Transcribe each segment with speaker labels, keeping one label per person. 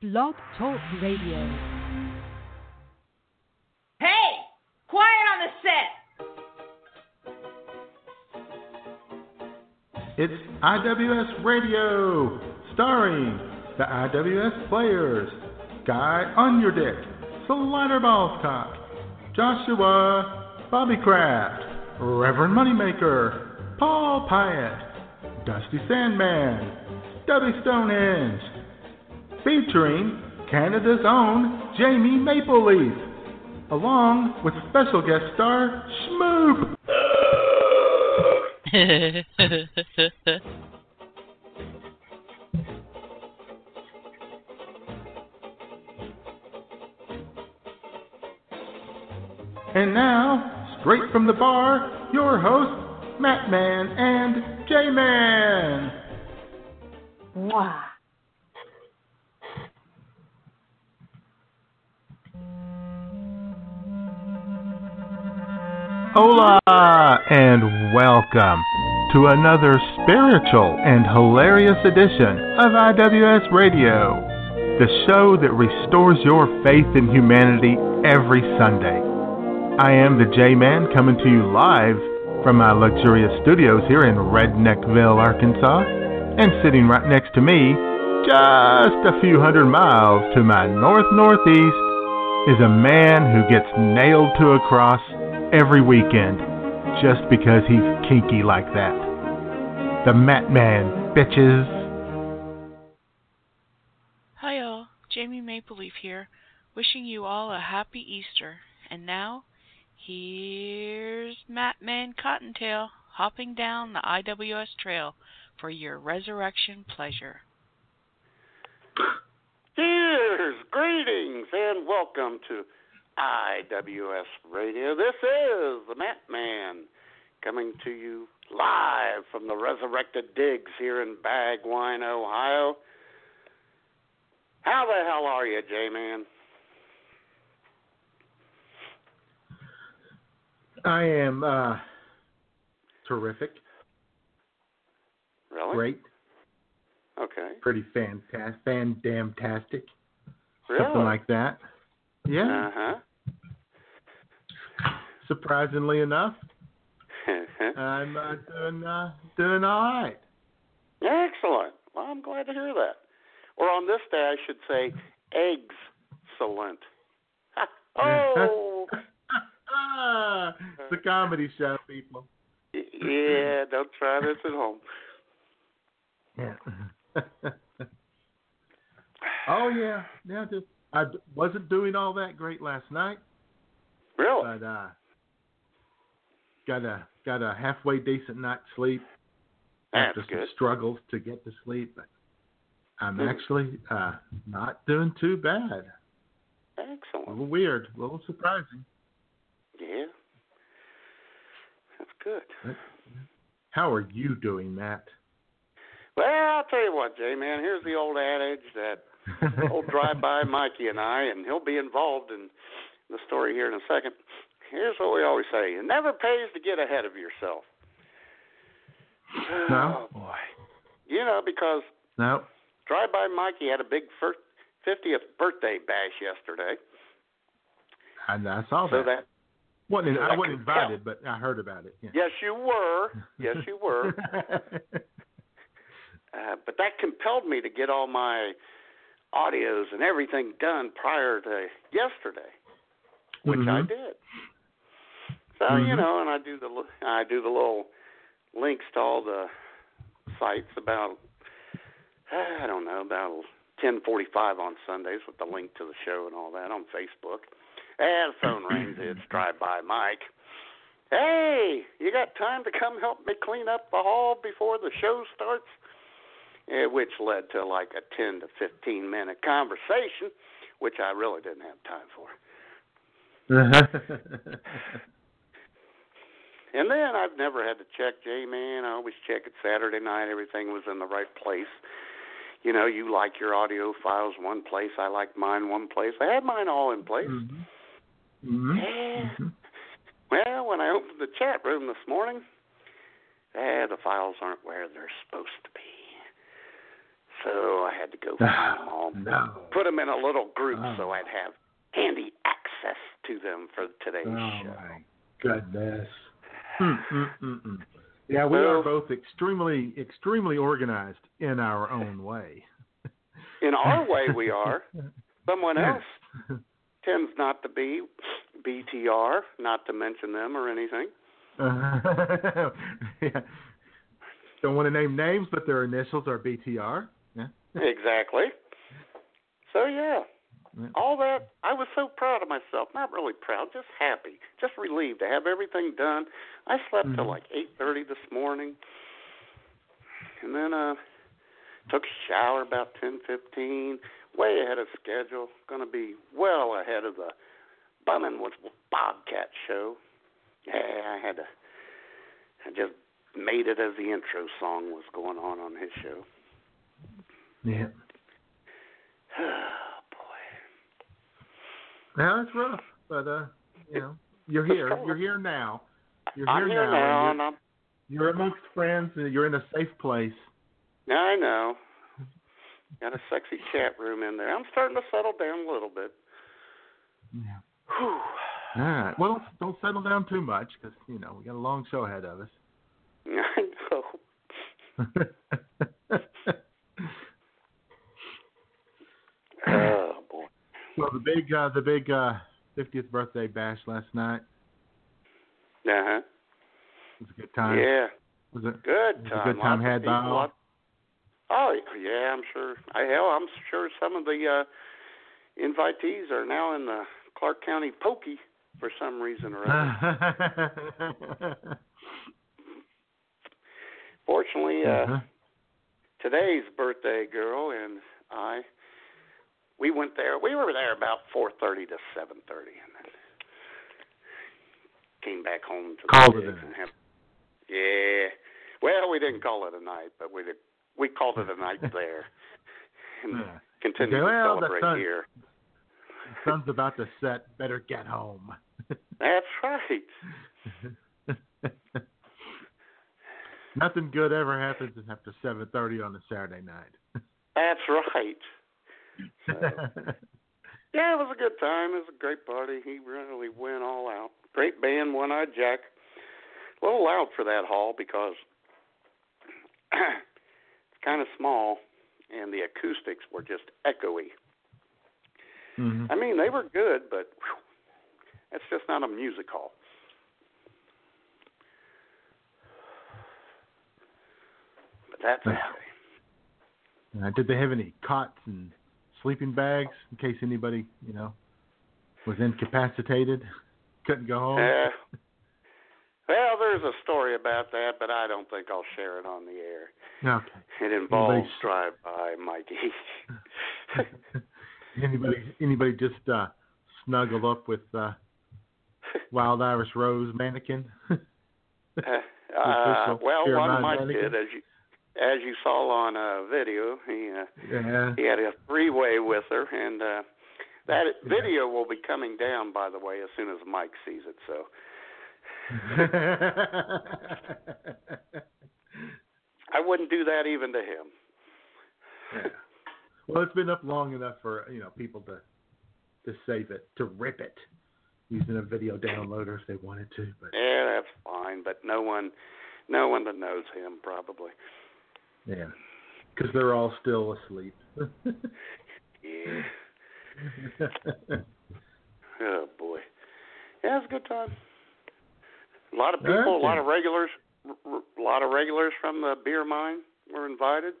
Speaker 1: Blog Talk Radio.
Speaker 2: Hey! Quiet on the set!
Speaker 3: It's IWS Radio, starring the IWS players Guy Underdick, Slider Ballscock, Joshua, Bobby Kraft, Reverend Moneymaker, Paul Pyatt, Dusty Sandman, Stubby Stonehenge, featuring Canada's own Jamie Maple Leaf, along with special guest star Schmoop. And now, straight from the bar, your hosts, Matt Man and J Man.
Speaker 2: Wow.
Speaker 3: Hola and welcome to another spiritual and hilarious edition of IWS Radio, the show that restores your faith in humanity every Sunday. I am the J Man coming to you live from my luxurious studios here in Redneckville, Arkansas, and sitting right next to me, just a few hundred miles to my north northeast, is a man who gets nailed to a cross every weekend just because he's kinky like that. The Mat Man, bitches.
Speaker 4: Hi all, Jamie Maple Leaf here, wishing you all a happy Easter. And now, here's Matman Cottontail hopping down the IWS trail for your resurrection pleasure.
Speaker 5: Cheers, greetings, and welcome to IWS Radio. This is the Matt Man coming to you live from the Resurrected Digs here in Bagwine, Ohio. How the hell are you, J Man?
Speaker 3: I am uh, terrific,
Speaker 5: Really?
Speaker 3: great,
Speaker 5: Okay.
Speaker 3: pretty fantastic, fan damtastic,
Speaker 5: Really?
Speaker 3: something like that. Yeah,
Speaker 5: Uh
Speaker 3: surprisingly enough,
Speaker 5: huh.
Speaker 3: I'm uh, doing uh, doing all right.
Speaker 5: Excellent. Well, I'm glad to hear that. Or on this day, I should say, excellent. oh,
Speaker 3: Ah, it's a comedy show, people.
Speaker 5: Y- yeah. Don't try this at home.
Speaker 3: Yeah. oh yeah, yeah. Just I d- wasn't doing all that great last night,
Speaker 5: Really?
Speaker 3: but uh, got a got a halfway decent night's sleep
Speaker 5: That's
Speaker 3: after some
Speaker 5: good.
Speaker 3: struggles to get to sleep. But I'm
Speaker 5: Hmm.
Speaker 3: actually uh, not doing too bad. A
Speaker 5: Excellent.
Speaker 3: little weird, a little surprising.
Speaker 5: Yeah. That's good.
Speaker 3: How are you doing, Matt?
Speaker 5: Well, I'll tell you what, Jay, man. Here's the old adage that old drive-by Mikey and I, and he'll be involved in the story here in a second. Here's what we always say: it never pays to get ahead of yourself.
Speaker 3: no, boy,
Speaker 5: You know, because
Speaker 3: no.
Speaker 5: Drive by Mikey had a big first 50th birthday bash yesterday.
Speaker 3: I, I saw
Speaker 5: So
Speaker 3: that.
Speaker 5: that
Speaker 3: wasn't,
Speaker 5: so
Speaker 3: I
Speaker 5: that
Speaker 3: wasn't
Speaker 5: could count.
Speaker 3: invited, but I heard about it. Yeah.
Speaker 5: yes, you were, yes, you were. Uh, but that compelled me to get all my audios and everything done prior to yesterday, which I
Speaker 3: Mhm.
Speaker 5: did. So you
Speaker 3: Mhm.
Speaker 5: know, and I do the li- I do the little links to all the sites about I don't know about 10:45 on Sundays with the link to the show and all that on Facebook. And the phone rings. It's drive by Mike. Hey, you got time to come help me clean up the hall before the show starts? eh, which led to like a 10 to 15 minute conversation, which I really didn't have time for. And then I've never had to check J Man. I always check it Saturday night. Everything was in the right place. You know, you like your audio files one place. I like mine one place. I had mine all in place.
Speaker 3: Mhm.
Speaker 5: Yeah. Well, when I opened the chat room this morning, eh, the files aren't where they're supposed to be. So I had to go find them all.
Speaker 3: No.
Speaker 5: Put them in a little group
Speaker 3: Oh.
Speaker 5: so I'd have handy access to them for today's
Speaker 3: Oh
Speaker 5: show.
Speaker 3: my goodness. Mm, mm, mm, mm. Yeah, we
Speaker 5: Well-
Speaker 3: are both extremely, extremely organized in our own way.
Speaker 5: In our way, we are. Someone else tends not to be BTR, not to mention them or anything.
Speaker 3: Uh, yeah. Don't want to name names, but their initials are BTR. Yeah.
Speaker 5: Exactly. So yeah,
Speaker 3: Yeah.
Speaker 5: all that I was so proud of myself. Not really proud, just happy, just relieved to have everything done. I slept till like eight thirty this morning, and then uh took a shower about ten fifteen. Way ahead of schedule. Going to be well ahead of the Bumming with Bobcat show. Yeah, I had to. I just made it as the intro song was going on on his show.
Speaker 3: Yeah.
Speaker 5: Oh boy.
Speaker 3: Now it's rough, but uh, you know, you're here.
Speaker 5: cool.
Speaker 3: You're here now. You're
Speaker 5: I'm here
Speaker 3: now.
Speaker 5: now,
Speaker 3: and
Speaker 5: and I'm.
Speaker 3: You're, you're amongst friends. And you're in a safe place.
Speaker 5: I know. Got a sexy chat room in there. I'm starting to settle down a little bit.
Speaker 3: Yeah.
Speaker 5: Whew.
Speaker 3: All right. Well, don't- don't settle down too much because you know we got a long show ahead of
Speaker 5: I
Speaker 3: us.
Speaker 5: know. Oh boy.
Speaker 3: well, the big, uh, the big uh, 50th birthday bash last night
Speaker 5: Uh huh.
Speaker 3: was a good time.
Speaker 5: Yeah.
Speaker 3: Was it?
Speaker 5: Good
Speaker 3: It's a
Speaker 5: time.
Speaker 3: good time
Speaker 5: Lots of
Speaker 3: had by
Speaker 5: people,
Speaker 3: all.
Speaker 5: lot- Oh yeah, I'm sure. I hell, I'm sure some of the uh invitees are now in the Clark County pokey for some reason or other. Fortunately, uh,
Speaker 3: Uh-huh.
Speaker 5: today's birthday girl and I we went there we were there about four thirty to seven thirty and then came back home to
Speaker 3: Called
Speaker 5: the
Speaker 3: it a
Speaker 5: kids
Speaker 3: night.
Speaker 5: and have, Yeah. Well we didn't call it a night, but we did, we called it a night there. And
Speaker 3: Yeah.
Speaker 5: continue
Speaker 3: Okay, well,
Speaker 5: to
Speaker 3: that's
Speaker 5: celebrate
Speaker 3: fine.
Speaker 5: here.
Speaker 3: Sun's about to set. Better get home.
Speaker 5: That's right.
Speaker 3: Nothing good ever happens after 7:30 on a Saturday night.
Speaker 5: That's right. Yeah, it was a good time. It was a great party. He really went all out. Great band, One Eyed Jack. A little loud for that hall because it's kind of small and the acoustics were just echoey.
Speaker 3: Mhm.
Speaker 5: I mean, they were good, but whew, that's just not a music hall. But that's okay.
Speaker 3: Uh, did they have any cots and sleeping bags in case anybody, you know, was incapacitated, couldn't go home?
Speaker 5: Yeah. Uh, Well, there's a story about that, but I don't think I'll share it on the air.
Speaker 3: Okay.
Speaker 5: It involves
Speaker 3: Anybody's-
Speaker 5: drive by Mikey. Uh,
Speaker 3: anybody, anybody just uh, snuggled up with uh, Wild Irish Rose mannequin?
Speaker 5: uh, well,
Speaker 3: Fear
Speaker 5: one
Speaker 3: not,
Speaker 5: of Mike
Speaker 3: mannequin.
Speaker 5: did, as you as you saw on uh, video, he uh,
Speaker 3: yeah.
Speaker 5: he had a three way with her, and uh, that video will be coming down, by the way, as soon as Mike sees it. So I wouldn't do that even to him.
Speaker 3: well, it's been up long enough for you know people to to save it, to rip it, using a video downloader if they wanted to. But
Speaker 5: Yeah, that's fine, but no one, no one that knows him probably.
Speaker 3: yeah, because they're all still asleep.
Speaker 5: Yeah. Oh boy, yeah, it's a good time. A lot of
Speaker 3: All right,
Speaker 5: people, a lot
Speaker 3: then.
Speaker 5: of regulars, r- r- a lot of regulars from the beer mine were invited.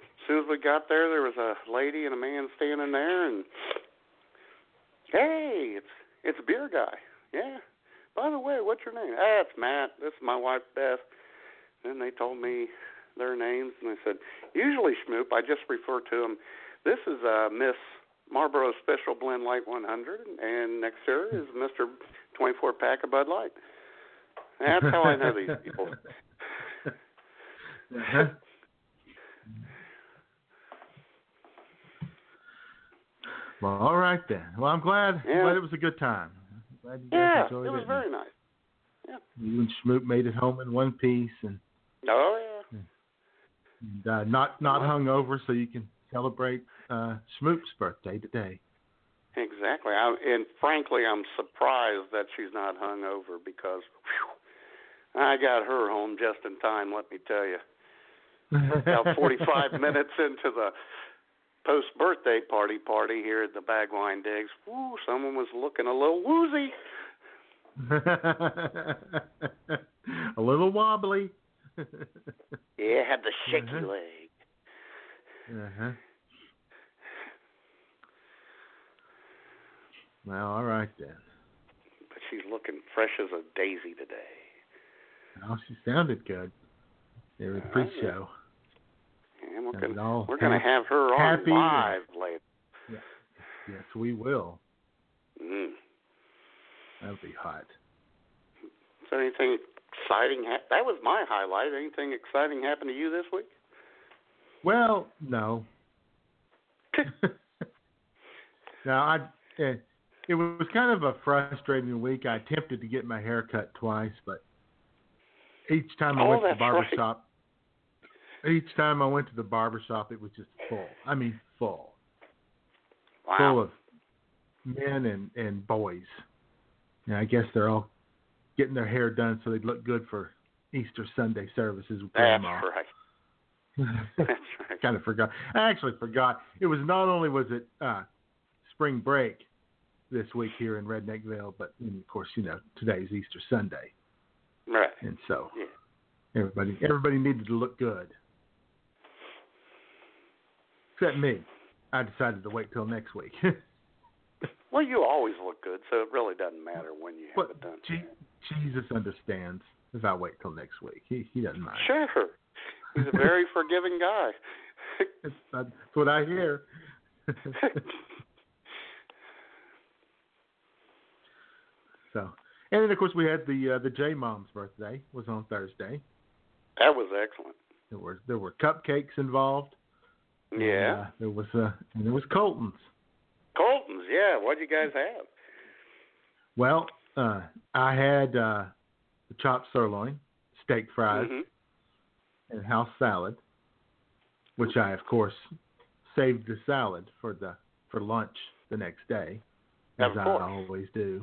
Speaker 5: As soon as we got there, there was a lady and a man standing there, and hey, it's it's beer guy. Yeah. By the way, what's your name? Ah, it's Matt. This is my wife Beth. Then they told me their names, and they said, usually Schmoop, I just refer to them. This is uh, Miss Marlboro Special Blend Light 100, and next to her is Mr. 24 Pack of Bud Light. That's how I know these people.
Speaker 3: Uh-huh. Well, all right then. Well, I'm glad.
Speaker 5: Yeah.
Speaker 3: Glad it was a good time. Glad you guys
Speaker 5: Yeah, it
Speaker 3: enjoyed
Speaker 5: was
Speaker 3: it.
Speaker 5: very nice.
Speaker 3: you and Schmoop made it home in one piece and,
Speaker 5: Oh yeah.
Speaker 3: and uh, not not hung over, so you can celebrate uh, Schmoop's birthday today.
Speaker 5: Exactly. I, and frankly, I'm surprised that she's not hung over because whew, I got her home just in time, let me tell you. About 45 minutes into the post birthday party party here at the Bagwine Digs, woo, someone was looking a little woozy.
Speaker 3: a little wobbly. uh-huh.
Speaker 5: Yeah, had the shaky
Speaker 3: Mhm.
Speaker 5: leg.
Speaker 3: Well, all right then.
Speaker 5: But she's looking fresh as a daisy today.
Speaker 3: Oh, she sounded good. It was pre-show.
Speaker 5: And we're
Speaker 3: And
Speaker 5: going
Speaker 3: all
Speaker 5: we're going to
Speaker 3: happy-
Speaker 5: have her on
Speaker 3: happy and-
Speaker 5: live later.
Speaker 3: Yes, we will.
Speaker 5: Mm.
Speaker 3: That'll be hot.
Speaker 5: So anything exciting? Ha- that was my highlight. Anything exciting happened to you this week?
Speaker 3: Well, no. no, I. It, it was kind of a frustrating week. I attempted to get my hair cut twice, but each time I
Speaker 5: Oh,
Speaker 3: went to the
Speaker 5: that's right.
Speaker 3: barber shop, each time I went to the barber shop, it was just full. I mean, full, full of men and and boys. And I guess they're all getting their hair done so they'd look good for Easter Sunday services with
Speaker 5: That's
Speaker 3: grandma.
Speaker 5: right. That's right.
Speaker 3: kind of forgot. I actually forgot. It was not only was it uh, spring break this week here in Redneckville, but and of course, you know, today's Easter Sunday,
Speaker 5: Right.
Speaker 3: and so
Speaker 5: Yeah.
Speaker 3: everybody everybody needed to look good. Except me. I decided to wait till next week.
Speaker 5: Well, you always look good, so it really doesn't matter when you have
Speaker 3: but
Speaker 5: it done.
Speaker 3: Je- Jesus understands if I wait till next week. He he doesn't mind.
Speaker 5: Sure. He's a very forgiving guy.
Speaker 3: That's, that's what I hear. so, and then of course we had the uh, the J Mom's birthday was on Thursday.
Speaker 5: That was excellent.
Speaker 3: There were there were cupcakes involved. And,
Speaker 5: Yeah.
Speaker 3: uh, there was uh, and there was Colton's.
Speaker 5: Colton's, yeah. What'd you guys have?
Speaker 3: Well, uh, I had uh, the chopped sirloin, steak fries,
Speaker 5: Mhm. Mm-hmm.
Speaker 3: and house salad, which I of course saved the salad for the for lunch the next day, as
Speaker 5: Of
Speaker 3: I
Speaker 5: course.
Speaker 3: always do.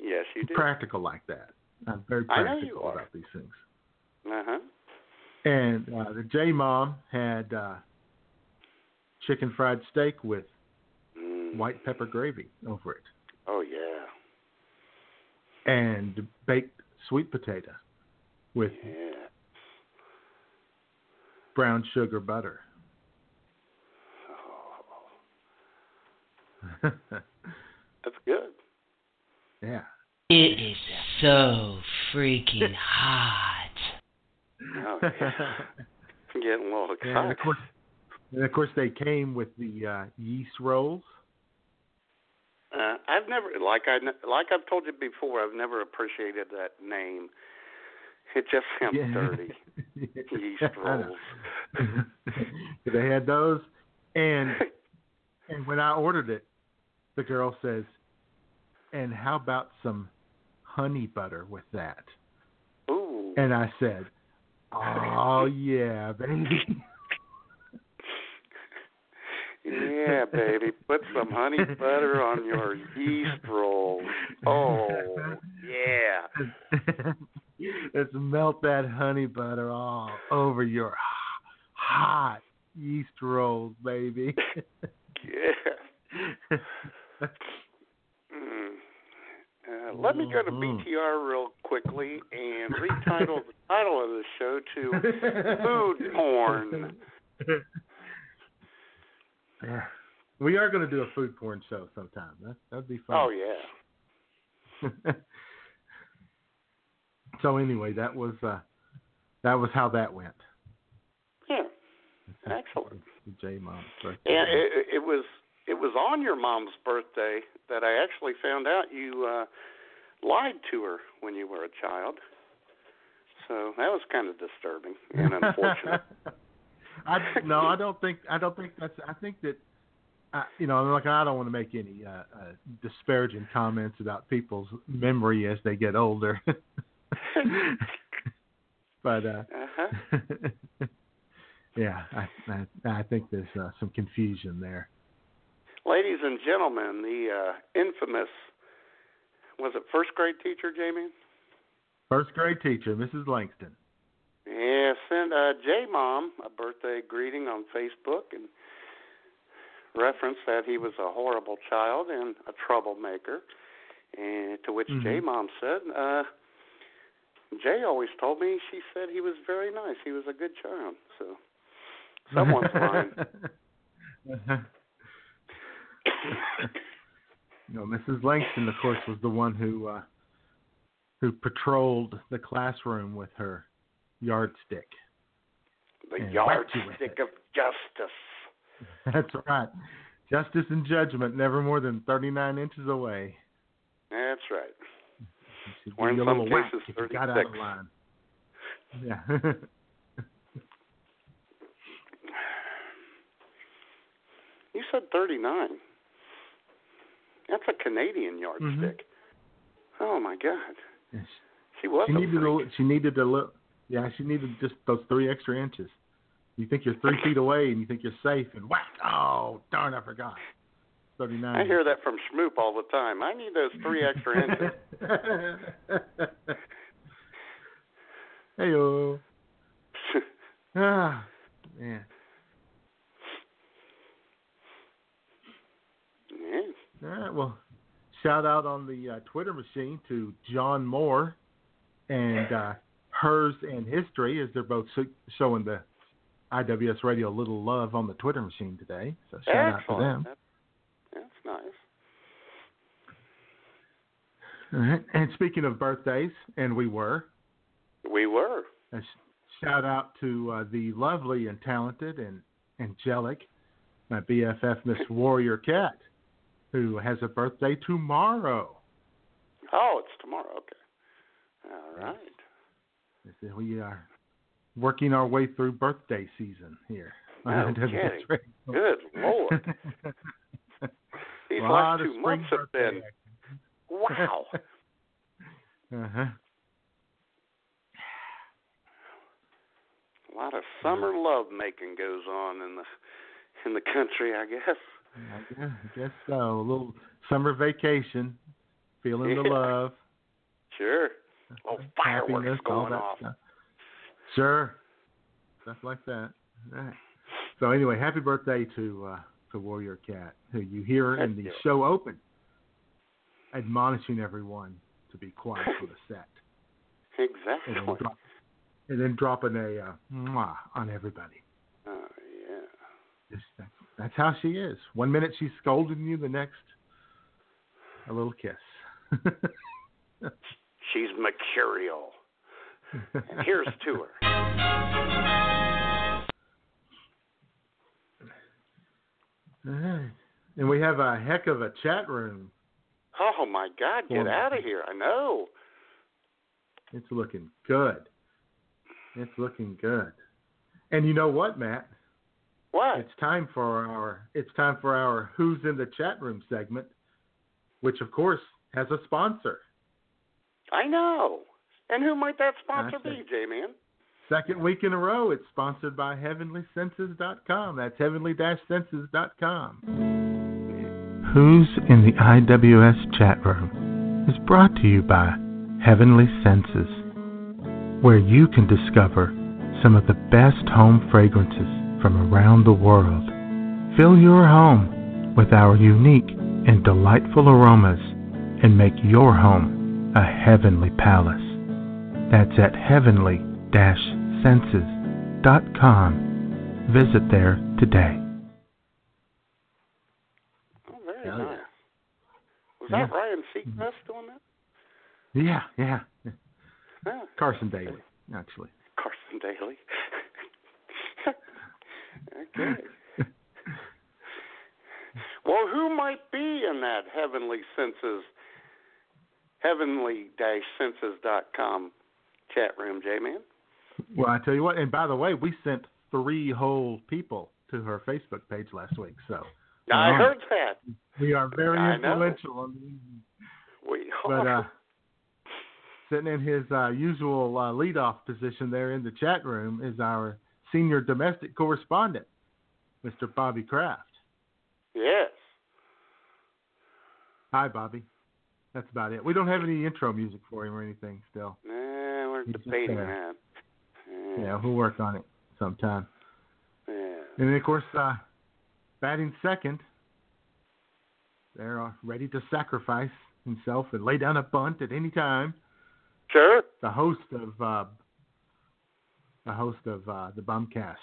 Speaker 5: Yes, you did. Uh
Speaker 3: practical like that. I'm very
Speaker 5: I know you
Speaker 3: practical
Speaker 5: are.
Speaker 3: about these things.
Speaker 5: huh.
Speaker 3: And uh, the J Mom had uh, chicken fried steak with
Speaker 5: Mm.
Speaker 3: white pepper gravy over it,
Speaker 5: Oh yeah.
Speaker 3: and baked sweet potato with
Speaker 5: Yeah.
Speaker 3: brown sugar butter.
Speaker 5: Oh, That's good.
Speaker 3: yeah.
Speaker 1: It is so freaking hot.
Speaker 5: Oh, yeah. I'm getting a little excited.
Speaker 3: and, of course, and of course, they came with the uh, yeast rolls.
Speaker 5: Uh, I've never, like I, like I've told you before, I've never appreciated that name. It just sounds dirty. Yeast
Speaker 3: I know.
Speaker 5: rolls.
Speaker 3: they had those, and and when I ordered it, the girl says, "And how about some honey butter with that?"
Speaker 5: Ooh,
Speaker 3: And I said, "Oh yeah, baby."
Speaker 5: yeah, baby, put some honey butter on your yeast rolls. Oh, yeah.
Speaker 3: Let's melt that honey butter all over your hot yeast rolls, baby.
Speaker 5: Yeah. Mm. Uh, let me go to
Speaker 3: Mhm.
Speaker 5: BTR real quickly and retitle the title of the show to Food Porn.
Speaker 3: Yeah. We are going to do a food porn show sometime. That that'd be
Speaker 5: Oh
Speaker 3: fun.
Speaker 5: yeah.
Speaker 3: so anyway, that was uh, that was how that went.
Speaker 5: Excellent.
Speaker 3: J Mom.
Speaker 5: And it, it was it was on your mom's birthday that I actually found out you uh, lied to her when you were a child. So that was kind of disturbing and unfortunate.
Speaker 3: I no, I don't think I don't think that's. I think that I, you know, like I don't want to make any uh, uh, disparaging comments about people's memory as they get older. but uh,
Speaker 5: Uh-huh.
Speaker 3: yeah, I, I I think there's uh, some confusion there.
Speaker 5: Ladies and gentlemen, the uh, infamous was it first grade teacher, Jamie?
Speaker 3: First grade teacher, Mrs. Langston.
Speaker 5: Yeah, send uh, J Mom a birthday greeting on Facebook and reference that he was a horrible child and a troublemaker. And to which
Speaker 3: Mhm.
Speaker 5: J Mom said, uh, Jay always told me she said he was very nice. He was a good child. So someone's lying.
Speaker 3: No, Mrs. Langston, of course, was the one who uh, who patrolled the classroom with her yardstick.
Speaker 5: The
Speaker 3: And whacked you with
Speaker 5: yardstick of justice.
Speaker 3: That's right. Justice and judgment, never more than 39 inches away.
Speaker 5: That's right.
Speaker 3: You should
Speaker 5: Or
Speaker 3: give
Speaker 5: in
Speaker 3: you a
Speaker 5: some
Speaker 3: little whack
Speaker 5: cases,
Speaker 3: if you got out of
Speaker 5: 36.
Speaker 3: line. Yeah.
Speaker 5: You said 39. That's a
Speaker 3: Mm-hmm.
Speaker 5: Canadian yardstick. Oh my God,
Speaker 3: Yes.
Speaker 5: she was.
Speaker 3: she
Speaker 5: a
Speaker 3: needed
Speaker 5: freak.
Speaker 3: a, she needed a little yeah she needed just those three extra inches you think you're three feet away and you think you're safe and whack oh darn i forgot 39
Speaker 5: I hear that from Schmoop all the time. I need those three extra inches.
Speaker 3: hey oh ah, man
Speaker 5: yeah.
Speaker 3: all right well shout out on the uh, twitter machine to john moore and uh, hers and history as they're both so- showing the IWS Radio a little love on the Twitter machine today. So shout out to them.
Speaker 5: Excellent. That- that's nice.
Speaker 3: All right. And speaking of birthdays, and we were,
Speaker 5: We were.
Speaker 3: a sh- shout out to uh, the lovely and talented and angelic, my BFF, Miss Warrior Cat, who has a birthday tomorrow.
Speaker 5: Oh, it's tomorrow. Okay. All right.
Speaker 3: So We are working our way through birthday season here. on IWS
Speaker 5: No kidding.
Speaker 3: Radio.
Speaker 5: Good lord. These
Speaker 3: Lot
Speaker 5: last
Speaker 3: of
Speaker 5: two
Speaker 3: spring
Speaker 5: months have
Speaker 3: birthday
Speaker 5: been wow.
Speaker 3: Uh-huh.
Speaker 5: A lot of summer love making goes on in the in the country, I guess.
Speaker 3: I guess, I guess so. A little summer vacation, feeling the
Speaker 5: Yeah.
Speaker 3: love,
Speaker 5: Sure. Little
Speaker 3: happiness,
Speaker 5: fireworks
Speaker 3: all
Speaker 5: going
Speaker 3: that
Speaker 5: off.
Speaker 3: stuff. Sure, stuff like that. All right. So anyway, happy birthday to uh, to Warrior Cat, who you hear in
Speaker 5: Thank
Speaker 3: the
Speaker 5: you.
Speaker 3: show open, admonishing everyone to be quiet for the set, and then,
Speaker 5: Exactly.
Speaker 3: drop, and then dropping a uh, mwah on everybody.
Speaker 5: Oh yeah.
Speaker 3: Just, that's, that's how she is. One minute she's scolding you, the next, a little kiss.
Speaker 5: She's mercurial. And here's to her.
Speaker 3: Alright. And we have a heck of a chat room.
Speaker 5: Oh my God, get
Speaker 3: Well,
Speaker 5: out of here. I know.
Speaker 3: It's looking good. It's looking good. And you know what, Matt?
Speaker 5: What?
Speaker 3: It's time for our it's time for our Who's in the Chat Room segment, which of course has a sponsor.
Speaker 5: I know. And who might that sponsor
Speaker 3: That's
Speaker 5: be,
Speaker 3: it.
Speaker 5: J Man?
Speaker 3: Second week in a row, it's sponsored by heavenlysenses.com. That's heavenly-senses.com. Who's in the IWS chat room is brought to you by Heavenly Senses, where you can discover some of the best home fragrances from around the world. Fill your home with our unique and delightful aromas and make your home a heavenly palace. That's at heavenly senses.com. Visit there today.
Speaker 5: Oh, very
Speaker 3: Hell yeah.
Speaker 5: nice. Was that
Speaker 3: Yeah. Mm-hmm.
Speaker 5: Ryan Seacrest doing that?
Speaker 3: Yeah, yeah.
Speaker 5: Yeah.
Speaker 3: Carson Daly, actually.
Speaker 5: Carson Daly. Okay. well, who might be in that Heavenly Senses, heavenly-senses.com chat room, J-Man?
Speaker 3: Well, I tell you what, and by the way, we sent three whole people to her Facebook page last week. So
Speaker 5: I
Speaker 3: um,
Speaker 5: heard that.
Speaker 3: we are very
Speaker 5: I know.
Speaker 3: influential. On the,
Speaker 5: We
Speaker 3: but uh, sitting in his uh, usual uh, leadoff position there in the chat room is our senior domestic correspondent, Mr. Bobby Kraft.
Speaker 5: yes.
Speaker 3: Hi, Bobby. That's about it. We don't have any intro music for him or anything still.
Speaker 5: Nah, we're
Speaker 3: He's just
Speaker 5: debating
Speaker 3: there.
Speaker 5: that.
Speaker 3: Yeah, we'll work on it sometime.
Speaker 5: Yeah.
Speaker 3: And then, of course, uh, batting second, they're uh, ready to sacrifice himself and lay down a bunt at any time.
Speaker 5: Sure.
Speaker 3: The host of uh, the host of uh, the Bumcast,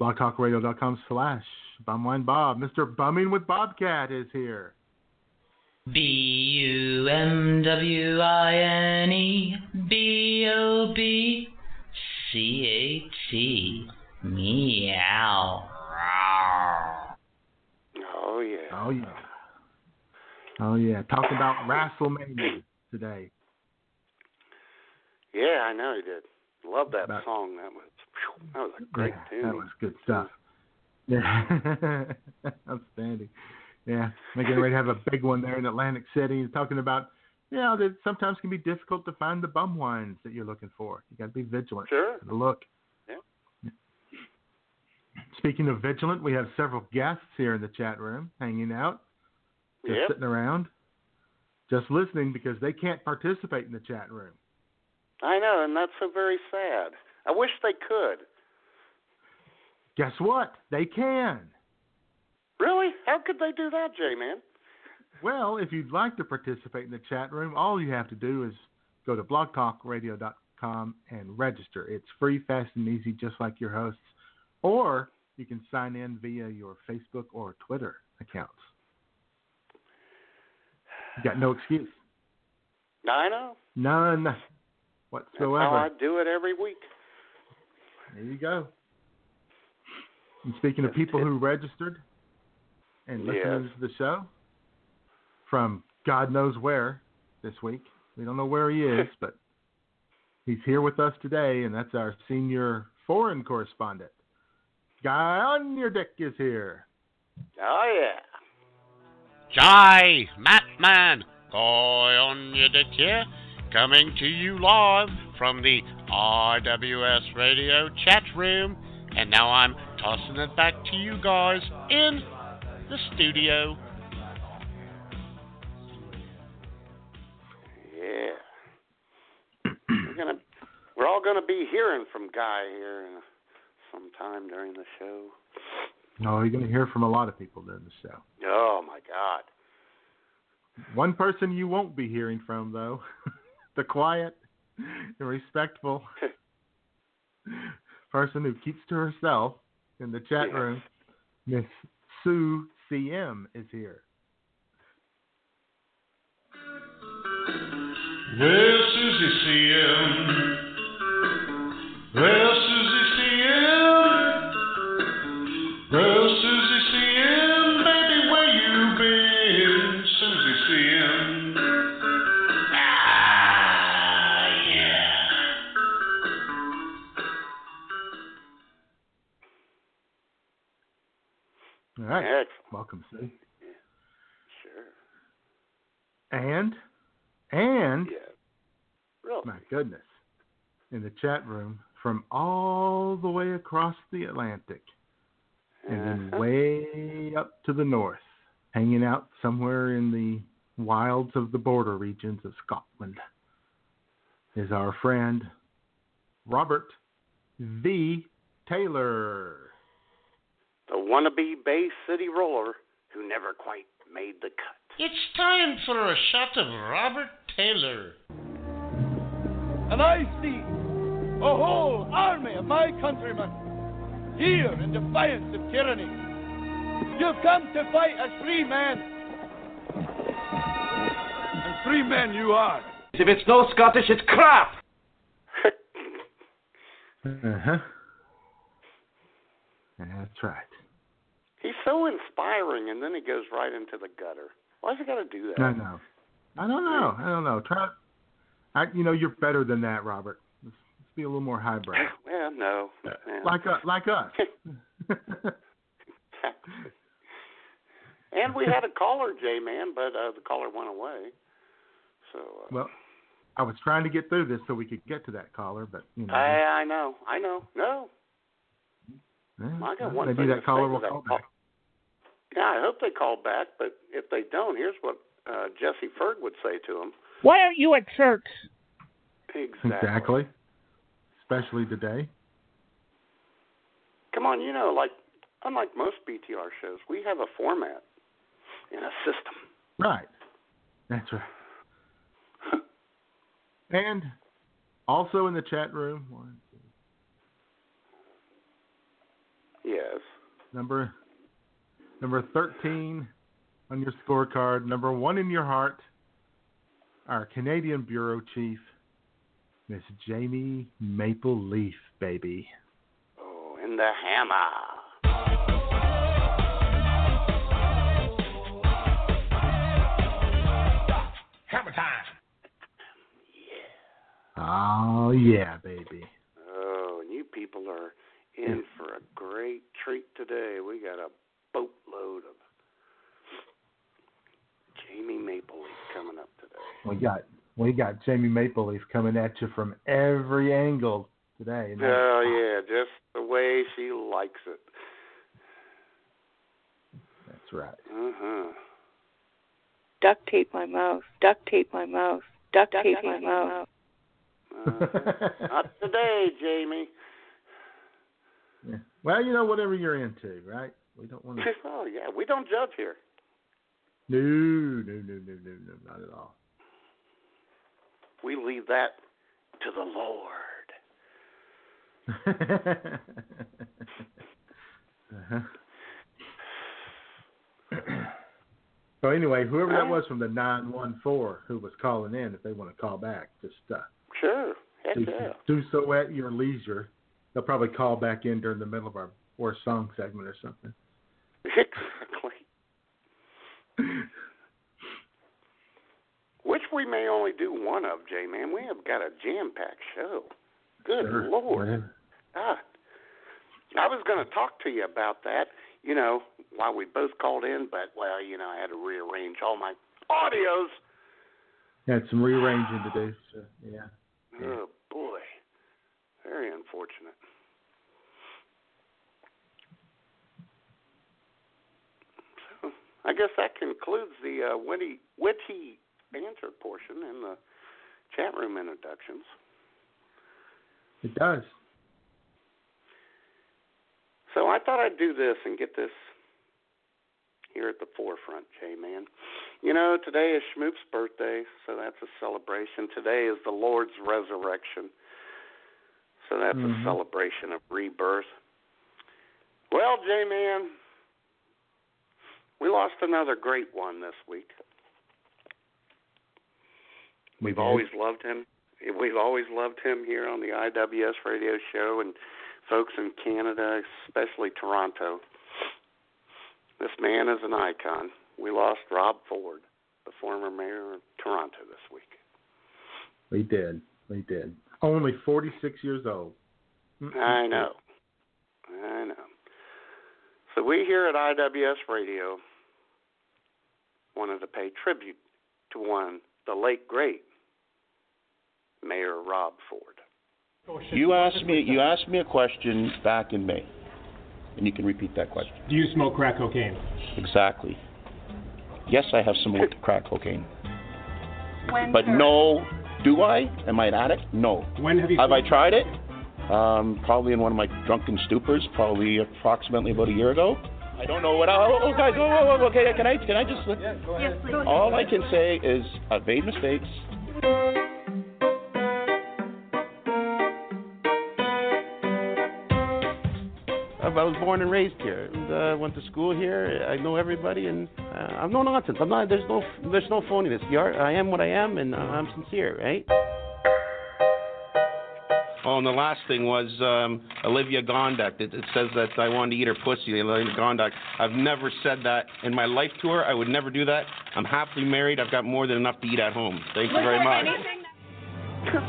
Speaker 3: blogtalkradio.com slash Bumwine Bob, Mr. Bumming with Bobcat is here.
Speaker 1: B U M W I N E B O B C A T. Meow. Rawr.
Speaker 5: Oh yeah.
Speaker 3: Oh yeah, oh yeah, talking about WrestleMania today.
Speaker 5: Yeah, I know he did. Love that
Speaker 3: About-
Speaker 5: song. That was phew, that was a great
Speaker 3: yeah,
Speaker 5: tune.
Speaker 3: That was good stuff. Yeah. Outstanding. Yeah. They're getting ready to have a big one there in Atlantic City talking about, you know, that sometimes can be difficult to find the bum wines that you're looking for. You got to be vigilant.
Speaker 5: Sure.
Speaker 3: Gotta Look.
Speaker 5: Yeah.
Speaker 3: Speaking of vigilant, we have several guests here in the chat room hanging out, just
Speaker 5: Yep.
Speaker 3: sitting around, just listening because they can't participate in the chat room.
Speaker 5: I know, and that's so very sad. I wish they could.
Speaker 3: Guess what? They can.
Speaker 5: Really? How could they do that, J Man?
Speaker 3: Well, if you'd like to participate in the chat room, all you have to do is go to blogtalkradio.com and register. It's free, fast, and easy, just like your hosts. Or you can sign in via your Facebook or Twitter accounts. You got no excuse.
Speaker 5: I know.
Speaker 3: None
Speaker 5: That's how I
Speaker 3: whatsoever.
Speaker 5: do it every week.
Speaker 3: There you go. And speaking of people who registered and listening
Speaker 5: Yes.
Speaker 3: to the show from God knows where this week, we don't know where he is, but he's here with us today, and that's our senior foreign correspondent. Guy on your dick is here.
Speaker 5: Oh yeah.
Speaker 2: Jai, Matman, Guy on your dick here, coming to you live from the RWS radio chat room. And now I'm tossing it back to you guys in the studio.
Speaker 5: Yeah. we're gonna we're all gonna be hearing from Guy here in sometime during the show.
Speaker 3: No, Oh, you're going to hear from a lot of people during the show.
Speaker 5: Oh my God.
Speaker 3: One person you won't be hearing from, though, the quiet and respectful person who keeps to herself in the chat
Speaker 5: Yes.
Speaker 3: room, Miss Sue CM is here.
Speaker 6: Well, Susie CM. Well, Susie CM. Well, Susie CM. Baby, where you been? Susie CM. Ah, yeah.
Speaker 3: All right.
Speaker 5: Excellent.
Speaker 3: Welcome, Sue.
Speaker 5: Sure.
Speaker 3: And, and,
Speaker 5: Yeah. Really?
Speaker 3: my goodness, in the chat room from all the way across the Atlantic and then
Speaker 5: Uh-huh.
Speaker 3: way up to the north, hanging out somewhere in the wilds of the border regions of Scotland, is our friend Robert V. Taylor.
Speaker 5: The wannabe Bay City roller who never quite made the cut.
Speaker 2: It's time for a shot of Robert Taylor.
Speaker 7: and I see a whole army of my countrymen here in defiance of tyranny. You've come to fight as free men. And free men you are.
Speaker 8: If it's no Scottish, it's crap!
Speaker 3: Uh huh. That's right.
Speaker 5: He's so inspiring, and then he goes right into the gutter. Why's he got to do that?
Speaker 3: I know. I don't know. I don't know. Try. I, you know, you're better than that, Robert. Let's, let's be a little more highbrow.
Speaker 5: Well, no. man.
Speaker 3: Uh, Like us. Like us.
Speaker 5: and we had a caller, J Man, but uh, the caller went away. So uh,
Speaker 3: Well, I was trying to get through this so we could get to that caller, but you know.
Speaker 5: I I know, I know. No,
Speaker 3: yeah,
Speaker 5: I got one
Speaker 3: maybe
Speaker 5: thing to
Speaker 3: that
Speaker 5: say
Speaker 3: caller
Speaker 5: to
Speaker 3: will
Speaker 5: that
Speaker 3: call back.
Speaker 5: yeah. I hope they call back, but if they don't, here's what uh, Jesse Ferg would say to him.
Speaker 9: Why aren't you at church?
Speaker 5: Exactly.
Speaker 3: Exactly. Especially today.
Speaker 5: Come on, you know, like unlike most BTR shows, we have a format and a system.
Speaker 3: Right. That's right. and also in the chat room, one,
Speaker 5: Yes.
Speaker 3: number number thirteen on your scorecard, number one in your heart, our Canadian bureau chief, Miss Jamie Maple Leaf, baby.
Speaker 5: Oh, and the hammer.
Speaker 10: Hammer time.
Speaker 3: Oh yeah, baby.
Speaker 5: Oh, and you people are in for a great treat today. We got a boatload of Jamie Maple Leaf coming up today.
Speaker 3: We got we got Jamie Maple Leaf coming at you from every angle today. and that's
Speaker 5: Oh yeah, just the way she likes it.
Speaker 3: That's right.
Speaker 5: Uh huh.
Speaker 1: Duct tape my mouth. Duct tape my mouth. Duct tape my mouth.
Speaker 5: Not today, Jamie.
Speaker 3: Yeah. Well, you know, whatever you're into, right? We don't want to.
Speaker 5: oh yeah, we don't judge here.
Speaker 3: No, no, no, no, no, no, not at all.
Speaker 5: We leave that to the Lord.
Speaker 3: Uh-huh. so anyway, whoever that was from the nine one four who was calling in, if they want to call back, just uh,
Speaker 5: Sure. Heck
Speaker 3: do,
Speaker 5: yeah.
Speaker 3: do so at your leisure. They'll probably call back in during the middle of our or song segment or something.
Speaker 5: Exactly. Which we may only do one of, J man. We have got a jam packed show. Good
Speaker 3: Sure, Mm-hmm.
Speaker 5: lord.
Speaker 3: whatever.
Speaker 5: God. I was gonna talk to you about that, you know, while we both called in, but well, you know, I had to rearrange all my audios.
Speaker 3: Had some rearranging to do. So, yeah.
Speaker 5: Oh boy. Very unfortunate. So I guess that concludes the uh, witty, witty banter portion and the chat room introductions.
Speaker 3: It does.
Speaker 5: So I thought I'd do this and get this here at the forefront, J man. You know, today is Schmoop's birthday, so that's a celebration. Today is the Lord's resurrection. So that's
Speaker 3: Mhm.
Speaker 5: a celebration of rebirth. Well, J man, we lost another great one this week.
Speaker 3: We've
Speaker 5: always loved him. We've always loved him here on the IWS radio show and folks in Canada, especially Toronto. This man is an icon. We lost Rob Ford, the former mayor of Toronto, this week.
Speaker 3: We did. We did. Only 46 years old.
Speaker 5: I know. I know. So we here at IWS Radio wanted to pay tribute to one, the late great Mayor Rob Ford.
Speaker 2: You asked me. You asked me a question back in May, and you can repeat that question.
Speaker 11: Do you smoke crack cocaine?
Speaker 2: Exactly. Yes, I have some with crack cocaine, but no. Do I? Am I an addict? No.
Speaker 11: When have you?
Speaker 2: Have I tried it? Um, probably in one of my drunken stupors, probably approximately about a year ago. I don't know what. Oh, oh, guys, oh, oh, oh, okay. Can I? Can I just? Yeah, go ahead. All I can say is I've made mistakes. Uh, I was born and raised here. And, uh, went to school here. I know everybody, and uh, I'm no nonsense. I'm not. There's no. There's no phoniness. You are, I am what I am, and uh, I'm sincere, right?
Speaker 12: Oh, and the last thing was um, Olivia Gondak. It, it says that I wanted to eat her pussy, Olivia Gondak. I've never said that in my life to her. I would never do that. I'm happily married. I've got more than enough to eat at home. Thank you
Speaker 13: Was
Speaker 12: very
Speaker 13: there
Speaker 12: much.
Speaker 13: anything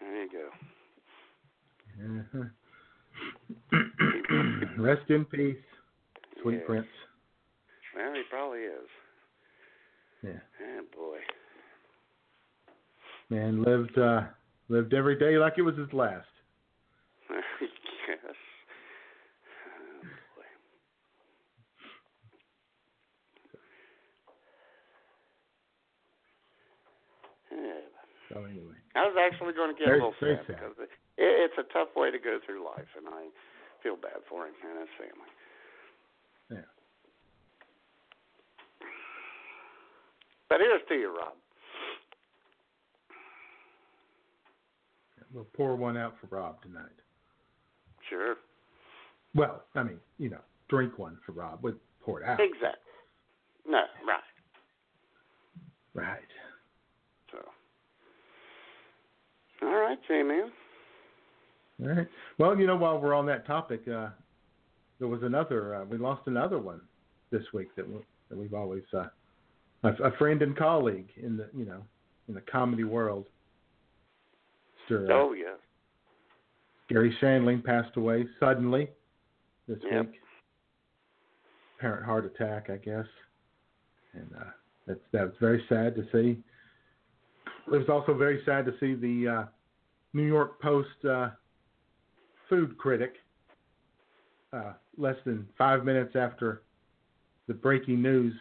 Speaker 5: There you go.
Speaker 3: Rest in peace, Sweet Prince.
Speaker 5: Well, he probably is.
Speaker 3: Yeah.
Speaker 5: Oh boy.
Speaker 3: Man lived uh, lived every day like it was his last.
Speaker 5: yes. Oh, Yeah.
Speaker 3: So anyway,
Speaker 5: I was actually going to get
Speaker 3: Very-
Speaker 5: a little
Speaker 3: very
Speaker 5: sad
Speaker 3: sad.
Speaker 5: because it, it, it's a tough way to go through life, and I feel bad for him and his family.
Speaker 3: Yeah.
Speaker 5: But here's to you, Rob.
Speaker 3: we'll pour one out for Rob tonight.
Speaker 5: Sure.
Speaker 3: Well, I mean, you know, drink one for Rob. We pour it out.
Speaker 5: Exactly. No, right.
Speaker 3: Right.
Speaker 5: So. All right, J man.
Speaker 3: All right. Well, you know, while we're on that topic, uh, there was another. Uh, we lost another one this week that, we, that we've always uh, a, a friend and colleague in the you know in the comedy world. Sir, uh,
Speaker 5: Oh yeah.
Speaker 3: Gary Shandling passed away suddenly this
Speaker 5: Yep.
Speaker 3: week. Apparent heart attack, I guess. And uh, that's that was very sad to see. It was also very sad to see the uh, New York Post uh, food critic uh, less than five minutes after the breaking news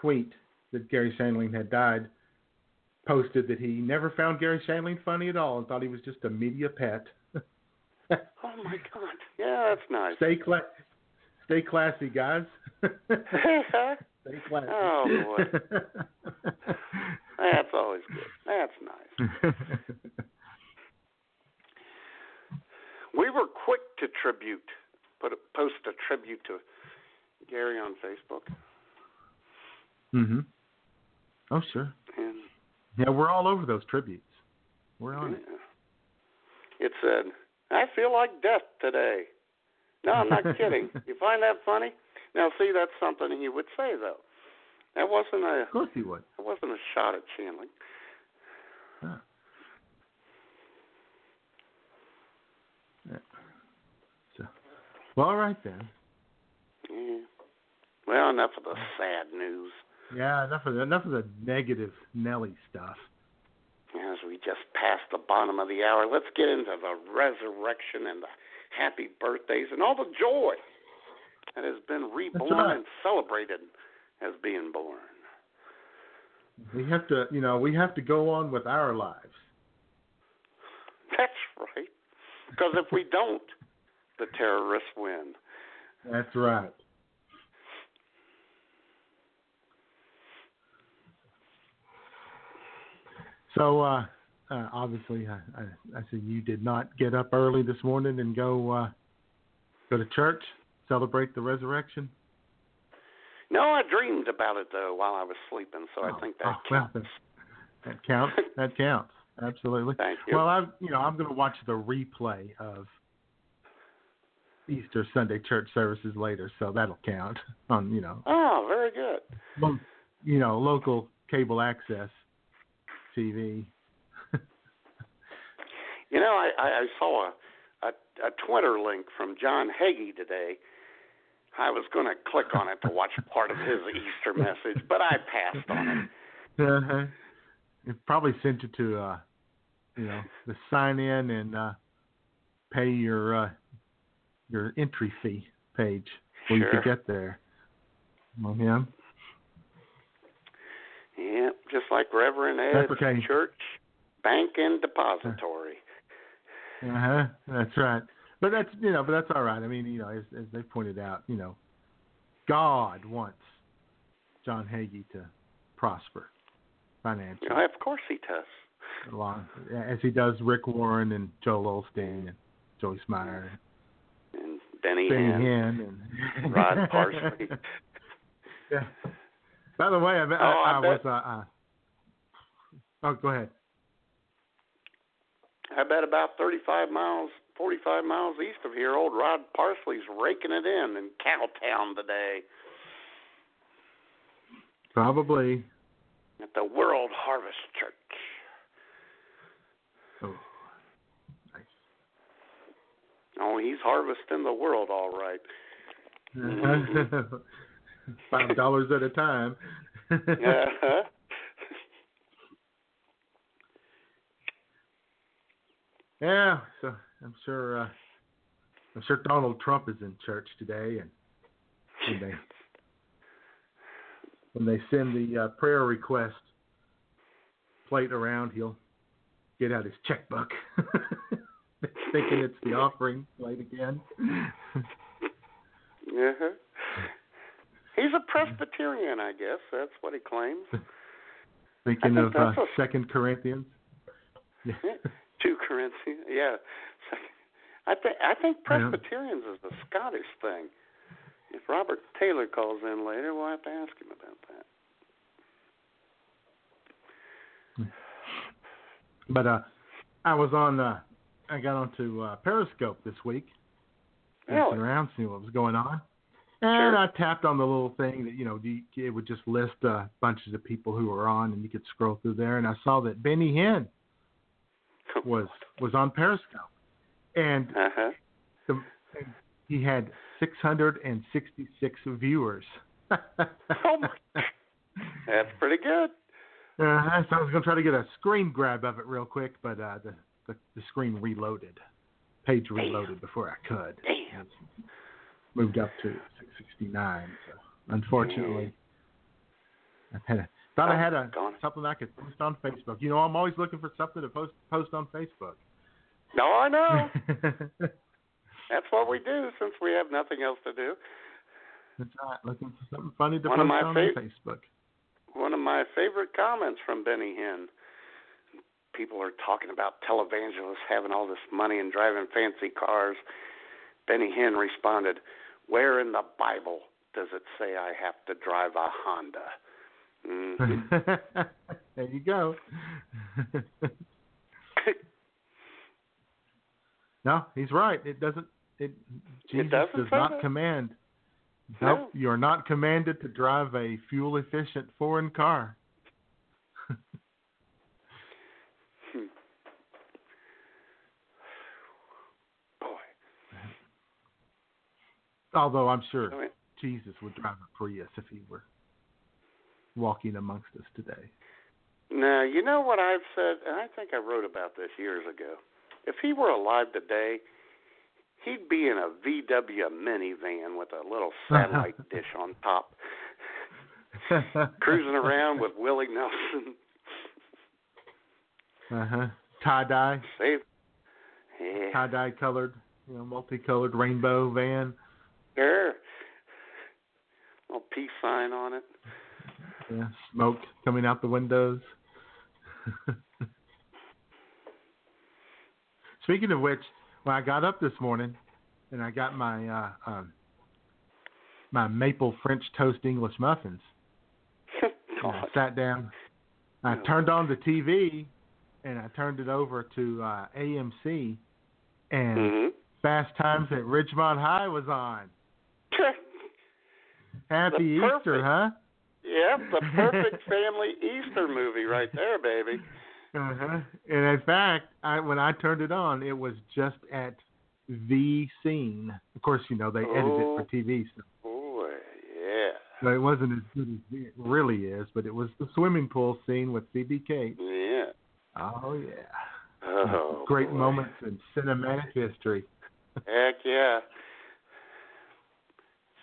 Speaker 3: tweet that Gary Shandling had died posted that he never found Gary Shandling funny at all and thought he was just a media pet.
Speaker 5: Oh my God. Yeah, that's nice.
Speaker 3: Stay cla- stay classy, guys. stay classy.
Speaker 5: Oh boy. That's always good. That's nice. We were quick to tribute, put a, post a tribute to Gary on Facebook,
Speaker 3: mhm. Oh sure.
Speaker 5: and
Speaker 3: Yeah, we're all over those tributes. We're on it.
Speaker 5: it said, "I feel like death today." No, I'm not kidding. You find that funny? Now, see, that's something he would say though. That wasn't a
Speaker 3: Of course he would.
Speaker 5: that wasn't a shot at Chandler.
Speaker 3: Well, all right then.
Speaker 5: Yeah. Well, enough of the sad news,
Speaker 3: Yeah, enough of the, enough of the negative Nelly stuff.
Speaker 5: as we just passed the bottom of the hour. Let's get into the resurrection and the happy birthdays and all the joy that has been reborn
Speaker 3: right.
Speaker 5: and celebrated as being born.
Speaker 3: We have to, you know, we have to go on with our lives.
Speaker 5: That's right. Because if we don't, the terrorists win.
Speaker 3: That's right. So uh, uh, obviously, I, I, I see you did not get up early this morning and go uh, go to church, celebrate the resurrection.
Speaker 5: No, I dreamed about it though while I was sleeping, so I think that
Speaker 3: Oh, well, that, that counts. That counts. Absolutely.
Speaker 5: Thank you.
Speaker 3: Well, I'm you know I'm going to watch the replay of Easter Sunday church services later, so that'll count on you know
Speaker 5: Oh, very good.
Speaker 3: lo- you know local cable access TV.
Speaker 5: You know, I, I, I saw a, a, a Twitter link from John Hagee today. I was going to click on it to watch part of his Easter message, but I passed on it.
Speaker 3: Uh-huh. It probably sent you to uh, you know the sign in and uh, pay your uh, your entry fee page where you
Speaker 5: Sure.
Speaker 3: could get there. Mm-hmm. On him.
Speaker 5: Yeah, just like Reverend Ed's
Speaker 3: Application.
Speaker 5: Church Bank and Depository.
Speaker 3: Uh huh. Uh-huh. That's right. But that's you know, but that's all right. I mean, you know, as, as they pointed out, you know, God wants John Hagee to prosper financially,
Speaker 5: Yeah, of course he does.
Speaker 3: along as he does Rick Warren and Joel Olstein and Joyce Meyer
Speaker 5: And Benny
Speaker 3: and Benny
Speaker 5: Hinn,
Speaker 3: Hinn and
Speaker 5: Rod Parsley.
Speaker 3: yeah. By the way, I, I,
Speaker 5: Oh, I
Speaker 3: I was.
Speaker 5: bet-
Speaker 3: Uh, uh, oh, go ahead.
Speaker 5: I bet about 35 miles, 45 miles east of here, old Rod Parsley's raking it in in Cowtown today
Speaker 3: Probably.
Speaker 5: at the World Harvest Church.
Speaker 3: Oh,
Speaker 5: Oh, he's harvesting the world all right. Mm-hmm.
Speaker 3: Five dollars at a time.
Speaker 5: Uh-huh.
Speaker 3: yeah, so I'm sure uh, I'm sure Donald Trump is in church today, and when they when they send the uh, prayer request plate around, he'll get out his checkbook, thinking it's the offering plate again.
Speaker 5: Uh-huh. He's a Presbyterian, I guess. That's what he claims.
Speaker 3: Thinking
Speaker 5: I
Speaker 3: of
Speaker 5: think
Speaker 3: uh,
Speaker 5: that's a-
Speaker 3: Second Corinthians. Yeah.
Speaker 5: Two Corinthians. Yeah. I think I think
Speaker 3: I know.
Speaker 5: Presbyterians is a Scottish thing. If Robert Taylor calls in later, we'll have to ask him about that.
Speaker 3: But uh, I was on. Uh, I got onto uh, Periscope this week. Messing
Speaker 14: Really?
Speaker 3: around, seeing what was going on. And I tapped on the little thing that you know you- it would just list uh, bunches of people who were on, and you could scroll through there. And I saw that Benny Hinn
Speaker 5: Oh,
Speaker 3: was was on Periscope, and
Speaker 5: Uh-huh.
Speaker 3: the, he had 666 viewers.
Speaker 5: oh my. That's pretty good.
Speaker 3: Uh, so I was gonna try to get a screen grab of it real quick, but uh, the, the the screen reloaded, page reloaded before I could.
Speaker 5: Damn.
Speaker 3: Moved up to 669. So unfortunately, I had a, thought
Speaker 5: Oh,
Speaker 3: I had a something I could post on Facebook. You know, I'm always looking for something to post post on Facebook.
Speaker 5: No, I know. That's what we do since we have nothing else to do.
Speaker 3: That's right, looking for something funny to
Speaker 5: One of
Speaker 3: post
Speaker 5: my
Speaker 3: on
Speaker 5: fav-
Speaker 3: Facebook.
Speaker 5: One of my favorite comments from Benny Hinn. People are talking about televangelists having all this money and driving fancy cars. Benny Hinn responded, Where in the Bible does it say I have to drive a Honda? Mm.
Speaker 3: there you go. no, he's right. It doesn't. It Jesus
Speaker 14: doesn't
Speaker 3: does
Speaker 14: say
Speaker 3: not
Speaker 14: that.
Speaker 3: command.
Speaker 14: No.
Speaker 3: Nope, you are not commanded to drive a fuel-efficient foreign car.
Speaker 5: Hmm.
Speaker 3: Although I'm sure
Speaker 5: I mean-
Speaker 3: Jesus would drive a Prius if he were walking amongst us today.
Speaker 5: Now, you know what I've said, and I think I wrote about this years ago. If he were alive today, he'd be in a VW minivan with a little satellite dish on top, cruising around with Willie Nelson.
Speaker 3: Uh huh. Tie dye,
Speaker 5: Save. Yeah.
Speaker 3: tie dye colored, you know, multicolored rainbow van.
Speaker 5: Sure. Little peace sign on it.
Speaker 3: Yeah, smoke coming out the windows. Speaking of which, when I got up this morning and I got my uh, um, my maple French toast English muffins,
Speaker 5: Oh,
Speaker 3: and I sat down. I turned on the TV and I turned it over to uh, AMC, and
Speaker 5: Mm-hmm.
Speaker 3: Fast Times at Ridgemont High was on. Happy
Speaker 5: The
Speaker 3: Easter, huh?
Speaker 5: Yep, the perfect family Easter movie right there, baby.
Speaker 3: Uh-huh. And in fact, I, when I turned it on, it was just at the scene. Of course, you know they edited it for
Speaker 5: Oh.
Speaker 3: TV, so,
Speaker 5: Boy, yeah.
Speaker 3: so it wasn't as good as it really is. But it was the swimming pool scene with Phoebe Cates.
Speaker 5: Yeah.
Speaker 3: Oh yeah,
Speaker 5: Oh,
Speaker 3: great
Speaker 5: boy.
Speaker 3: moments in cinematic history.
Speaker 5: Heck yeah.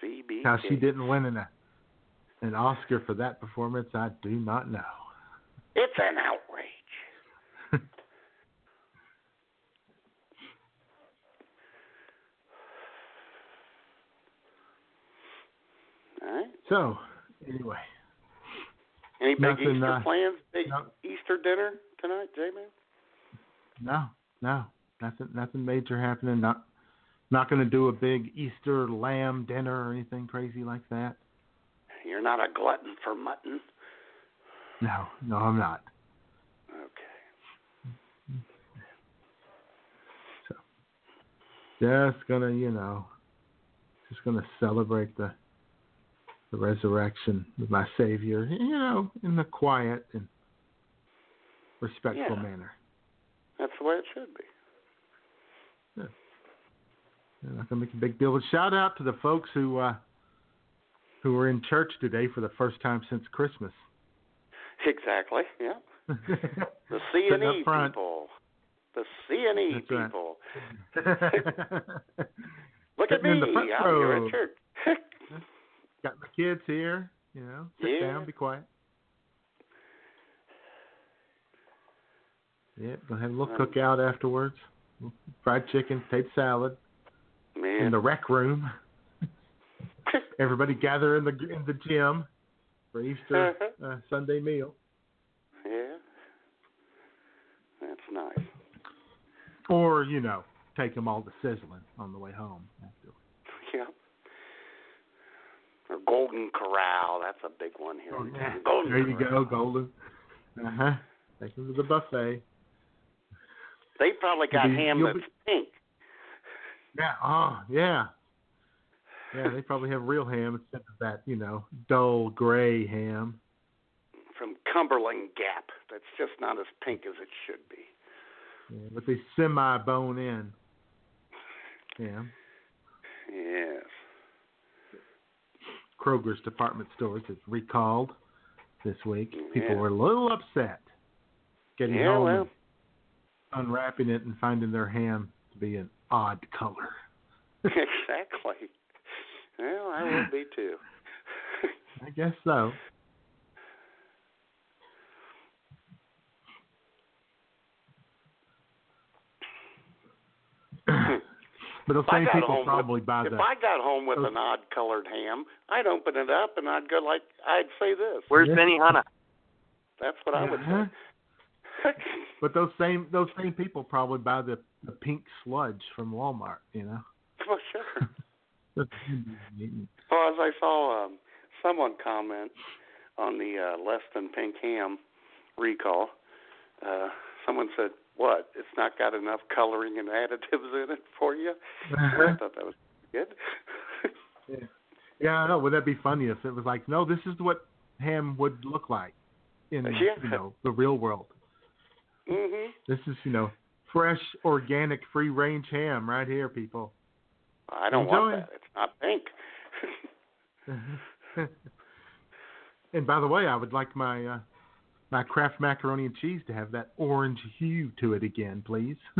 Speaker 5: CB.
Speaker 3: How she didn't win an an Oscar for that performance, I do not know.
Speaker 5: It's an outrage. All right.
Speaker 3: So, anyway.
Speaker 5: Any big
Speaker 3: Nothing,
Speaker 5: Easter
Speaker 3: uh,
Speaker 5: plans? Big
Speaker 3: no.
Speaker 5: Easter dinner tonight, J-Man?
Speaker 3: No, no, nothing, nothing major happening. Not, not going to do a big Easter lamb dinner or anything crazy like that.
Speaker 5: You're not a glutton for mutton.
Speaker 3: No, no, I'm not.
Speaker 5: Okay.
Speaker 3: Just gonna, you know, just gonna celebrate the, the resurrection of my Savior. You know, in the quiet and respectful
Speaker 5: Yeah.
Speaker 3: manner.
Speaker 5: That's the way it should be.
Speaker 3: I'm not gonna make a big deal. But shout out to the folks who, uh, who were in church today for the first time since Christmas.
Speaker 5: Exactly. Yeah. The C and
Speaker 3: Sitting up
Speaker 5: E
Speaker 3: front.
Speaker 5: people. The C and E
Speaker 3: That's right.
Speaker 5: people.
Speaker 3: Look
Speaker 5: Look at me.
Speaker 3: In the
Speaker 5: I'm
Speaker 3: front
Speaker 5: here
Speaker 3: row.
Speaker 5: at church.
Speaker 3: Got my kids here. You know, sit
Speaker 5: Yeah.
Speaker 3: down, be quiet. Yep, gonna have a little
Speaker 5: Um,
Speaker 3: cookout afterwards. Fried chicken, potato salad in
Speaker 5: Man.
Speaker 3: the rec room. Everybody gather in the in the gym for Easter
Speaker 5: Uh-huh.
Speaker 3: uh, Sunday meal.
Speaker 5: Yeah. That's nice.
Speaker 3: Or, you know, take them all to sizzling on the way home.
Speaker 5: Yeah. Or Golden Corral. That's a big one here. in town. Oh, Golden
Speaker 3: Oh, there you
Speaker 5: Corral.
Speaker 3: go, golden. Uh huh. Take them to the buffet.
Speaker 5: They probably got
Speaker 3: You'll be-
Speaker 5: ham
Speaker 3: you'll
Speaker 5: that's pink.
Speaker 3: Yeah. Oh, yeah. Yeah, they probably have real ham instead of that, you know, dull gray ham.
Speaker 5: from Cumberland Gap. That's just not as pink as it should be.
Speaker 3: Yeah, but they semi bone in. Yeah.
Speaker 5: Yes.
Speaker 3: Kroger's department stores is recalled this week. People
Speaker 5: Yeah.
Speaker 3: were a little upset getting
Speaker 5: Yeah,
Speaker 3: home
Speaker 5: well.
Speaker 3: and unwrapping it and finding their ham to be an odd color.
Speaker 5: exactly. Well, I would be too.
Speaker 3: I guess so. but the
Speaker 5: If I
Speaker 3: same
Speaker 5: got
Speaker 3: people
Speaker 5: home
Speaker 3: probably
Speaker 5: with,
Speaker 3: buy
Speaker 5: If
Speaker 3: the
Speaker 5: I got home with
Speaker 3: those-
Speaker 5: an odd colored ham, I'd open it up and I'd go like I'd say this.
Speaker 3: Where's Yeah. Benihana?
Speaker 5: That's what I would
Speaker 3: Uh-huh.
Speaker 5: say.
Speaker 3: But those same those same people probably buy the, the pink sludge from Walmart, you know.
Speaker 5: For sure.
Speaker 3: Eating
Speaker 5: Well, as I saw um, someone comment on the uh, less than pink ham recall, uh, someone said, "What? It's not got enough coloring and additives in it for you."
Speaker 3: Uh-huh.
Speaker 5: And I thought that was good.
Speaker 3: Yeah, I know. Would that be funny if it was like, no, this is what ham would look like in
Speaker 5: Yeah.
Speaker 3: you know the real world.
Speaker 5: mhm.
Speaker 3: This is you know fresh, organic, free range ham right here, people.
Speaker 5: I don't want
Speaker 3: Enjoy.
Speaker 5: that. It's not pink.
Speaker 3: and by the way, I would like my uh, my Kraft macaroni and cheese to have that orange hue to it again, please.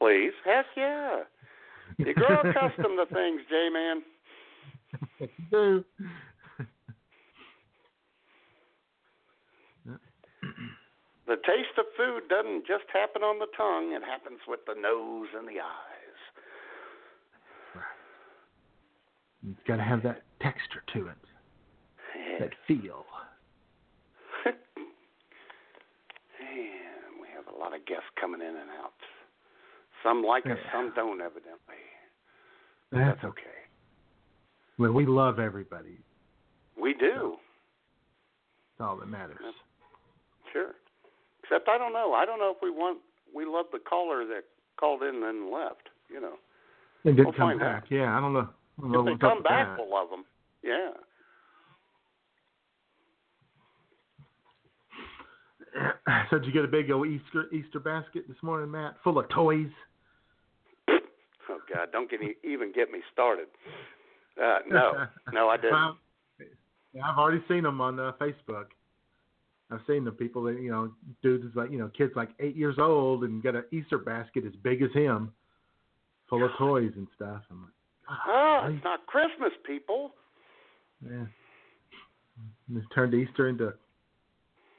Speaker 5: Please, heck yeah. You grow accustomed to things, J man.
Speaker 3: Yes, you do.
Speaker 5: The taste of food doesn't just happen on the tongue; it happens with the nose and the eyes.
Speaker 3: It's got to have that texture to it, that feel.
Speaker 5: Man, we have a lot of guests coming in and out. Some like us,
Speaker 3: Yeah.
Speaker 5: some don't, evidently.
Speaker 3: That's okay.
Speaker 5: Okay.
Speaker 3: Well, we love everybody.
Speaker 5: We do,
Speaker 3: That's all that matters.
Speaker 5: sure. Except I don't know. I don't know if we want, we love the caller that called in and then left, you know.
Speaker 3: And did
Speaker 5: We'll
Speaker 3: come
Speaker 5: find out.
Speaker 3: back. Yeah, I don't know. I don't know
Speaker 5: if they
Speaker 3: what's up
Speaker 5: come
Speaker 3: with
Speaker 5: back,
Speaker 3: that.
Speaker 5: we'll love them. Yeah.
Speaker 3: so did you get a big old Easter Easter basket this morning, Matt, full of toys?
Speaker 5: Oh, God, don't get me, even get me started. Uh, no, no, I didn't.
Speaker 3: Well, yeah, I've already seen them on uh, Facebook. I've seen the people that you know, dudes is like you know, kids like eight years old and got an Easter basket as big as him, full of toys and stuff. I'm like,
Speaker 5: Ah, it's not Christmas, people.
Speaker 3: yeah. And it's turned Easter into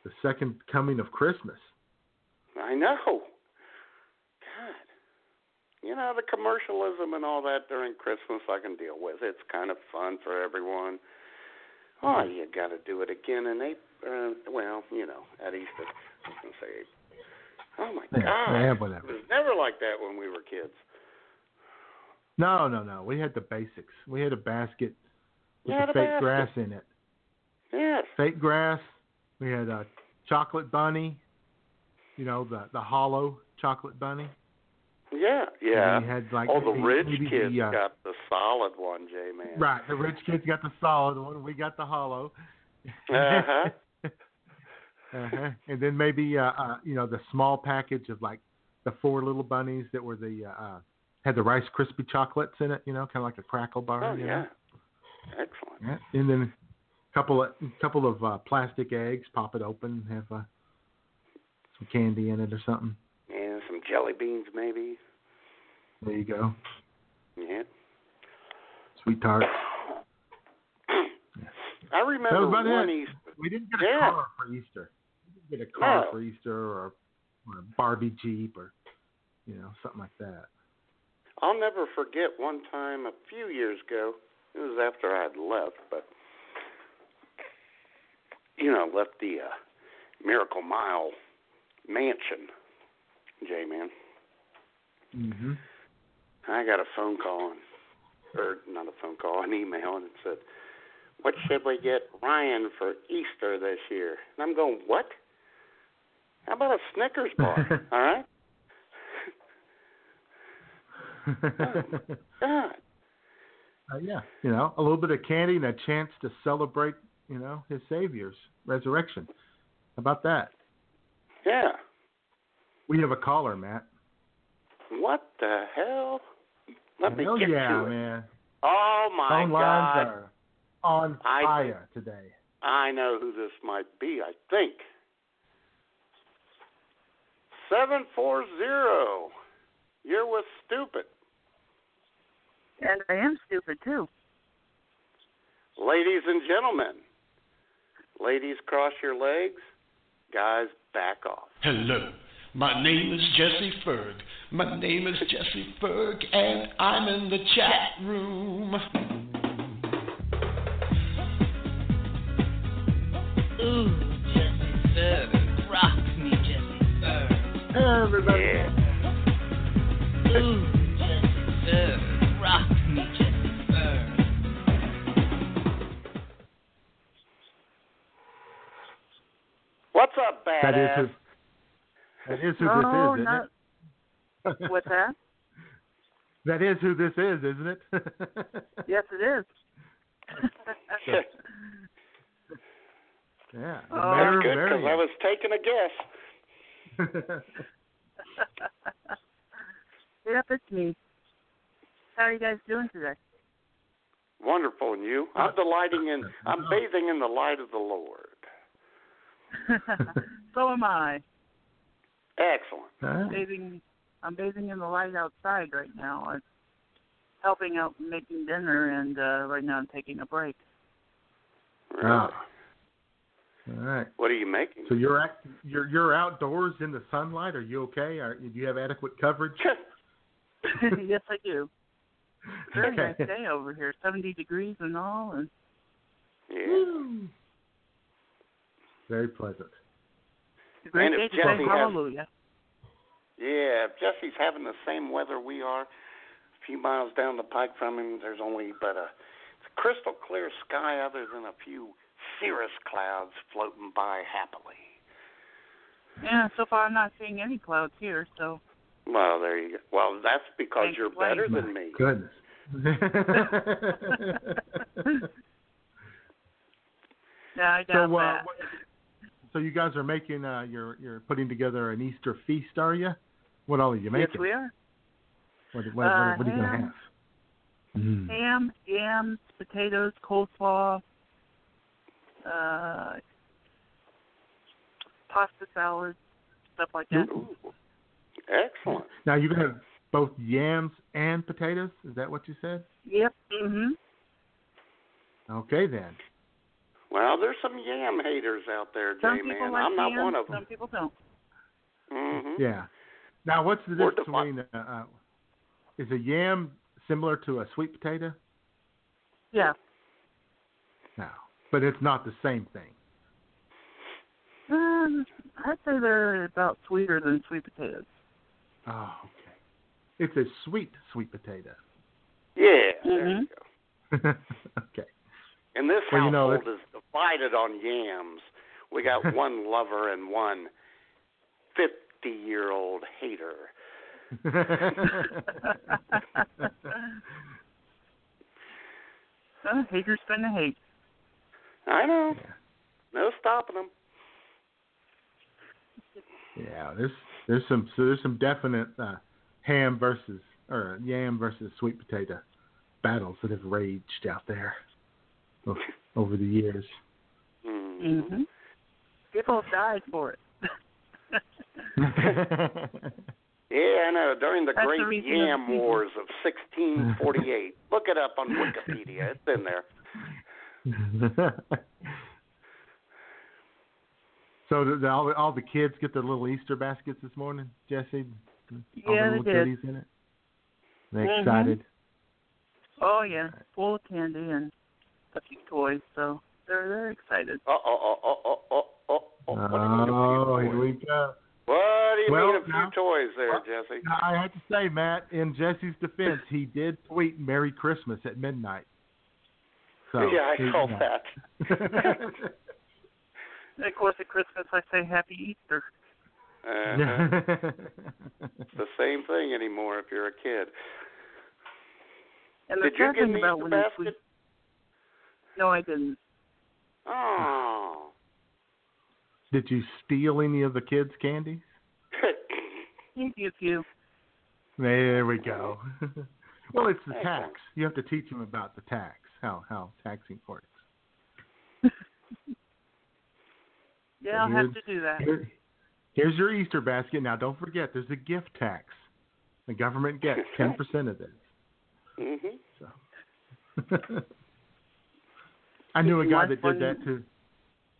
Speaker 3: the second coming of Christmas.
Speaker 5: I know. God. You know, the commercialism and all that during Christmas I can deal with. It's kind of fun for everyone. Oh,
Speaker 3: Mm-hmm.
Speaker 5: you got to do it again in April. Uh, well, you know, at Easter. I was gonna say April. Oh my
Speaker 3: Yeah,
Speaker 5: God!
Speaker 3: yeah, whatever.
Speaker 5: It was never like that when we were kids.
Speaker 3: No, no, no. We had the basics. We had a basket with
Speaker 5: Yeah,
Speaker 3: the
Speaker 5: the
Speaker 3: fake
Speaker 5: basket.
Speaker 3: grass in it.
Speaker 5: Yes.
Speaker 3: Fake grass. We had a chocolate bunny. You know the the hollow chocolate bunny.
Speaker 5: Yeah, yeah.
Speaker 3: And you had, like,
Speaker 5: All the
Speaker 3: maybe-
Speaker 5: rich
Speaker 3: maybe the,
Speaker 5: kids
Speaker 3: uh,
Speaker 5: got the solid one, J man.
Speaker 3: Right. The rich kids got the solid one. We got the hollow.
Speaker 5: Uh huh.
Speaker 3: Uh-huh. And then maybe uh, uh, you know the small package of like the four little bunnies that were the uh, uh, had the Rice Krispie chocolates in it. You know, kind of like a crackle bar.
Speaker 5: Oh
Speaker 3: you
Speaker 5: yeah.
Speaker 3: Know?
Speaker 5: Excellent.
Speaker 3: Yeah, and then a couple of couple of uh, plastic eggs. Pop it open, have uh, some candy in it or something.
Speaker 5: Yeah, some jelly beans maybe.
Speaker 3: There you go,
Speaker 5: Yeah.
Speaker 3: sweet tarts.
Speaker 5: I
Speaker 3: That
Speaker 5: remember
Speaker 3: was about
Speaker 5: one
Speaker 3: it.
Speaker 5: Easter.
Speaker 3: We didn't get a car for Easter. We didn't get a car
Speaker 5: No.
Speaker 3: for Easter or, or a Barbie Jeep or you know something like that.
Speaker 5: I'll never forget one time a few years ago. It was after I had left, but you know, left the uh, Miracle Mile mansion, J man.
Speaker 3: Mm-hmm.
Speaker 5: I got a phone call, and, or not a phone call, an email, and it said, "What should we get Ryan for Easter this year?" And I'm going, "What? How about a Snickers bar? All right." Oh. God.
Speaker 3: Uh, yeah, you know, a little bit of candy and a chance to celebrate, you know, his Savior's resurrection. How about that?
Speaker 5: Yeah.
Speaker 3: We have a caller, Matt.
Speaker 5: What the hell? Let me
Speaker 3: Hell
Speaker 5: get
Speaker 3: yeah,
Speaker 5: to it.
Speaker 3: man.
Speaker 5: Oh my
Speaker 3: Phone
Speaker 5: God!
Speaker 3: lines are on
Speaker 5: I-
Speaker 3: fire today.
Speaker 5: I know who this might be. I think seven four zero. You're with stupid
Speaker 1: And I am stupid too.
Speaker 5: ladies and gentlemen. Ladies, cross your legs. Guys, back off.
Speaker 2: Hello, my name is Jesse Ferg. My name is Jesse Ferg, and I'm in the chat room.
Speaker 15: Ooh, Jesse Ferg. Rock me, Jesse Ferg.
Speaker 3: Everybody.
Speaker 15: Ooh, Jesse Ferg. Rock me, Jesse Ferg.
Speaker 5: What's up, badass?
Speaker 3: That is who. That is who
Speaker 1: no,
Speaker 3: this is,
Speaker 1: not.
Speaker 3: isn't it?
Speaker 1: What's that?
Speaker 3: that is who this is, isn't it?
Speaker 1: Yes, it is.
Speaker 3: yeah. the
Speaker 1: Oh.
Speaker 3: mayor
Speaker 5: That's
Speaker 3: of
Speaker 5: good because I
Speaker 3: Marion.
Speaker 5: was taking a guess.
Speaker 1: yep, it's me. How are you guys doing today?
Speaker 5: Wonderful, and you? I'm delighting in. I'm bathing in the light of the Lord.
Speaker 1: so am I.
Speaker 5: Excellent.
Speaker 1: Bathing, I'm bathing in the light outside right now. I'm helping out making dinner, and uh, right now I'm taking a break.
Speaker 3: Ah. All right.
Speaker 5: What are you making?
Speaker 3: So you're act, you're you're outdoors in the sunlight. Are you okay? Are, do you have adequate coverage?
Speaker 1: yes, I do. Very
Speaker 3: Okay.
Speaker 1: nice day over here. 70 degrees and all, and
Speaker 5: Yeah.
Speaker 3: Very pleasant.
Speaker 1: it's a great
Speaker 5: And
Speaker 1: day
Speaker 5: if
Speaker 1: to say
Speaker 5: Jesse has-
Speaker 1: hallelujah.
Speaker 5: Yeah, if Jesse's having the same weather we are, a few miles down the pike from him, there's only but a, it's a crystal clear sky other than a few cirrus clouds floating by happily.
Speaker 1: Yeah, so far I'm not seeing any clouds here, so
Speaker 5: Well, there you go. Well, that's because
Speaker 1: Thanks,
Speaker 5: you're
Speaker 1: Wayne.
Speaker 5: better than me.
Speaker 3: Goodness. uh,
Speaker 1: no, I doubt
Speaker 3: so uh,
Speaker 1: that.
Speaker 3: what- so you guys are making uh, you're you're putting together an Easter feast, are you? What all are you
Speaker 1: yes,
Speaker 3: making?
Speaker 1: we are.
Speaker 3: What, what,
Speaker 1: Uh,
Speaker 3: what, what are you gonna
Speaker 1: ham.
Speaker 3: have?
Speaker 5: Hmm.
Speaker 3: Mm.
Speaker 1: Ham, yams, potatoes, coleslaw, uh, pasta salad, stuff like that.
Speaker 5: Excellent.
Speaker 3: Now you're gonna have both yams and potatoes. Is that what you said?
Speaker 1: Yep. Mhm.
Speaker 3: Okay then.
Speaker 5: Well, there's some yam haters out there,
Speaker 1: Some
Speaker 5: J
Speaker 1: people
Speaker 5: Man.
Speaker 1: like
Speaker 5: I'm not
Speaker 1: yams,
Speaker 5: one of
Speaker 1: Some
Speaker 5: them.
Speaker 1: people don't.
Speaker 5: Mm-hmm.
Speaker 3: Yeah. Now what's the
Speaker 5: Or
Speaker 3: difference between uh, uh, is a yam similar to a sweet potato?
Speaker 1: Yeah.
Speaker 3: No. but it's not the same thing.
Speaker 1: Um, I'd say they're about sweeter than sweet potatoes.
Speaker 3: Oh, okay. It's a sweet sweet potato.
Speaker 5: Yeah, there
Speaker 1: Mhm.
Speaker 5: you go.
Speaker 3: okay.
Speaker 5: And this
Speaker 3: Well, you know,
Speaker 5: household is divided on yams. We got one lover and one 50 year old hater.
Speaker 1: Uh, haters gonna hate.
Speaker 5: I know. No stopping them.
Speaker 3: Yeah, there's there's some so there's some definite uh, ham versus or yam versus sweet potato battles that have raged out there o- over the years.
Speaker 5: Hmm.
Speaker 1: Mm-hmm. People have died for it.
Speaker 5: Yeah, I know. During the
Speaker 1: That's
Speaker 5: Great
Speaker 1: the reason it's
Speaker 5: Yam
Speaker 1: easy.
Speaker 5: Wars of 1648. Look it up on Wikipedia. It's in there.
Speaker 3: so did all the, all the kids get their little Easter baskets this morning, Jesse? all
Speaker 1: Yeah,
Speaker 3: the
Speaker 1: they
Speaker 3: little
Speaker 1: did.
Speaker 3: goodies in it. They
Speaker 1: Mhm.
Speaker 3: excited.
Speaker 1: Oh yeah, full of candy and a few toys. So they're they're excited.
Speaker 5: Oh oh oh oh oh oh.
Speaker 3: Oh, here we go.
Speaker 5: What do you
Speaker 3: Well,
Speaker 5: mean a few
Speaker 3: now-
Speaker 5: toys there, Jesse?
Speaker 3: I have to say, Matt, in Jesse's defense, he did tweet "Merry Christmas" at midnight. So,
Speaker 5: yeah,
Speaker 3: he-
Speaker 5: I call that.
Speaker 1: And of course, at Christmas I say Happy Easter.
Speaker 5: Uh, it's the same thing anymore if you're a kid.
Speaker 1: And
Speaker 5: Did
Speaker 1: the
Speaker 5: you
Speaker 1: sad
Speaker 5: get
Speaker 1: thing
Speaker 5: an
Speaker 1: about
Speaker 5: Easter
Speaker 1: when it's sweet. No, I didn't.
Speaker 5: Oh.
Speaker 3: Did you steal any of the kids' candies?
Speaker 1: Thank you, you.
Speaker 3: There we go. well, it's the
Speaker 1: Excellent.
Speaker 3: tax. You have to teach them about the tax, how how taxing works.
Speaker 1: Yeah, I'll have
Speaker 3: Here's-
Speaker 1: to do that.
Speaker 3: here- here's your Easter basket. Now, don't forget, there's a gift tax. The government gets ten percent of
Speaker 5: Mhm.
Speaker 3: this. I knew a
Speaker 1: Did you
Speaker 3: guy
Speaker 1: like
Speaker 3: that
Speaker 1: one-
Speaker 3: did that to.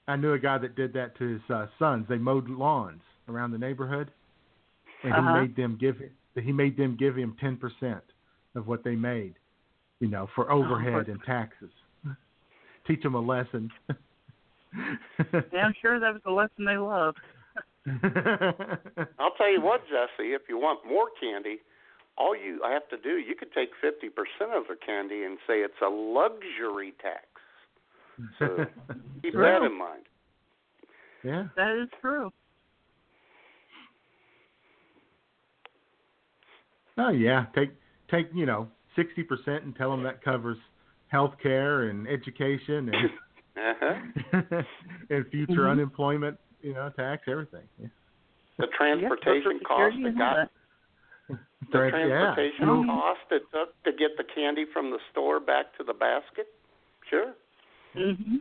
Speaker 3: I knew a guy that did that to his uh, sons. They mowed lawns around the neighborhood, and
Speaker 1: Uh-huh.
Speaker 3: he made them give he made them give him ten percent of what they made, you know, for
Speaker 1: Oh,
Speaker 3: overhead and taxes. Teach them a lesson.
Speaker 1: Yeah, I'm sure that was the lesson they loved.
Speaker 5: I'll tell you what, Jesse. If you want more candy, all you have to do, you could take fifty percent of the candy and say it's a luxury tax. So keep that in mind.
Speaker 3: yeah.
Speaker 1: That is true.
Speaker 3: Oh yeah, take take you know sixty percent and tell them that covers health care and education
Speaker 5: Uh-huh.
Speaker 3: and and future
Speaker 5: Mhm.
Speaker 3: unemployment, you know, tax everything. Yeah.
Speaker 5: The transportation cost it got the
Speaker 3: Trans- yeah.
Speaker 5: transportation
Speaker 3: Mhm.
Speaker 1: Mm-hmm.
Speaker 5: cost it took to get the candy from the store back to the basket. Sure.
Speaker 1: Mm-hmm.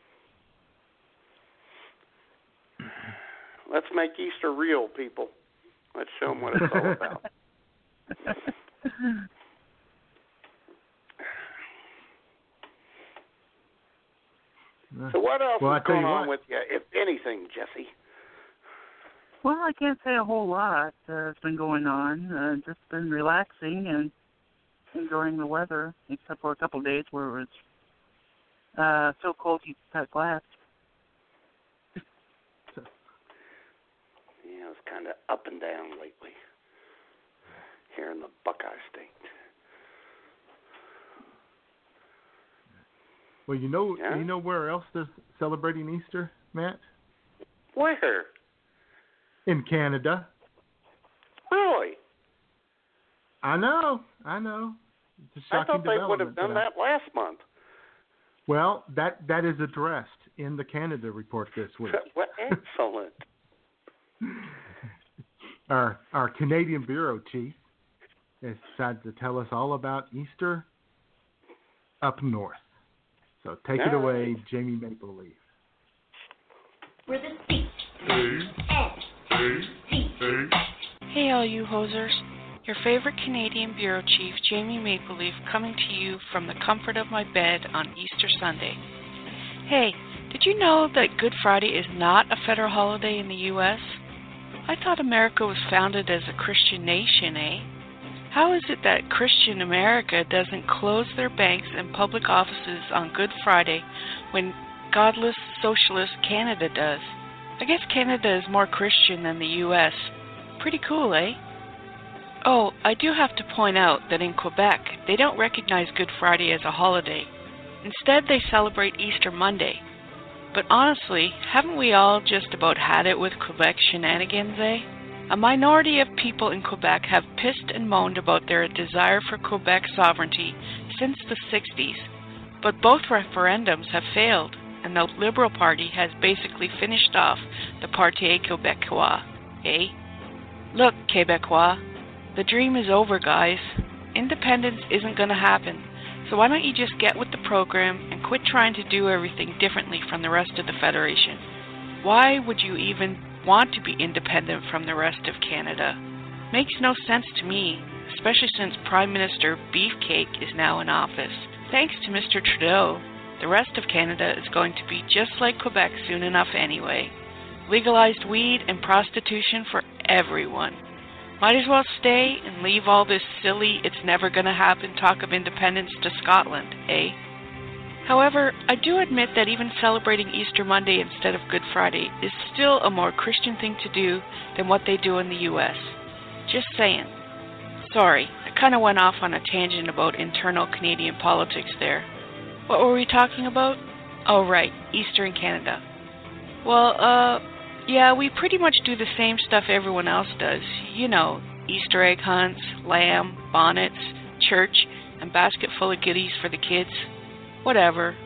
Speaker 5: Let's make Easter real, people. Let's show them what it's all about. So what else
Speaker 1: Well, I
Speaker 5: is
Speaker 1: tell you
Speaker 5: going on
Speaker 1: what.
Speaker 5: with you, if anything, Jesse?
Speaker 1: Well, I can't say a whole lot uh, has been going on. Uh, just been relaxing and enjoying the weather, except for a couple of days where it was uh, so cold you could cut glass.
Speaker 5: Yeah, it's kind of up and down lately here in the Buckeye State.
Speaker 3: Well, you know,
Speaker 5: Yeah.
Speaker 3: you know where else they're celebrating Easter, Matt?
Speaker 5: Where?
Speaker 3: In Canada.
Speaker 5: Really?
Speaker 3: I know, I know. It's a
Speaker 5: I
Speaker 3: shocking
Speaker 5: thought they would have
Speaker 3: development,
Speaker 5: done
Speaker 3: but I-
Speaker 5: that last month.
Speaker 3: Well, that that is addressed in the Canada report this week.
Speaker 5: well, excellent.
Speaker 3: our our Canadian bureau chief has decided to tell us all about Easter up north. So take it
Speaker 16: All
Speaker 3: away, Jamie Maple Leaf.
Speaker 16: We're the C A C C.
Speaker 2: Hey, all you hosers. Your favorite Canadian Bureau Chief, Jamie Maple Leaf, coming to you from the comfort of my bed on Easter Sunday. Hey, did you know that Good Friday is not a federal holiday in the U.S.? I thought America was founded as a Christian nation, eh? How is it that Christian America doesn't close their banks and public offices on Good Friday when godless socialist Canada does. I guess Canada is more Christian than the US. Pretty cool, eh? Oh, I do have to point out that in Quebec, they don't recognize Good Friday as a holiday. Instead, they celebrate Easter Monday. But honestly, haven't we all just about had it with Quebec shenanigans, eh? A minority of people in Quebec have pissed and moaned about their desire for Quebec sovereignty since the 60s, but both referendums have failed, and the Liberal Party has basically finished off the Parti Québécois, eh? Look, Québécois, the dream is over, guys. Independence isn't going to happen, so why don't you just get with the program and quit trying to do everything differently from the rest of the Federation? Why would you even want to be independent from the rest of Canada. Makes no sense to me, especially since Prime Minister Beefcake is now in office. Thanks to Mr. Trudeau, the rest of Canada is going to be just like Quebec soon enough anyway. Legalized weed and prostitution for everyone. Might as well stay and leave all this silly, it's never going to happen talk of independence to Scotland, eh? However, I do admit that even celebrating Easter Monday instead of Good Friday is still a more Christian thing to do than what they do in the US. Just saying. Sorry, I kind of went off on a tangent about internal Canadian politics there. What were we talking about? Oh, right, Easter in Canada. Well, uh, yeah, we pretty much do the same stuff everyone else does. You know, Easter egg hunts, lamb, bonnets, church, and basket full of goodies for the kids. Whatever.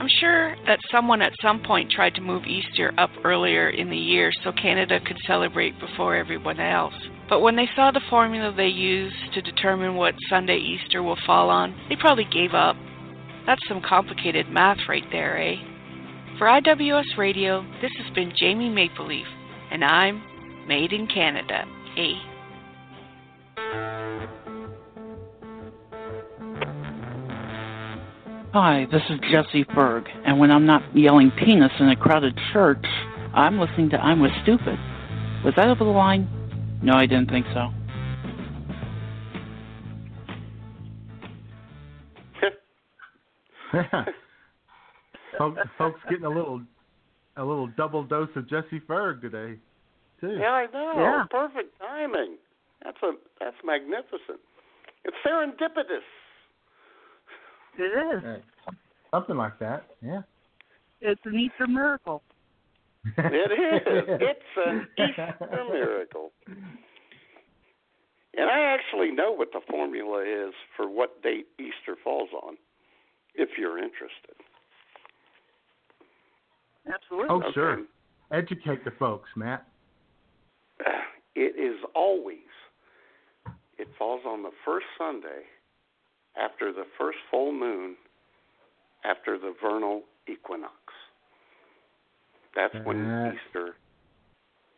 Speaker 2: I'm sure that someone at some point tried to move Easter up earlier in the year so Canada could celebrate before everyone else. But when they saw the formula they used to determine what Sunday Easter will fall on, they probably gave up. That's some complicated math right there, eh? For IWS Radio, this has been Jamie Mapleleaf, and I'm Made in Canada, eh?
Speaker 17: Hi, this is Jesse Berg, and when I'm not yelling penis in a crowded church, I'm listening to I'm with Stupid. Was that over the line? No, I didn't think so.
Speaker 3: folks, folks getting a little a little double dose of Jesse Ferg today, too.
Speaker 5: Yeah, I know.
Speaker 3: Yeah.
Speaker 5: Perfect timing. That's a that's magnificent. It's serendipitous.
Speaker 18: It is.
Speaker 3: Something like that. Yeah.
Speaker 18: It's an Easter miracle.
Speaker 5: It is. It's an Easter miracle. And I actually know what the formula is for what date Easter falls on, if you're interested.
Speaker 18: Absolutely.
Speaker 3: Oh,
Speaker 5: Okay.
Speaker 3: sure. Educate the folks, Matt.
Speaker 5: It is always, it falls on the first Sunday after the first full moon after the vernal equinox. That's when
Speaker 3: That-
Speaker 5: Easter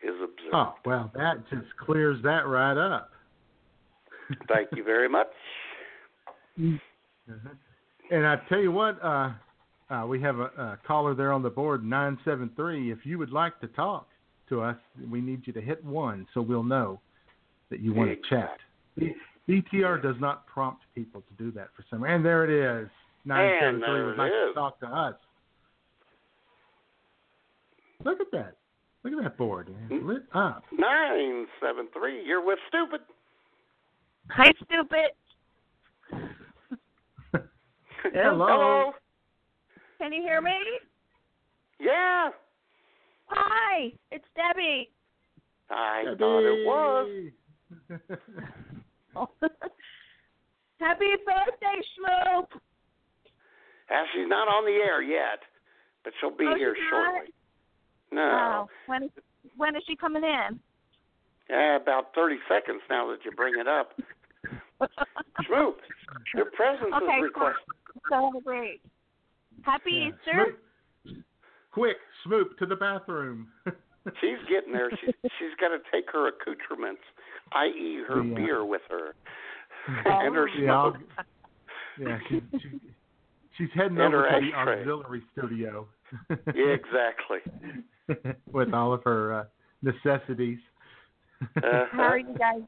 Speaker 5: is observed.
Speaker 3: Oh, well, that just clears that right up.
Speaker 5: Thank you very much.
Speaker 3: And I tell you what, uh, uh, we have a, a caller there on the board, 973. If you would like to talk to us, we need you to hit one so we'll know that you want to chat. B- BTR does not prompt people to do that for some And there it is. 973
Speaker 5: there
Speaker 3: would
Speaker 5: it
Speaker 3: like to
Speaker 5: is.
Speaker 3: talk to us. Look at that. Look at that board. It's
Speaker 5: Mm.
Speaker 3: lit up.
Speaker 5: 973, you're with Stupid.
Speaker 13: Hi, stupid.
Speaker 3: Hello.
Speaker 13: Can you hear me?
Speaker 5: Yeah.
Speaker 13: Hi, it's Debbie.
Speaker 5: I thought it was.
Speaker 13: Happy birthday, Schmoop.
Speaker 5: Ah, she's not on the air yet, but she'll be
Speaker 13: Oh,
Speaker 5: here
Speaker 13: she's not?
Speaker 5: shortly. No.
Speaker 13: Wow. When when is she coming in?
Speaker 5: Yeah, about 30 seconds now that you bring it up. Shmoop, your presence
Speaker 13: okay,
Speaker 5: is requested.
Speaker 13: so celebrate. Happy Easter.
Speaker 3: Quick, swoop to the bathroom.
Speaker 5: She's getting there. She's, she's got to take her accoutrements, i.e., her
Speaker 3: Yeah.
Speaker 5: beer with her
Speaker 13: Oh.
Speaker 5: and her
Speaker 3: yeah, I'll-
Speaker 5: smoke.
Speaker 3: yeah, she, she, she's heading
Speaker 5: And
Speaker 3: over
Speaker 5: her
Speaker 3: to the
Speaker 5: ashtray.
Speaker 3: auxiliary studio
Speaker 5: Yeah, exactly.
Speaker 3: with all of her uh, necessities.
Speaker 5: Uh-huh.
Speaker 13: How are you guys?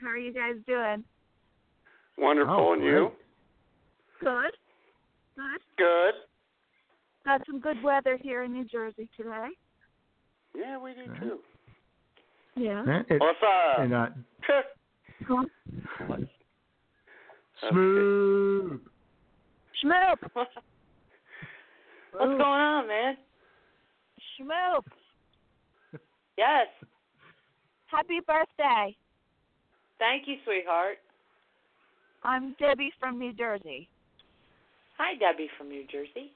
Speaker 13: How are you guys doing?
Speaker 5: Wonderful,
Speaker 3: Oh,
Speaker 5: and you?
Speaker 13: Good. Good.
Speaker 5: Good.
Speaker 13: Got some good weather here in New Jersey today.
Speaker 5: Yeah, we do too.
Speaker 13: Yeah.
Speaker 3: Eh, it-
Speaker 5: What's up?
Speaker 3: and, uh,
Speaker 13: Huh?
Speaker 3: smooth.
Speaker 13: Schmoop. What's
Speaker 1: What's going on, man?
Speaker 13: Schmoop.
Speaker 1: Yes.
Speaker 13: Happy birthday.
Speaker 1: Thank you, sweetheart.
Speaker 13: I'm Debbie from New Jersey.
Speaker 1: Hi, Debbie from New Jersey.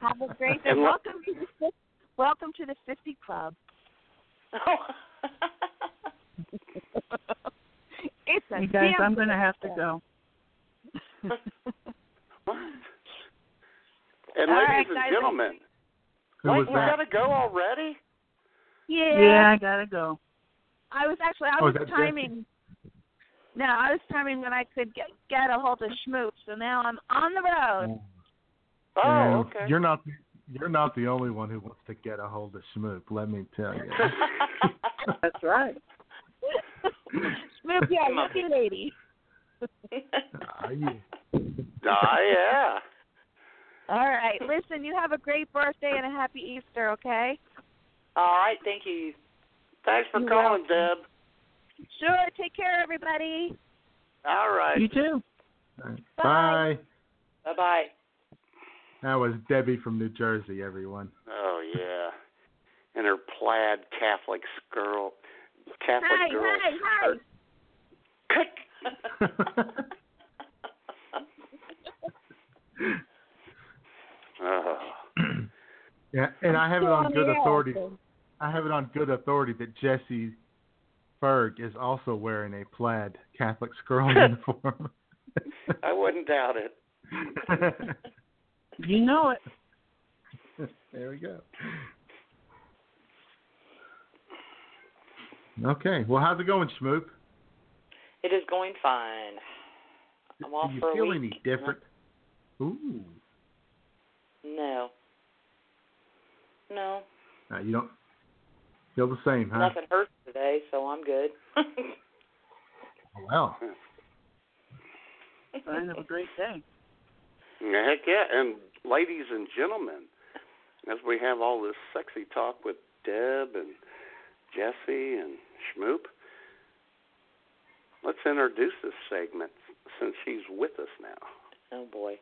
Speaker 13: Have a great day.
Speaker 1: And what-
Speaker 13: welcome, to the, fif- welcome to the 50 Club. it's a
Speaker 18: You guys,
Speaker 13: damn
Speaker 18: I'm going to
Speaker 13: good
Speaker 18: have to
Speaker 13: club.
Speaker 18: go.
Speaker 5: And
Speaker 13: All
Speaker 5: ladies
Speaker 13: right,
Speaker 5: and
Speaker 13: guys,
Speaker 5: gentlemen,
Speaker 3: Who
Speaker 5: wait,
Speaker 3: was
Speaker 5: we
Speaker 3: that?
Speaker 5: gotta go already.
Speaker 13: Yeah.
Speaker 18: Yeah, I got to go.
Speaker 13: I was actually I
Speaker 3: Oh,
Speaker 13: was
Speaker 3: that's it?
Speaker 13: timing. No, I was timing when I could get get a hold of Schmoop, so now I'm on the road.
Speaker 3: And You're not. You're not the only one who wants to get a hold of Schmoop. Let me tell you.
Speaker 18: That's right.
Speaker 13: Schmoop, yeah, lucky lady.
Speaker 3: Are you-
Speaker 5: Ah, yeah.
Speaker 13: All right, listen, you have a great birthday and a happy Easter, okay?
Speaker 1: All right, thank you.
Speaker 5: Thanks for
Speaker 13: You're
Speaker 5: calling, Deb.
Speaker 13: Sure, take care, everybody.
Speaker 5: All right.
Speaker 18: You too.
Speaker 3: Bye.
Speaker 1: Bye bye.
Speaker 3: That was Debbie from New Jersey. Everyone.
Speaker 5: Oh yeah. And her plaid Catholic girl, Catholic
Speaker 13: Hi,
Speaker 5: girl.
Speaker 13: hi, hi.
Speaker 5: Oh.
Speaker 3: Yeah, and I have it
Speaker 13: Still
Speaker 3: on
Speaker 13: on
Speaker 3: good
Speaker 13: the air,
Speaker 3: authority.
Speaker 13: so-
Speaker 3: I have it on good authority that Jesse Ferg is also wearing a plaid Catholic scroll uniform.
Speaker 5: I wouldn't doubt it.
Speaker 18: You know it.
Speaker 3: there we go. Okay. Well, how's it going, Schmoop?
Speaker 1: It is going fine. I'm off
Speaker 3: Do you
Speaker 1: for a
Speaker 3: feel
Speaker 1: week.
Speaker 3: any different? Ooh.
Speaker 1: No. No.
Speaker 3: No, you don't feel the same, huh?
Speaker 1: Nothing hurts today, so I'm good.
Speaker 3: Oh, Well,
Speaker 18: Sign of a great day.
Speaker 5: Yeah, Heck yeah. And ladies and gentlemen, as we have all this sexy talk with Deb and Jesse and Schmoop, let's introduce this segment since she's with us now.
Speaker 1: oh boy.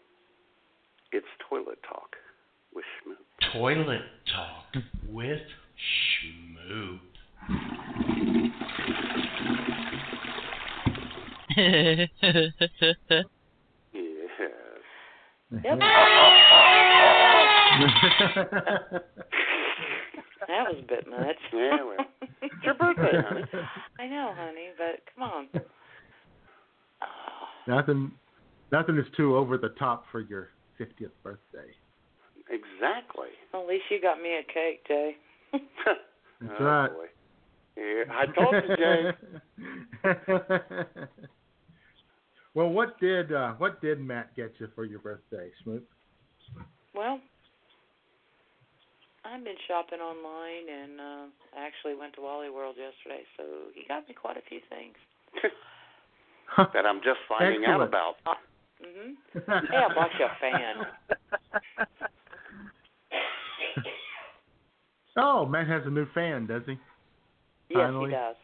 Speaker 5: It's Toilet Talk with Schmoop.
Speaker 19: Toilet Talk with Schmoop.
Speaker 5: Yes.
Speaker 1: Yep. That was a bit much.
Speaker 5: Yeah, well, it's your birthday, honey.
Speaker 1: I know, honey, but come on.
Speaker 3: nothing, nothing is too over the top for your 50th birthday.
Speaker 5: Exactly.
Speaker 1: At least you got me a cake, Jay.
Speaker 3: That's
Speaker 5: Oh,
Speaker 3: right.
Speaker 5: boy. Yeah, I told you, Jay.
Speaker 3: well, what did uh, what did Matt get you for your birthday, Smoot?
Speaker 1: Well, I've been shopping online, and uh, I actually went to Wally World yesterday, so he got me quite a few things.
Speaker 5: that I'm just finding out
Speaker 3: Excellent. Ah.
Speaker 5: about.
Speaker 1: Mhm. Hey, I bought you a fan.
Speaker 3: Oh, Matt has a new fan, does he?
Speaker 1: Yes,
Speaker 3: Finally.
Speaker 1: he does.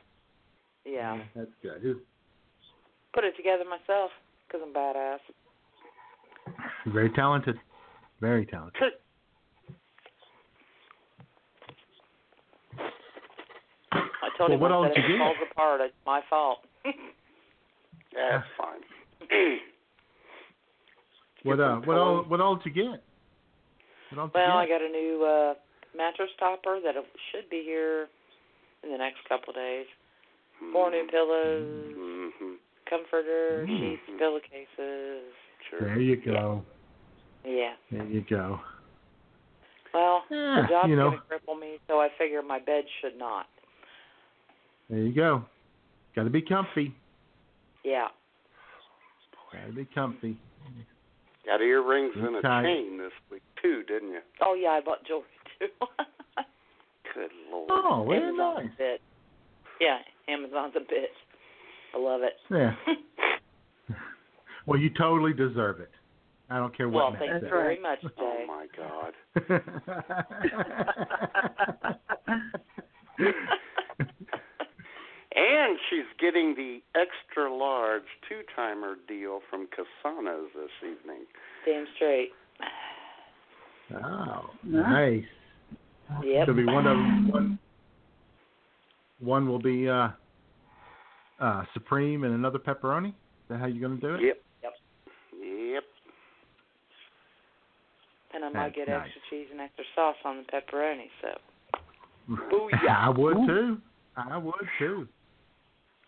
Speaker 1: Yeah,
Speaker 3: That's good. He's
Speaker 1: put it together myself because I'm badass.
Speaker 3: very talented. Very talented.
Speaker 1: I told
Speaker 3: Well,
Speaker 1: him
Speaker 3: what
Speaker 1: I
Speaker 3: all
Speaker 1: said
Speaker 3: did
Speaker 1: if
Speaker 3: you
Speaker 1: it
Speaker 3: get?
Speaker 1: falls apart, it's my fault.
Speaker 5: That's fine.
Speaker 3: What uh, what all what all did you get? What all did
Speaker 1: Well, I
Speaker 3: you get?
Speaker 1: got a new uh mattress topper that should be here in the next couple of days. Four
Speaker 3: Hmm.
Speaker 1: new pillows,
Speaker 5: Mm-hmm.
Speaker 1: comforter,
Speaker 3: Mm.
Speaker 1: sheets, pillowcases.
Speaker 3: There you go.
Speaker 1: Yeah.
Speaker 3: There you go.
Speaker 1: Well,
Speaker 3: Yeah,
Speaker 1: the job's
Speaker 3: Ah, you know.
Speaker 1: gonna cripple me, so I figure my bed should not.
Speaker 3: There you go. Got to be comfy.
Speaker 1: Yeah.
Speaker 3: Got to be comfy.
Speaker 5: Got earrings and a
Speaker 3: Okay.
Speaker 5: chain this week too, didn't you?
Speaker 1: Oh yeah, I bought jewelry too.
Speaker 5: Good lord.
Speaker 3: Oh, very
Speaker 1: Amazon's
Speaker 3: nice.
Speaker 1: a bitch. Yeah, Amazon's a bitch. I love it.
Speaker 3: Yeah. well, you totally deserve it. I don't care
Speaker 1: well,
Speaker 3: what.
Speaker 1: thank you
Speaker 3: Matt
Speaker 1: very much, Jay.
Speaker 5: Oh my God.
Speaker 3: said.
Speaker 5: and she's getting the extra large two timer deal from Casanos this evening.
Speaker 1: Damn straight.
Speaker 3: oh, nice.
Speaker 1: Yep.
Speaker 3: There'll be one of one. One will be uh, uh, supreme and another pepperoni. Is that how you're going to do it?
Speaker 5: Yep. Yep. Yep.
Speaker 1: And I might
Speaker 3: That's
Speaker 1: get
Speaker 3: nice.
Speaker 1: extra cheese and extra sauce on the pepperoni, so.
Speaker 3: I would
Speaker 1: Ooh.
Speaker 3: too. I would too.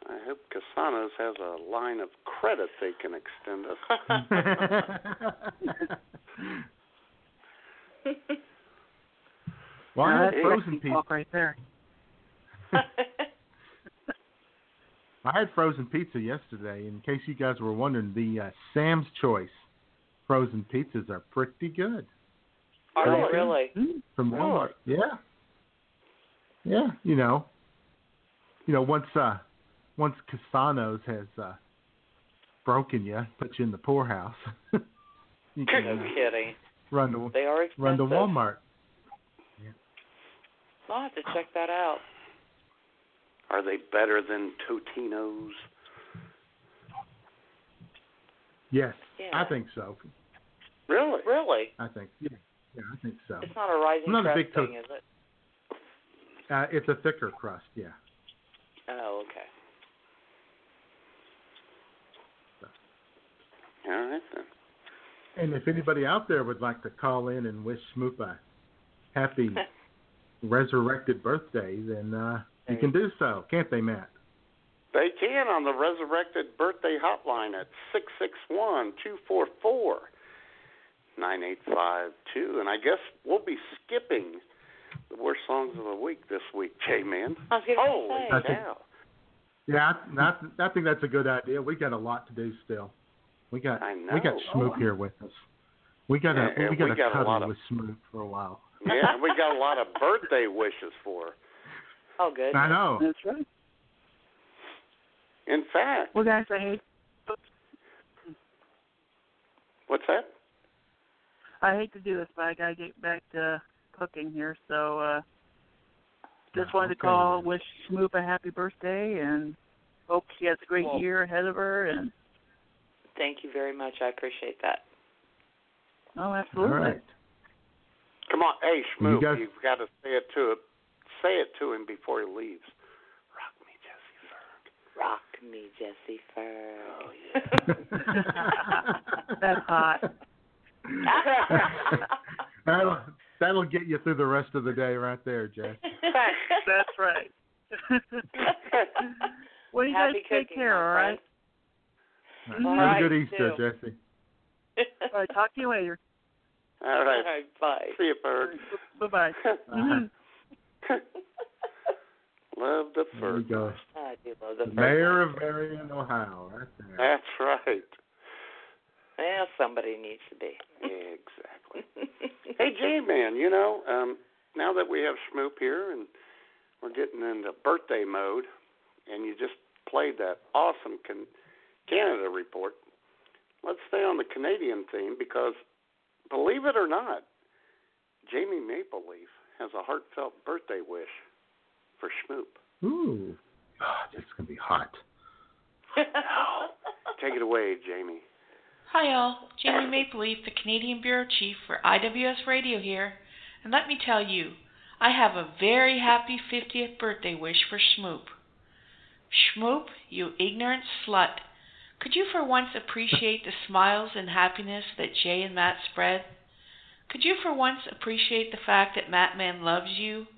Speaker 5: I hope Casanos has a line of credit they can extend us.
Speaker 3: Why
Speaker 18: Now,
Speaker 3: not
Speaker 18: that's
Speaker 3: frozen
Speaker 18: sexy
Speaker 3: pizza?
Speaker 18: talk right there.
Speaker 3: I had frozen pizza yesterday. In case you guys were wondering, the uh, Sam's Choice frozen pizzas are pretty good.
Speaker 1: Are
Speaker 3: Really?
Speaker 1: they really?
Speaker 3: From Walmart. Yeah. Yeah, you know. You know, once uh once Casanos has uh broken you, put you in the poorhouse, you can
Speaker 1: no
Speaker 3: uh,
Speaker 1: kidding.
Speaker 3: run to
Speaker 1: They are
Speaker 3: run
Speaker 1: expensive.
Speaker 3: to Walmart.
Speaker 1: I'll have to check that out.
Speaker 5: Are they better than Totino's?
Speaker 3: Yes.
Speaker 1: Yeah.
Speaker 3: I think so.
Speaker 5: Really?
Speaker 1: Really?
Speaker 3: I think yeah. Yeah, I think so.
Speaker 1: It's not a rising
Speaker 3: I'm not a
Speaker 1: crust
Speaker 3: big
Speaker 1: thing,
Speaker 3: Tot-
Speaker 1: is it?
Speaker 3: Uh it's a thicker crust, yeah.
Speaker 1: Oh, okay.
Speaker 5: All right then.
Speaker 3: And if anybody out there would like to call in and wish Smoop a happy resurrected birthday, then uh, you can do so, can't they, Matt?
Speaker 5: They can on the Resurrected Birthday Hotline at six six one two four four nine eight five two. And I guess we'll be skipping the worst songs of the week this week, Jay Man.
Speaker 1: I was
Speaker 5: Holy
Speaker 3: say.
Speaker 5: cow.
Speaker 3: Yeah, I, I, I think that's a good idea. We got a lot to do still. We got
Speaker 5: I
Speaker 3: we got
Speaker 5: know.
Speaker 3: Smoop here with us. We got
Speaker 5: Yeah,
Speaker 3: to
Speaker 5: and
Speaker 3: we got
Speaker 5: we
Speaker 3: to
Speaker 5: got a
Speaker 3: cuddle
Speaker 5: lot of-
Speaker 3: with Smoop for a while.
Speaker 5: Yeah, and we got a lot of birthday wishes for. her.
Speaker 1: Oh, good.
Speaker 3: I know.
Speaker 18: That's right.
Speaker 5: In fact,
Speaker 18: Well, guys, I hate
Speaker 5: what's that?
Speaker 18: I hate to do this, but I gotta get back to cooking here. So uh just wanted to
Speaker 3: okay.
Speaker 18: call, wish Smoop a happy birthday, and hope she has a great
Speaker 1: Well-
Speaker 18: year ahead of her. And
Speaker 1: Thank you very much. I appreciate that.
Speaker 18: oh,
Speaker 3: All
Speaker 18: absolutely.
Speaker 3: right.
Speaker 5: Come on, hey
Speaker 3: You
Speaker 5: Schmoo,
Speaker 3: guys-
Speaker 5: you've got to say it to him. Say it to him before he leaves. Rock me, Jesse Ferg.
Speaker 1: Rock me, Jesse Ferg.
Speaker 5: Oh
Speaker 18: That's hot.
Speaker 3: that'll that'll get you through the rest of the day right there, Jay.
Speaker 18: That's right. well, you guys
Speaker 1: Happy
Speaker 18: take
Speaker 1: cooking,
Speaker 18: care.
Speaker 1: my
Speaker 18: All right.
Speaker 3: All
Speaker 1: All
Speaker 3: right. Have a good
Speaker 1: right,
Speaker 3: Easter,
Speaker 1: too.
Speaker 3: Jesse.
Speaker 18: All right. uh, Talk to you later.
Speaker 5: All
Speaker 1: All
Speaker 5: right,
Speaker 1: right, bye.
Speaker 5: see you, Ferg.
Speaker 18: Bye bye. Uh-huh.
Speaker 5: Love the
Speaker 3: There we
Speaker 5: Ferg.
Speaker 3: go.
Speaker 1: I do love the
Speaker 3: The
Speaker 1: Ferg.
Speaker 3: mayor of Marion, Ohio, right there.
Speaker 5: That's right.
Speaker 1: Well, somebody needs to be.
Speaker 5: Exactly. hey, J Man, you know, um, now that we have Schmoop here and we're getting into birthday mode, and you just played that awesome can- Canada report, let's stay on the Canadian theme because, believe it or not, Jamie Maple Leaf has a heartfelt birthday wish for Schmoop.
Speaker 3: Ooh, Ah, this is gonna be hot.
Speaker 5: Take it away, Jamie.
Speaker 2: Hi all, Jamie Maple Leaf, the Canadian Bureau Chief for IWS Radio here, and let me tell you, I have a very happy 50th birthday wish for Schmoop. Schmoop, you ignorant slut, could you for once appreciate the smiles and happiness that Jay and Matt spread? Could you for once appreciate the fact that Matt Man loves you?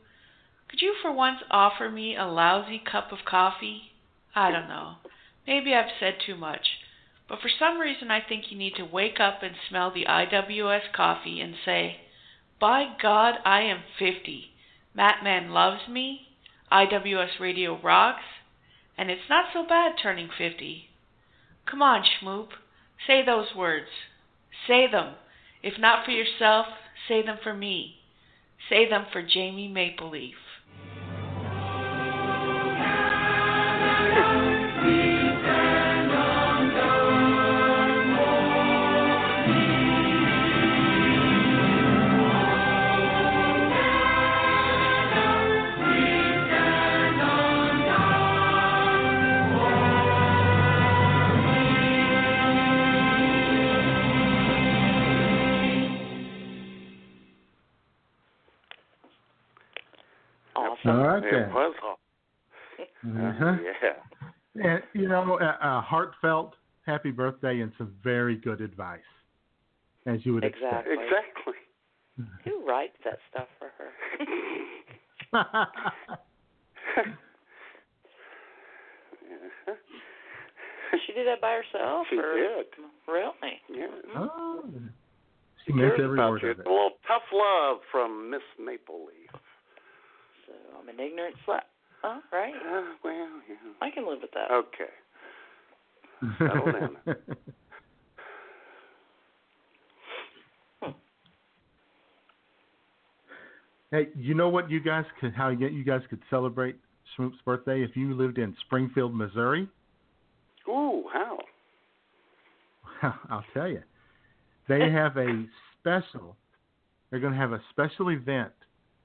Speaker 2: Could you for once offer me a lousy cup of coffee? I don't know. Maybe I've said too much. But for some reason, I think you need to wake up and smell the IWS coffee and say, By God, I am 50. Matman loves me. IWS radio rocks. And it's not so bad turning 50. Come on, Schmoop. Say those words. Say them. If not for yourself, say them for me. Say them for Jamie Maple Leaf.
Speaker 14: Thank
Speaker 3: Yeah.
Speaker 5: was all.
Speaker 3: Uh-huh.
Speaker 5: Yeah.
Speaker 3: And, you know, a, a heartfelt happy birthday and some very good advice, as you would
Speaker 1: Exactly.
Speaker 3: expect.
Speaker 5: Exactly.
Speaker 1: Who writes that stuff for her? she did that by herself?
Speaker 5: She
Speaker 1: or?
Speaker 5: did.
Speaker 1: Really?
Speaker 5: Yeah.
Speaker 3: Oh. She meant every word of
Speaker 5: A
Speaker 3: it.
Speaker 5: little tough love from Miss Maple Leaf.
Speaker 1: So I'm an ignorant slut. All right.
Speaker 5: Uh, well, yeah.
Speaker 1: I can live with that.
Speaker 5: Okay. Settle down.
Speaker 3: Hey, you know what you guys could how you you guys could celebrate Schmoop's birthday if you lived in Springfield, Missouri?
Speaker 5: Ooh, how?
Speaker 3: I'll tell you. They have a special. They're going to have a special event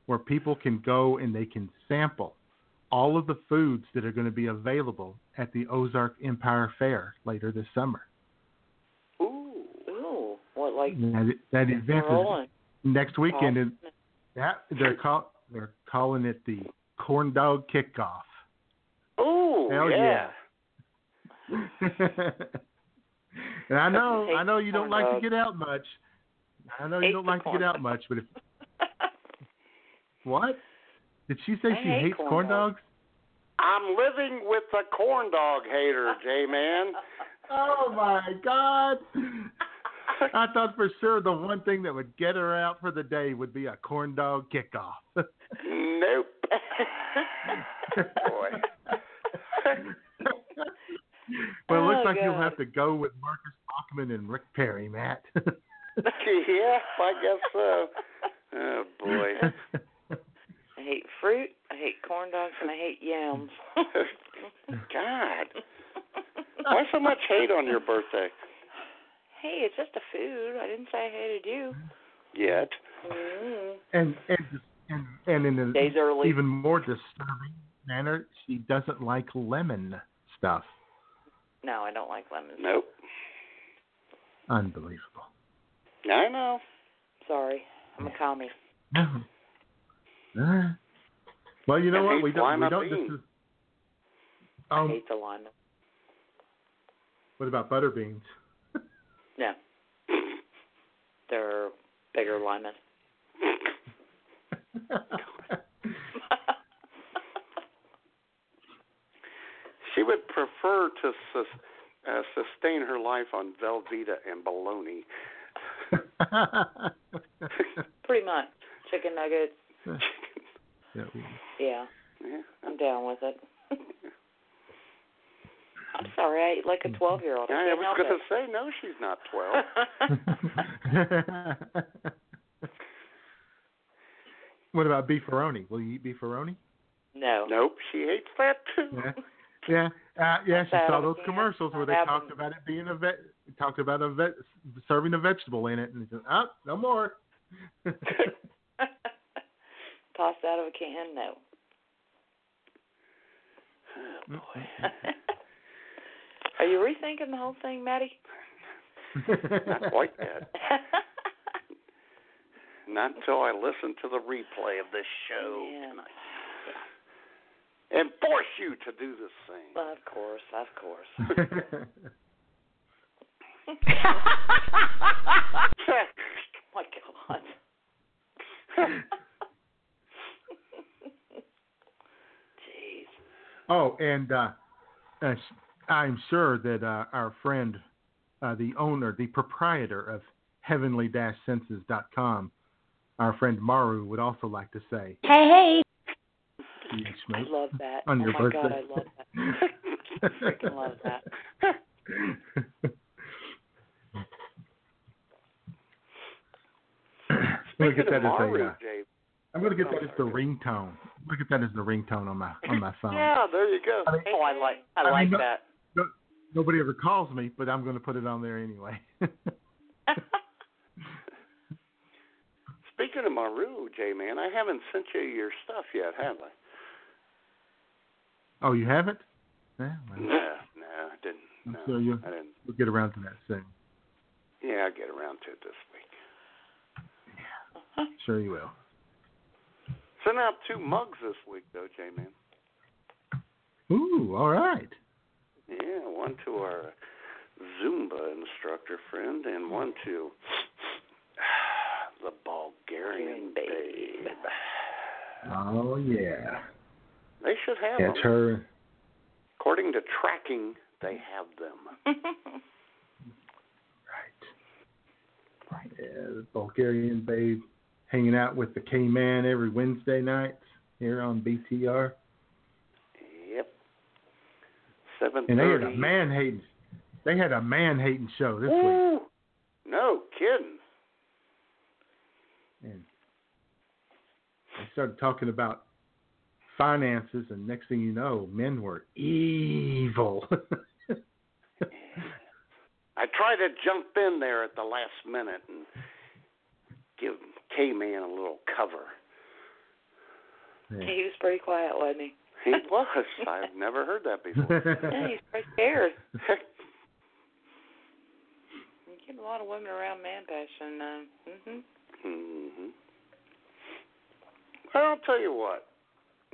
Speaker 3: where people can go and they can sample all of the foods that are going to be available at the Ozark Empire Fair later this summer.
Speaker 5: Ooh.
Speaker 1: Ooh. What, like
Speaker 3: That, that event is
Speaker 1: rolling?
Speaker 3: next weekend, and that they're call, they're calling it the corn dog kickoff.
Speaker 5: Ooh,
Speaker 3: Hell
Speaker 5: yeah.
Speaker 3: and I know,
Speaker 5: Hate
Speaker 3: I know you don't
Speaker 5: corn
Speaker 3: like
Speaker 5: dogs.
Speaker 3: to get out much. I know
Speaker 5: Hate
Speaker 3: you don't
Speaker 5: the
Speaker 3: like to
Speaker 5: corn
Speaker 3: get out much, but if what did she say?
Speaker 5: I
Speaker 3: she
Speaker 5: hate
Speaker 3: hates
Speaker 5: corn
Speaker 3: corn dogs.
Speaker 5: I'm living with a corn dog hater, J Man.
Speaker 3: Oh my God! I thought for sure the one thing that would get her out for the day would be a corn dog kickoff.
Speaker 5: Nope. Boy.
Speaker 3: Well, it looks
Speaker 5: Oh,
Speaker 3: like you'll
Speaker 5: God.
Speaker 3: have to go with Marcus Bachman and Rick Perry, Matt.
Speaker 5: yeah, I guess so. Oh boy.
Speaker 1: I hate fruit. I hate corn dogs, and I hate yams.
Speaker 5: God. Why so much hate on your birthday?
Speaker 1: Hey, it's just a food. I didn't say I hated you.
Speaker 5: Yet.
Speaker 1: Mm.
Speaker 3: and and and, and in an
Speaker 1: Days early.
Speaker 3: even more disturbing manner, she doesn't like lemon stuff.
Speaker 1: No, I don't like lemons.
Speaker 5: Nope.
Speaker 3: Unbelievable.
Speaker 5: I know.
Speaker 1: Sorry, I'm a commie.
Speaker 3: Uh, well, you know
Speaker 1: I
Speaker 3: what?
Speaker 1: hate
Speaker 3: We don't. We
Speaker 1: lima
Speaker 3: don't. This
Speaker 1: beans.
Speaker 3: is,
Speaker 1: I
Speaker 3: um,
Speaker 1: hate the lima.
Speaker 3: what about butter beans?
Speaker 1: No. They're bigger limas.
Speaker 5: She would prefer to sus- uh, sustain her life on Velveeta and bologna.
Speaker 1: Pretty much. Chicken nuggets.
Speaker 3: Yeah.
Speaker 1: Yeah,
Speaker 5: Yeah.
Speaker 1: I'm down with it. I'm sorry, I eat like a 12 year old.
Speaker 5: I,
Speaker 1: can't
Speaker 5: Mm-hmm. was
Speaker 1: help
Speaker 5: gonna
Speaker 1: it.
Speaker 5: say no, she's not twelve.
Speaker 3: what about beefaroni? Will you eat beefaroni?
Speaker 1: No.
Speaker 5: Nope, she hates that too.
Speaker 3: Yeah. Yeah, uh, yeah. She
Speaker 5: That
Speaker 3: saw those
Speaker 5: again,
Speaker 3: commercials where they
Speaker 5: that
Speaker 3: talked about it being a vet, talked about a vet serving a vegetable in it, and said, "Oh, no more."
Speaker 1: Pasta out of a can? No.
Speaker 5: Oh,
Speaker 1: Are you rethinking the whole thing, Maddie?
Speaker 5: not quite yet. Not until I listen to the replay of this show tonight. And force you to do the same.
Speaker 1: Of course, of course. my God. Jeez.
Speaker 3: oh, and uh, uh, sh- I'm sure that uh, our friend, uh, the owner, the proprietor of Heavenly-Senses.com, our friend Maru would also like to say,
Speaker 14: Hey,
Speaker 3: "Yes,
Speaker 1: I
Speaker 3: mate."
Speaker 1: love that.
Speaker 3: On
Speaker 1: oh
Speaker 3: your
Speaker 1: my
Speaker 3: birthday.
Speaker 1: God, I love that. Freaking love that.
Speaker 3: I'm gonna get that as
Speaker 5: Maru,
Speaker 3: a. Uh,
Speaker 5: Jay.
Speaker 3: I'm gonna get that as the ringtone. Look at that as the ringtone on my on my phone.
Speaker 5: Yeah, there you go.
Speaker 1: oh, I like I,
Speaker 3: I
Speaker 1: like
Speaker 3: Um, mean, no-
Speaker 1: that.
Speaker 3: no- nobody ever calls me, but I'm gonna put it on there anyway.
Speaker 5: Speaking of Maru, J Man, I haven't sent you your stuff yet, have I?
Speaker 3: oh, you haven't? Yeah, well,
Speaker 5: No, no, I didn't.
Speaker 3: I'm
Speaker 5: No,
Speaker 3: sure you
Speaker 5: I didn't.
Speaker 3: we'll get around to that soon.
Speaker 5: Yeah, I'll get around to it this week.
Speaker 3: Sure you will.
Speaker 5: Sent out two mugs this week, though, J Man.
Speaker 3: Ooh, all right.
Speaker 5: Yeah, one to our Zumba instructor friend, and one to the Bulgarian babe.
Speaker 3: Oh yeah.
Speaker 5: They should have
Speaker 3: That's
Speaker 5: them.
Speaker 3: her.
Speaker 5: According to tracking, they have them.
Speaker 3: Yeah, the Bulgarian babe hanging out with the K Man every Wednesday night here on BTR.
Speaker 5: yep. Seven
Speaker 3: And they had a
Speaker 5: thirty.
Speaker 3: man hating. They had a man hating show this week.
Speaker 5: Ooh, no kidding.
Speaker 3: And they started talking about finances, and next thing you know, men were evil.
Speaker 5: I tried to jump in there at the last minute and give K Man a little cover.
Speaker 1: He was pretty quiet, wasn't he?
Speaker 5: He was. I've never heard that
Speaker 1: Yeah,
Speaker 5: before.
Speaker 1: he's pretty scared. You get a lot of women around man passion. Um, hmm
Speaker 5: hmm Well, I'll tell you what.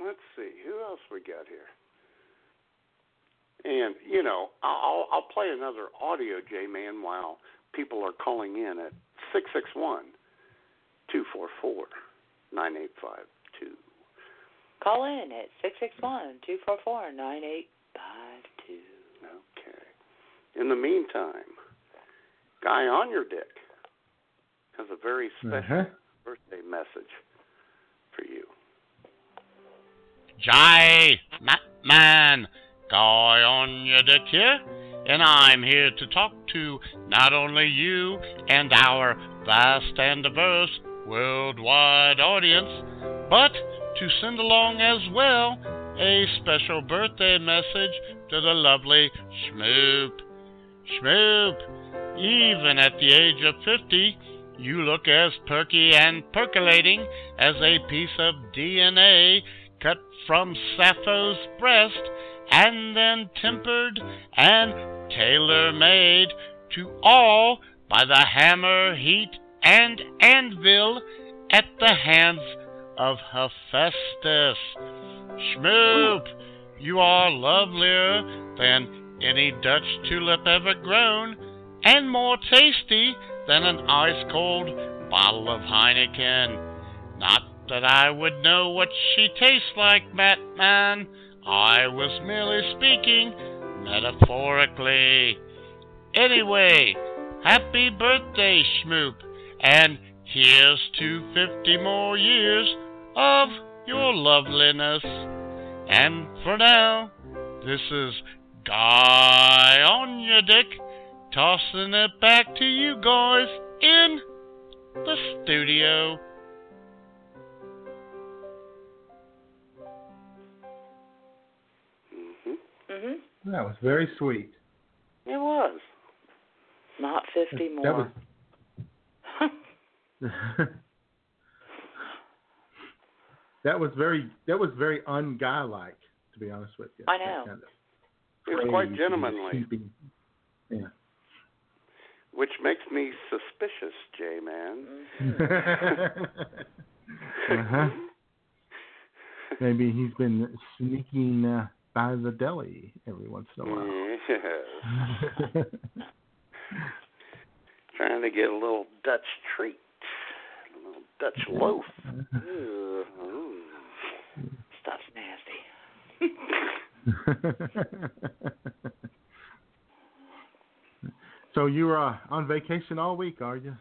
Speaker 5: Let's see who else we got here. And you know, I'll I'll I'll play another audio, J Man, while people are calling in at six six one two four four nine eight five two.
Speaker 1: Call in at six six one two four four nine eight five two.
Speaker 5: Okay. In the meantime, guy on your dick has a very special
Speaker 3: Uh-huh.
Speaker 5: birthday message for you.
Speaker 2: Jay Matman, Guy on your dick here, and I'm here to talk to not only you and our vast and diverse worldwide audience, but to send along as well a special birthday message to the lovely Schmoop. Schmoop, even at the age of 50, you look as perky and percolating as a piece of DNA cut from Sappho's breast and then tempered and tailor made to all by the hammer, heat, and anvil at the hands of Hephaestus. Schmoop, you are lovelier than any Dutch tulip ever grown and more tasty than an ice cold bottle of Heineken. Not that I would know what she tastes like, Matt Man. I was merely speaking metaphorically. Anyway, happy birthday, Schmoop, and here's to 50 more years of your loveliness. And for now, this is Guy on your dick, tossing it back to you guys in the studio.
Speaker 1: Mhm.
Speaker 3: that was very sweet.
Speaker 1: It was. Not fifty more.
Speaker 3: That was. that was very that was very unguy like, to be honest with you.
Speaker 1: I know.
Speaker 3: That kind of
Speaker 5: He was quite
Speaker 3: crazy,
Speaker 5: gentlemanly,
Speaker 3: creepy- Yeah.
Speaker 5: which makes me suspicious, J Man.
Speaker 3: uh-huh. Maybe he's been sneaking uh, by the deli every once in a while.
Speaker 5: Yes. Trying to get a little Dutch treat, a little Dutch loaf. Ew. Ooh.
Speaker 1: Stuff's nasty.
Speaker 3: so you're uh, on vacation all week, are you?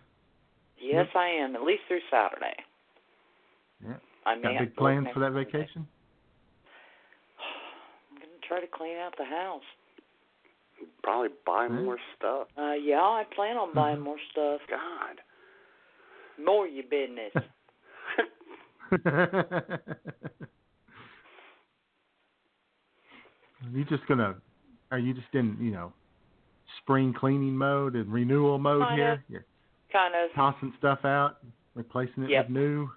Speaker 1: Yes, I am. At least through Saturday.
Speaker 3: Yeah.
Speaker 1: I may
Speaker 3: Got
Speaker 1: have
Speaker 3: big
Speaker 1: to work
Speaker 3: plans
Speaker 1: next
Speaker 3: for that
Speaker 1: Sunday.
Speaker 3: vacation?
Speaker 1: I'm gonna try to clean out the house.
Speaker 5: Probably buy more stuff.
Speaker 1: Uh, yeah, I plan on
Speaker 3: Mm-hmm.
Speaker 1: buying more stuff.
Speaker 5: God.
Speaker 1: More your business.
Speaker 3: you just gonna? Are you just in you know spring cleaning mode and renewal mode
Speaker 1: Kinda.
Speaker 3: here? You're
Speaker 1: kind of.
Speaker 3: tossing stuff out, replacing it
Speaker 1: Yep.
Speaker 3: with new.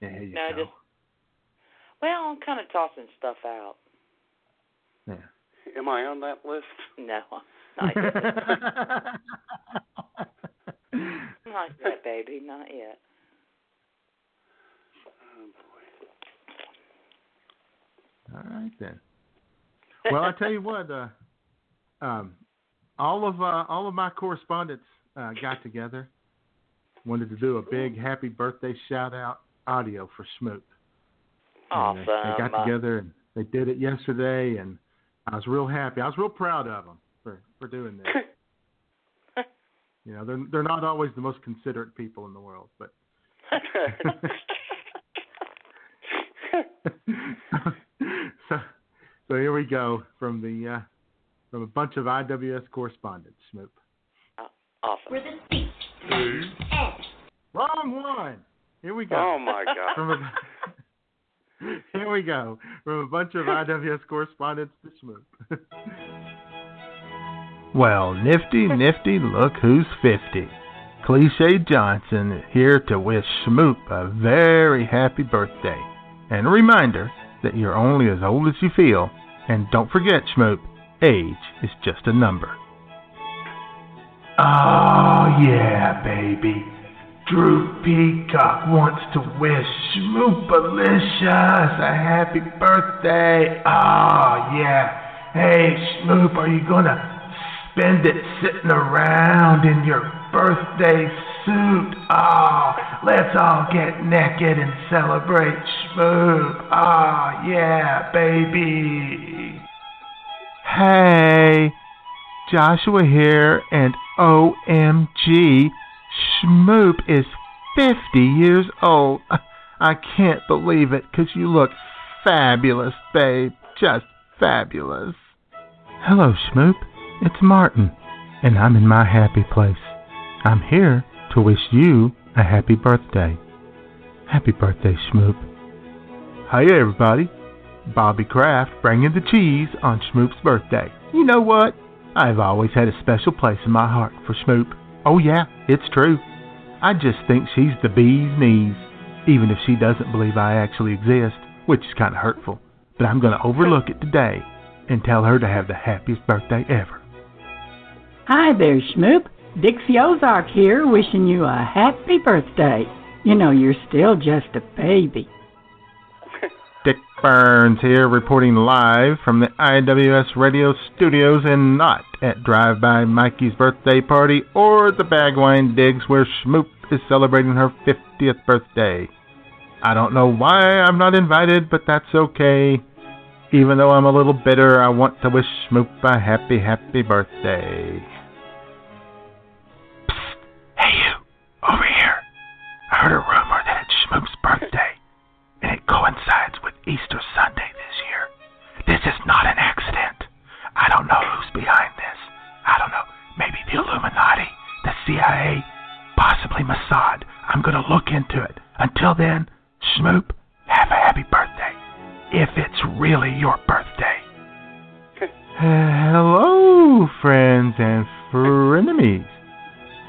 Speaker 3: Yeah, you
Speaker 1: No,
Speaker 3: go.
Speaker 1: just. Well, I'm kind of tossing stuff out.
Speaker 5: Am I on that list?
Speaker 1: No, not yet. not yet, baby. Not yet.
Speaker 5: Oh, boy.
Speaker 2: All right then. Well, I tell you what. Uh, um, all of uh, all of my correspondents uh, got together. Wanted to do a big happy birthday shout out audio for Smoot.
Speaker 1: Awesome.
Speaker 2: And uh, They, they got together and they did it yesterday, and I was real happy. I was real proud of them for for doing that. you know, they're they're not always the most considerate people in the world, but. so, so here we go from the uh, from a bunch of IWS correspondents. Smoop.
Speaker 1: Uh, Awesome.
Speaker 20: We're the feet
Speaker 2: Wrong one. Here we go.
Speaker 20: Oh, my God.
Speaker 2: From a, here we go from a bunch of IWS correspondents to Smoop.
Speaker 3: Well, nifty, nifty, look who's 50. Cliche Johnson is here to wish Smoop a very happy birthday. And a reminder that you're only as old as you feel. And don't forget, Smoop, age is just a number.
Speaker 21: Oh, yeah, baby. Drew Peacock wants to wish Smoopalicious a happy birthday. Oh, yeah. Hey, Smoop, are you gonna spend it sitting around in your birthday suit? Oh, let's all get naked and celebrate Smoop. Oh, yeah, baby.
Speaker 3: Hey, Joshua here, and OMG, Schmoop is 50 years old. I can't believe it, 'cause you look fabulous, babe. Just fabulous. Hello, Schmoop. It's Martin, and I'm in my happy place. I'm here to wish you a happy birthday. Happy birthday, Schmoop. Hey, everybody. Bobby Kraft bringing the cheese on Schmoop's birthday. You know what? I've always had a special place in my heart for Schmoop. Oh, yeah, it's true. I just think she's the bee's knees, even if she doesn't believe I actually exist, which is kind of hurtful. But I'm going to overlook it today and tell her to have the happiest birthday ever.
Speaker 22: Hi there, Schmoop. Dixie Ozark here, wishing you a happy birthday. You know, you're still just a baby.
Speaker 3: Dick Burns here, reporting live from the IWS radio studios and not at Drive By Mikey's birthday party or the Bagwine Digs where Schmoop is celebrating her 50th birthday. I don't know why I'm not invited, but that's okay. Even though I'm a little bitter, I want to wish Schmoop a happy, happy birthday.
Speaker 21: Over here. I heard a rumor that it's Schmoop's birthday, and it coincides with Easter Sunday this year. This is not an accident. I don't know who's behind this. I don't know. Maybe the Illuminati, the CIA, possibly Mossad. I'm going to look into it. Until then, Schmoop, have a happy birthday. If it's really your birthday.
Speaker 3: Hello, friends and frenemies.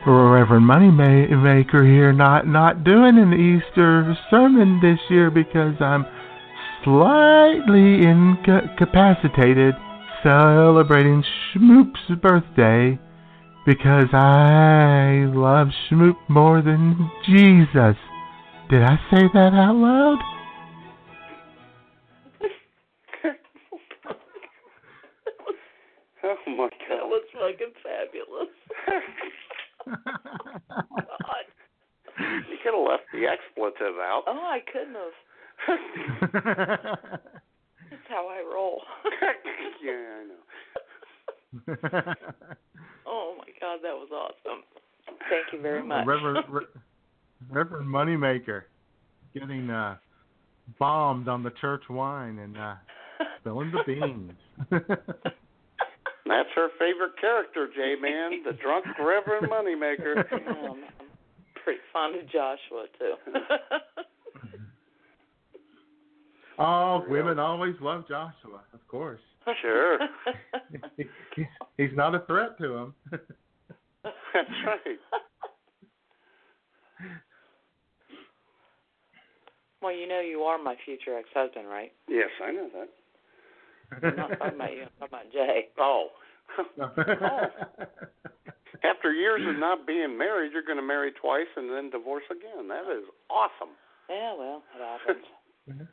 Speaker 3: Reverend Moneymaker here, not not doing an Easter sermon this year because I'm slightly incapacitated celebrating Schmoop's birthday because I love Schmoop more than Jesus. Did I say that out loud?
Speaker 1: Oh my god. That was fucking fabulous. god.
Speaker 5: You could have left the expletive out.
Speaker 1: Oh, I couldn't have. That's how I roll.
Speaker 5: yeah, I know.
Speaker 1: oh my god, that was awesome. Thank you very much.
Speaker 2: Reverend, Re- Reverend Moneymaker getting uh, bombed on the church wine and uh, spilling the beans.
Speaker 5: That's her favorite character, J Man, the drunk Reverend Moneymaker.
Speaker 1: Um, I'm pretty fond of Joshua too.
Speaker 2: oh, women always love Joshua, of course.
Speaker 5: Sure.
Speaker 2: He's not a threat to them.
Speaker 5: That's right.
Speaker 1: well, you know you are my future ex-husband, right?
Speaker 5: Yes, I know that.
Speaker 1: I'm not talking about you. I'm talking about Jay. Oh.
Speaker 5: After years of not being married, you're going to marry twice and then divorce again. That is awesome.
Speaker 1: Yeah, well, it happens.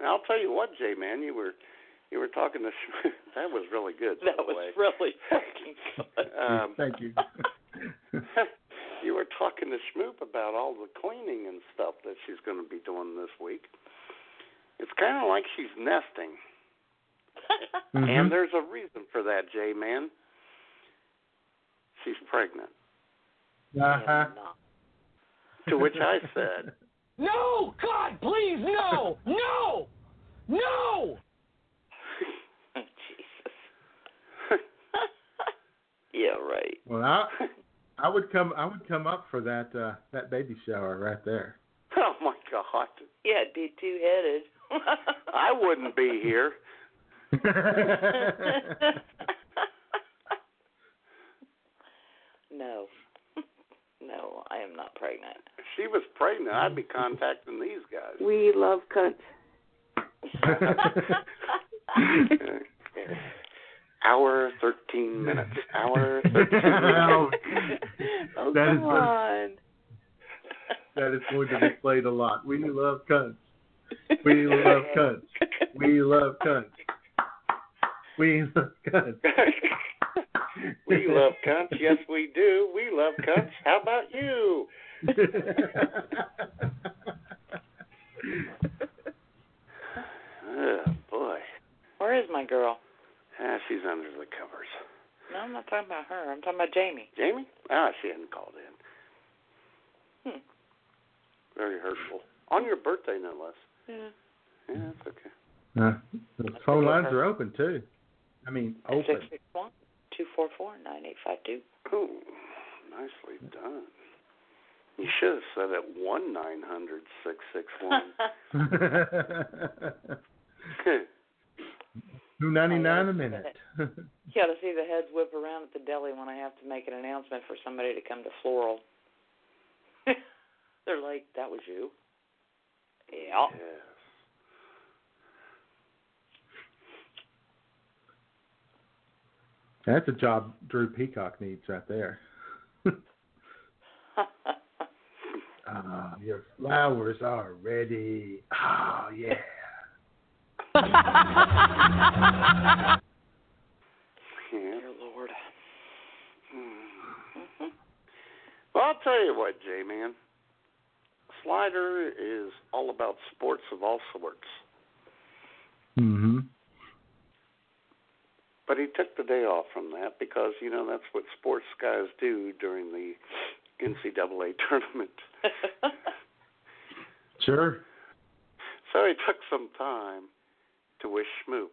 Speaker 5: And I'll tell you what, Jay, man, you were you were talking to Sh- that was really good. by
Speaker 1: That
Speaker 5: the
Speaker 1: was
Speaker 5: way.
Speaker 1: really fucking good.
Speaker 5: Um,
Speaker 3: Thank you. Uh-huh.
Speaker 5: you were talking to Schmoop about all the cleaning and stuff that she's going to be doing this week. It's kind of like she's nesting, and there's a reason for that, Jay man. She's pregnant.
Speaker 3: Uh-huh.
Speaker 5: To which I said,
Speaker 23: No! God, please, no! no! No!
Speaker 1: Yeah, right.
Speaker 3: Well, I, I would come. I would come up for that uh, that baby shower right there.
Speaker 5: "Oh my God,
Speaker 1: Yeah, it'd be two headed.
Speaker 5: I wouldn't be here."
Speaker 1: no. No, I am not pregnant.
Speaker 5: If she was pregnant, I'd be contacting these guys.
Speaker 24: We love cunt.
Speaker 5: Hour thirteen minutes. Hour thirteen
Speaker 3: Wow.
Speaker 5: minutes.
Speaker 1: Oh,
Speaker 3: That is
Speaker 1: come
Speaker 3: the-
Speaker 1: on.
Speaker 3: That is going to be played a lot. We love cunts. We love cunts. We love cunts. We love cunts.
Speaker 5: we love cunts. Yes, we do. We love cunts. How about you? Oh boy,
Speaker 1: Where is my girl?
Speaker 5: ah, she's under the covers.
Speaker 1: No, I'm not talking about her. I'm talking about Jamie.
Speaker 5: Jamie? Ah, she hadn't called in.
Speaker 1: Hmm.
Speaker 5: Very hurtful. On your birthday, no less.
Speaker 1: Yeah.
Speaker 5: Yeah, that's okay.
Speaker 3: Uh, the phone lines are open too. I mean, open.
Speaker 1: Six six one two four four nine eight five two.
Speaker 5: Oh, nicely done. You should have said it one nine hundred six six one.
Speaker 3: Two ninety nine a minute.
Speaker 1: You ought to see the heads whip around at the deli when I have to make an announcement for somebody to come to floral. They're like, "That was you." Yeah.
Speaker 3: That's a job Drew Peacock needs right there. Ah, your flowers are ready. Oh yeah.
Speaker 1: Dear Lord.
Speaker 5: Hmm.
Speaker 1: Mm-hmm.
Speaker 5: Well, I'll tell you what, J man. Slider is all about sports of all sorts,
Speaker 3: Mm-hmm.
Speaker 5: but he took the day off from that because you know that's what sports guys do during the NCAA tournament.
Speaker 3: Sure.
Speaker 5: So he took some time to wish Schmoop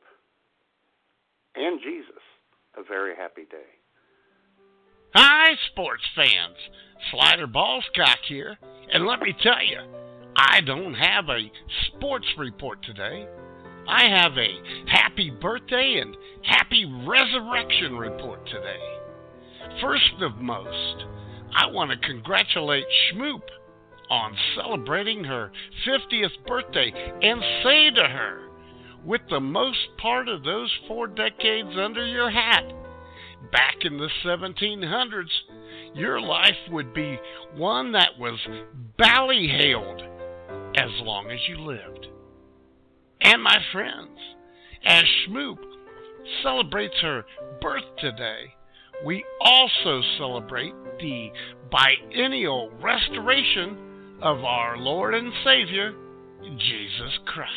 Speaker 5: and Jesus a very happy day.
Speaker 2: Hi, sports fans. Slider Ballscock here, and let me tell you, I don't have a sports report today. I have a happy birthday and happy resurrection report today. First of most, I want to congratulate Schmoop on celebrating her 50th birthday and say to her, with the most part of those four decades under your hat, back in the 1700s, your life would be one that was ballyhaled as long as you lived. And my friends, as Schmoop celebrates her birth today, we also celebrate the biennial restoration of our Lord and Savior, Jesus Christ.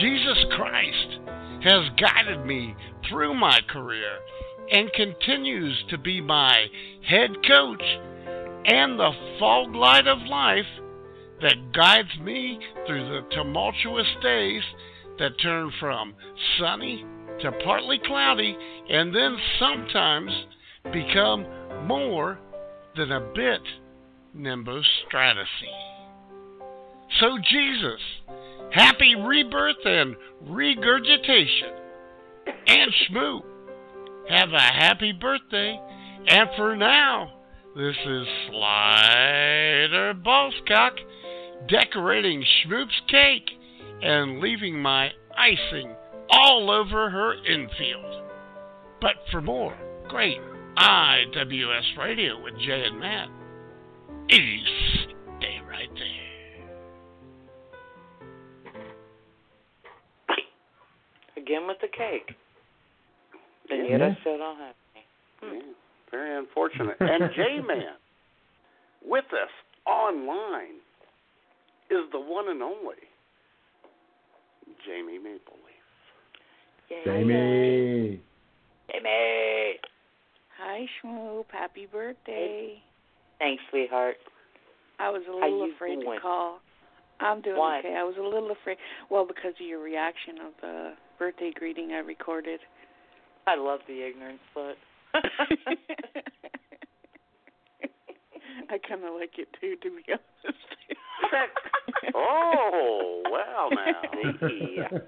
Speaker 2: Jesus Christ has guided me through my career and continues to be my head coach and the fog light of life that guides me through the tumultuous days that turn from sunny to partly cloudy and then sometimes become more than a bit nimbostratus. So, Jesus, happy rebirth and regurgitation. And Schmoo, have a happy birthday. And for now, this is Slider Ballscock decorating Schmoop's cake and leaving my icing all over her infield. But for more great IWS radio with Jay and Matt, you stay right there.
Speaker 1: again with the cake. And
Speaker 5: Yeah.
Speaker 1: yet I still don't have any.
Speaker 5: Yeah, Hmm. very unfortunate. And J Man with us online is the one and only Jamie Maple Leaf.
Speaker 3: Jamie.
Speaker 1: Jamie.
Speaker 2: Hi, Schmoop. Happy birthday.
Speaker 1: Thanks, sweetheart.
Speaker 2: I was a
Speaker 1: How
Speaker 2: little
Speaker 1: you
Speaker 2: afraid
Speaker 1: doing?
Speaker 2: to call. I'm doing
Speaker 1: Why?
Speaker 2: okay. I was a little afraid. Well, because of your reaction of the birthday greeting I recorded.
Speaker 1: I love the ignorance, but
Speaker 2: I kind of like it too, to be honest.
Speaker 5: Oh, wow now.
Speaker 1: Yeah.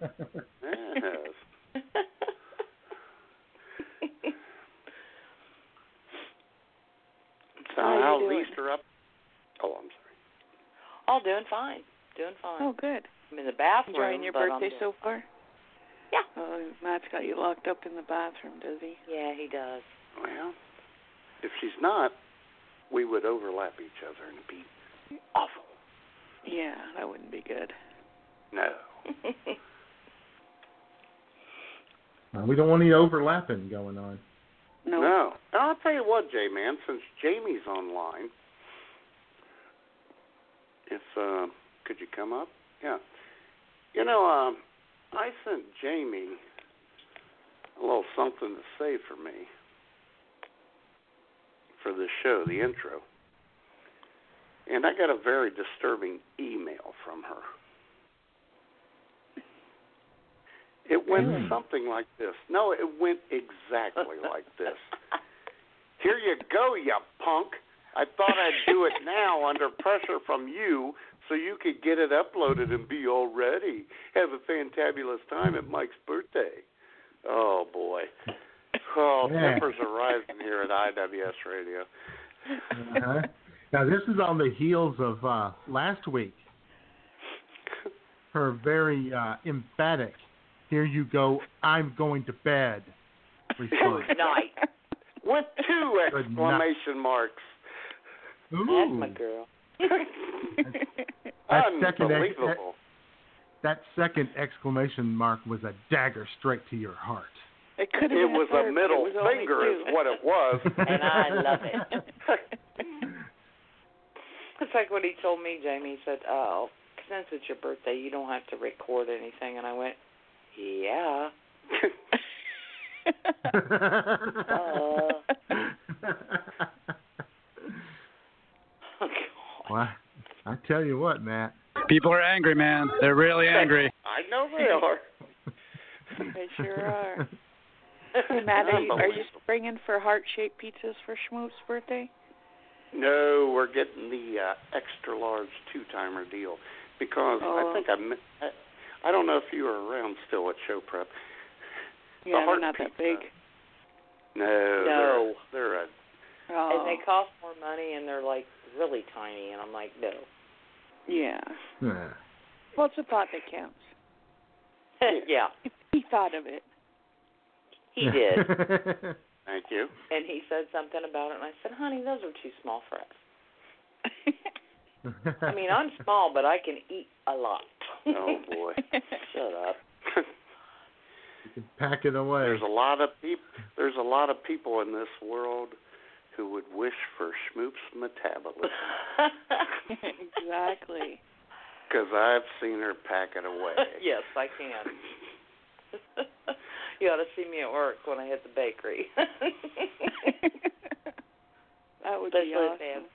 Speaker 5: Yes. So
Speaker 1: How you
Speaker 5: how's
Speaker 1: doing?
Speaker 5: Easter up? Oh, I'm sorry.
Speaker 1: all doing fine. Doing fine.
Speaker 2: oh, good.
Speaker 1: I'm in the bathroom.
Speaker 2: Enjoying your
Speaker 1: but I'm
Speaker 2: birthday
Speaker 1: doing-
Speaker 2: so far?
Speaker 1: Yeah.
Speaker 2: Oh, Matt's got you locked up in the bathroom, does he?
Speaker 1: Yeah, he does.
Speaker 5: Well, if she's not, we would overlap each other and it'd be awful.
Speaker 2: Yeah, that wouldn't be good.
Speaker 5: No.
Speaker 3: Uh, we don't want any overlapping going on.
Speaker 2: No.
Speaker 5: No. And I'll tell you what, J Man, since Jamie's online, if uh, could you come up? Yeah. You know, um, I sent Jamie a little something to say for me for this show, the intro. And I got a very disturbing email from her. It went
Speaker 3: Really?
Speaker 5: something like this. No, it went exactly like this. Here you go, you punk. I thought I'd do it now under pressure from you so you could get it uploaded and be all ready. Have a fantabulous time at Mike's birthday. Oh, boy. Oh,
Speaker 3: Yeah.
Speaker 5: tempers are rising here at IWS Radio.
Speaker 3: Uh-huh. now this is on the heels of uh, last week. Her very uh, emphatic. Here you go. I'm going to bed. response.
Speaker 1: Good night.
Speaker 5: With two
Speaker 3: Good night.
Speaker 5: exclamation marks.
Speaker 1: That's
Speaker 3: Ooh,
Speaker 1: my girl.
Speaker 3: that second ex-
Speaker 5: Unbelievable.
Speaker 3: that second exclamation mark was a dagger straight to your heart.
Speaker 2: It could have
Speaker 5: It
Speaker 2: been
Speaker 5: was
Speaker 2: third,
Speaker 5: a middle
Speaker 2: but it was only
Speaker 5: finger, is
Speaker 2: two.
Speaker 5: what it was.
Speaker 1: And I love it. It's like what he told me, Jamie. He said, "Oh, since it's your birthday, you don't have to record anything." And I went, "Yeah." Uh, oh,
Speaker 3: Well, I tell you what, Matt.
Speaker 25: People are angry, man. They're really angry.
Speaker 5: I know they are.
Speaker 2: They sure are. Hey, Matt, are you, are you bringing for heart-shaped pizzas for Schmoop's birthday?
Speaker 5: No, we're getting the uh, extra large two timer deal because I
Speaker 2: Oh.
Speaker 5: think I, mi- I I don't know if you were around still at show prep.
Speaker 2: Yeah, they're
Speaker 5: heart
Speaker 2: not that
Speaker 5: pizza.
Speaker 2: big.
Speaker 5: No, they're,
Speaker 1: No.
Speaker 5: they're a
Speaker 2: Oh,
Speaker 1: And they cost more money, and they're like really tiny. And I'm like, "No."
Speaker 2: yeah.
Speaker 3: Yeah.
Speaker 2: Well, it's a thought that counts.
Speaker 1: yeah,
Speaker 2: He thought of it.
Speaker 1: he did.
Speaker 5: Thank you.
Speaker 1: and he said something about it, and I said, "Honey, those are too small for us." I mean, I'm small, but I can eat a lot.
Speaker 5: Oh boy.
Speaker 1: Shut up.
Speaker 3: Pack it away.
Speaker 5: There's a lot of people. There's a lot of people in this world who would wish for Schmoop's metabolism
Speaker 2: exactly.
Speaker 5: because I've seen her pack it away.
Speaker 1: yes, I can. you ought to see me at work when I hit the bakery.
Speaker 2: That would
Speaker 1: Especially
Speaker 2: be awesome.
Speaker 1: if they have,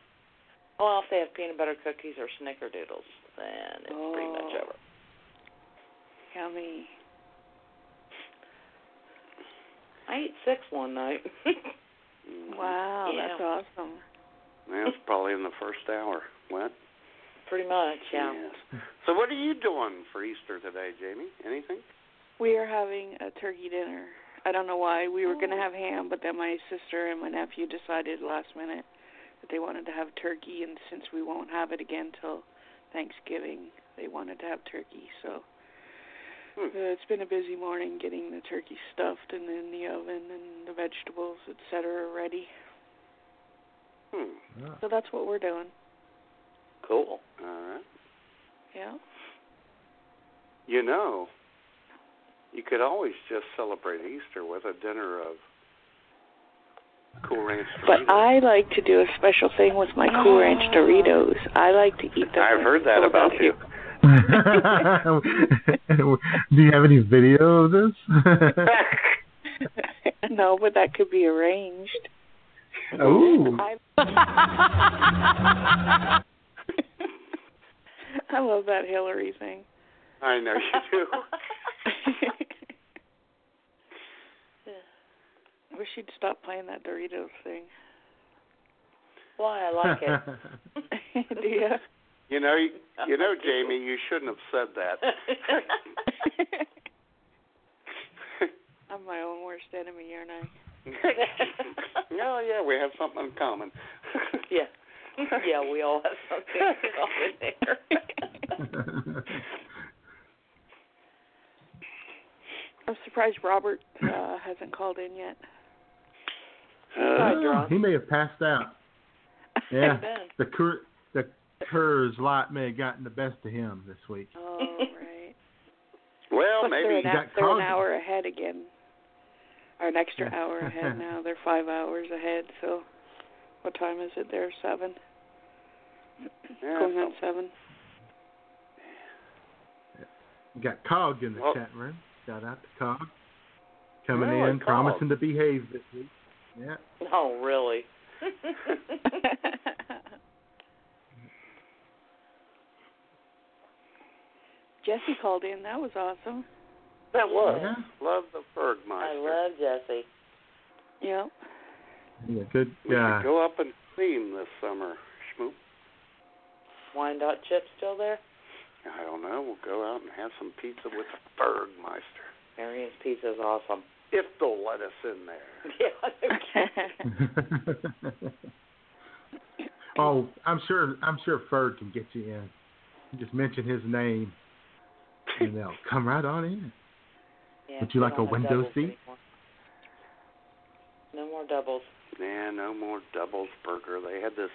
Speaker 1: well, if they have peanut butter cookies or snickerdoodles, then it's pretty much
Speaker 2: Oh.
Speaker 1: over.
Speaker 2: Yummy.
Speaker 1: I ate six one night.
Speaker 2: Wow,
Speaker 1: Yeah.
Speaker 2: that's awesome.
Speaker 5: That's probably in the first hour. What?
Speaker 1: pretty much, yeah.
Speaker 5: Yes. So what are you doing for Easter today, Jamie? Anything?
Speaker 2: We are having a turkey dinner. I don't know why. We were going
Speaker 5: Oh.
Speaker 2: to have ham, but then my sister and my nephew decided last minute that they wanted to have turkey, and since we won't have it again till Thanksgiving, they wanted to have turkey. So
Speaker 5: Hmm.
Speaker 2: uh, it's been a busy morning getting the turkey stuffed and in the oven and the vegetables, et cetera, ready.
Speaker 5: Hmm.
Speaker 2: So that's what we're doing.
Speaker 1: Cool.
Speaker 5: All right.
Speaker 2: Yeah.
Speaker 5: You know, You could always just celebrate Easter with a dinner of Cool Ranch Doritos.
Speaker 26: But I like to do a special thing with my Cool Ranch Doritos. I like to eat them.
Speaker 5: Oh. I've heard that about you.
Speaker 3: Do you have any video of this?
Speaker 26: no, but that could be arranged.
Speaker 3: Ooh.
Speaker 26: I, I love that Hillary thing.
Speaker 5: I know you do.
Speaker 26: I wish you'd stop playing that Doritos thing. Why I like it. Do you?
Speaker 5: You know, you, you know, Jamie, you shouldn't have said that.
Speaker 26: I'm my own worst enemy, aren't I?
Speaker 5: oh yeah, we have something in common.
Speaker 1: yeah. Yeah, we all have something in common there.
Speaker 26: I'm surprised Robert uh, hasn't called in yet.
Speaker 3: Oh, he may have passed out. Yeah, the cur- the Cur's lot may have gotten the best of him this week.
Speaker 26: Oh, right.
Speaker 5: Well,
Speaker 26: Plus
Speaker 5: maybe
Speaker 26: they're, an,
Speaker 3: He
Speaker 26: hou-
Speaker 3: got
Speaker 26: they're
Speaker 3: called.
Speaker 26: an hour ahead again, or an extra hour ahead now. They're five hours ahead. So, what time is it there? Seven.
Speaker 5: Yeah,
Speaker 26: Going on seven.
Speaker 3: You got Cog in the
Speaker 26: Well-
Speaker 3: chat room. Shout out to Cog. Coming
Speaker 1: Really,
Speaker 3: in,
Speaker 1: Cog?
Speaker 3: promising to behave this week. Yeah.
Speaker 1: Oh, really?
Speaker 26: Jesse called in. That was awesome.
Speaker 5: That was.
Speaker 26: Yeah.
Speaker 5: Love the Bergmeister.
Speaker 1: I love Jesse.
Speaker 26: Yep.
Speaker 3: yeah good.
Speaker 5: We
Speaker 3: Uh,
Speaker 5: should go up and see him this summer, Schmoop.
Speaker 1: Wyandotte Chip still there?
Speaker 5: I don't know. We'll go out and have some pizza with Bergmeister.
Speaker 1: Marion's pizza is awesome.
Speaker 5: If they'll let us in there.
Speaker 1: Yeah.
Speaker 3: oh, I'm sure. I'm sure Ferg can get you in. You just mention his name, and they'll come right on in.
Speaker 1: yeah
Speaker 3: Would you
Speaker 1: we
Speaker 3: like a
Speaker 1: don't have
Speaker 3: window
Speaker 1: doubles
Speaker 3: seat?
Speaker 1: anymore. No more doubles.
Speaker 5: Nah, no more doubles burger. They had this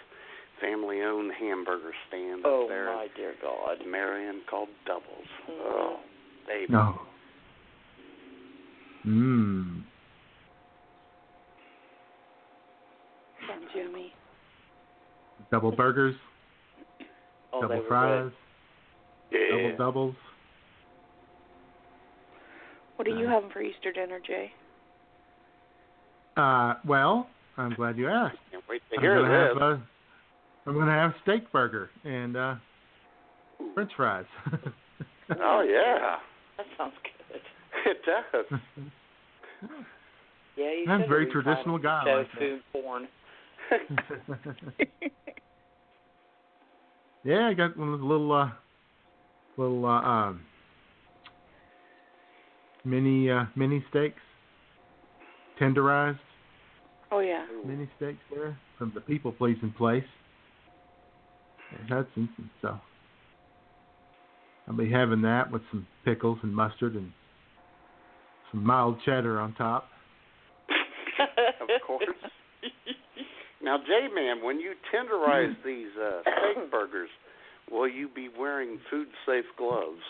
Speaker 5: family owned hamburger stand
Speaker 1: Oh,
Speaker 5: up there.
Speaker 1: my dear God. Mm.
Speaker 5: Marion called doubles. Oh, baby.
Speaker 3: No. Mmm.
Speaker 26: From Jimmy.
Speaker 3: Double burgers,
Speaker 1: Oh, they
Speaker 3: double
Speaker 1: were
Speaker 3: fries,
Speaker 5: Yeah.
Speaker 3: double doubles.
Speaker 26: What are you having for Easter dinner, Jay?
Speaker 3: Uh, well, I'm glad you asked.
Speaker 5: Can't wait to
Speaker 3: I'm
Speaker 5: hear
Speaker 3: gonna have
Speaker 5: this.
Speaker 3: a- I'm gonna have steak burger and uh, French fries.
Speaker 5: Oh yeah,
Speaker 1: That sounds good.
Speaker 5: it does.
Speaker 1: Yeah, you
Speaker 3: I'm a
Speaker 1: should
Speaker 3: very
Speaker 1: retitle
Speaker 3: traditional
Speaker 1: the
Speaker 3: guy
Speaker 1: show
Speaker 3: like that.
Speaker 1: food porn.
Speaker 3: yeah, I got one of those little, uh, little uh, um, mini uh, mini steaks, tenderized
Speaker 26: Oh yeah.
Speaker 3: mini steaks there from the people pleasing place in Hudson. So I'll be having that with some pickles and mustard and some mild cheddar on top.
Speaker 5: of course. Now, J Man, when you tenderize these uh, steak burgers, will you be wearing food safe gloves?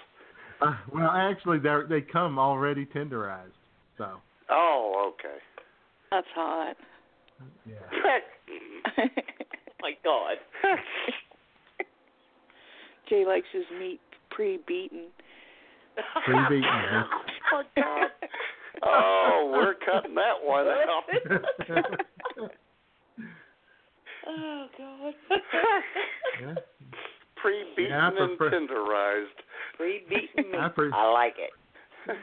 Speaker 3: Uh, well, actually, they they come already tenderized. So
Speaker 5: Oh, okay.
Speaker 26: That's hot.
Speaker 1: oh my God.
Speaker 26: Jay likes his meat pre-beaten.
Speaker 3: Pre-beaten, huh?
Speaker 5: Oh, my God. Oh, we're cutting that one out.
Speaker 1: oh God.
Speaker 3: yeah,
Speaker 5: Pre-beaten
Speaker 3: Yeah, I prefer-
Speaker 5: and tenderized.
Speaker 1: Pre-beaten meat.
Speaker 3: I pre-
Speaker 1: I like it.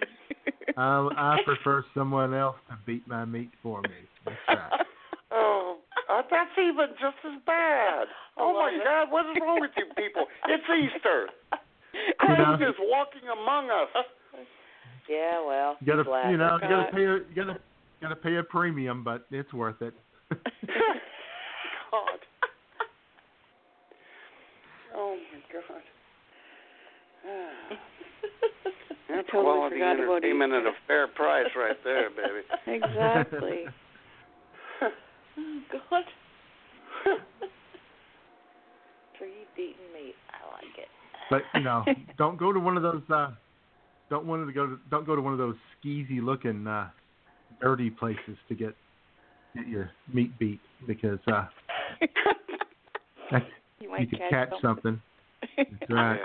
Speaker 3: I, I prefer someone else to beat my meat for me. That's right.
Speaker 5: Oh, uh, that's even just as bad. Oh my God, what is wrong with you people? It's Easter. Christ
Speaker 3: know-
Speaker 5: is walking among us.
Speaker 1: Yeah, well.
Speaker 3: You gotta,
Speaker 1: glad
Speaker 3: you know,
Speaker 1: I
Speaker 3: you gotta
Speaker 1: got-
Speaker 3: pay, a, you gotta, gotta pay a premium, but it's worth it.
Speaker 5: God. Oh my God.
Speaker 26: I
Speaker 5: That's
Speaker 26: totally
Speaker 5: quality
Speaker 26: forgot about
Speaker 5: entertainment at
Speaker 26: Easter.
Speaker 5: a fair price right there, baby.
Speaker 26: Exactly.
Speaker 1: Oh God. Pre-beaten meat. I like it.
Speaker 3: But you know, don't go to one of those, uh, Don't want to go. To, don't go to one of those skeezy looking, uh, dirty places to get get your meat beat because uh, that,
Speaker 26: you,
Speaker 3: you
Speaker 26: might
Speaker 3: could
Speaker 26: catch,
Speaker 3: catch something. That's right.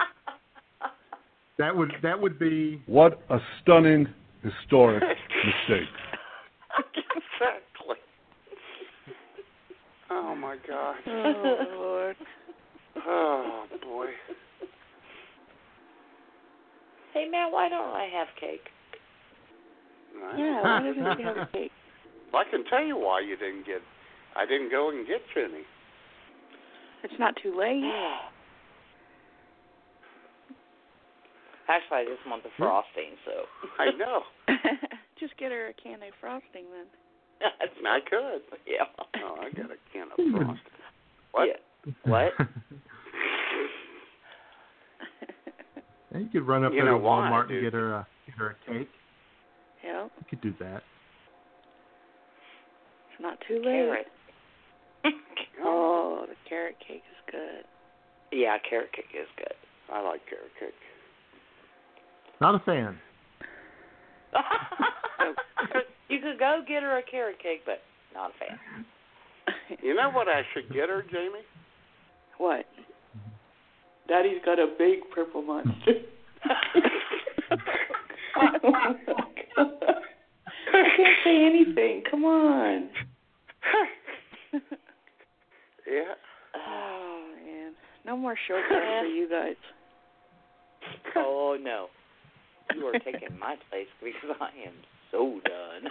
Speaker 3: That would that would be
Speaker 27: What a stunning historic mistake.
Speaker 5: exactly. Oh my God.
Speaker 26: Oh, Lord.
Speaker 5: Oh boy.
Speaker 1: Hey, man, why don't I have cake?
Speaker 26: Yeah, why doesn't he have a cake?
Speaker 5: I can tell you why you didn't get. I didn't go and get you any.
Speaker 26: It's not too late.
Speaker 1: Actually, I just want the frosting, so.
Speaker 5: Hmm? I know.
Speaker 26: Just get her a can of frosting then.
Speaker 5: I could.
Speaker 1: Yeah.
Speaker 5: Oh, I got a can of frost. What?
Speaker 1: What?
Speaker 3: You could run up
Speaker 5: You
Speaker 3: there to
Speaker 5: know why,
Speaker 3: Walmart and
Speaker 5: dude.
Speaker 3: get her a get her a cake.
Speaker 26: Yeah,
Speaker 3: You could do that.
Speaker 26: it's not too late.
Speaker 1: Carrot.
Speaker 26: oh, the carrot cake is good.
Speaker 1: Yeah, carrot cake is good.
Speaker 5: I like carrot cake.
Speaker 3: Not a fan.
Speaker 1: you could go get her a carrot cake, but not a fan.
Speaker 5: You know what I should get her, Jamie?
Speaker 26: What? Mm-hmm. Daddy's got a big purple monster. I can't say anything. Come on.
Speaker 5: yeah.
Speaker 26: Oh man, no more shortcuts for you guys.
Speaker 1: Oh no, you are taking my place because I am so done.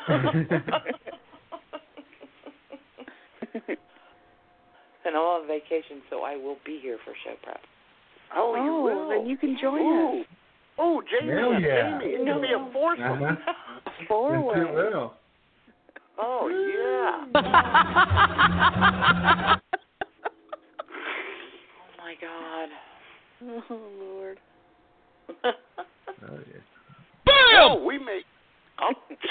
Speaker 1: and I'm on vacation, so I will be here for show prep.
Speaker 5: Oh, you
Speaker 26: Oh,
Speaker 5: will.
Speaker 26: then you can join
Speaker 5: Ooh.
Speaker 26: us.
Speaker 5: Oh, Jamie,
Speaker 26: Hell
Speaker 5: and
Speaker 26: yeah.
Speaker 5: Jamie, it's gonna be a foursome.
Speaker 3: Uh-huh.
Speaker 26: Forward.
Speaker 5: Oh yeah.
Speaker 1: Oh my God.
Speaker 26: Oh Lord.
Speaker 3: Oh, yeah.
Speaker 5: Hell, we may. Oh.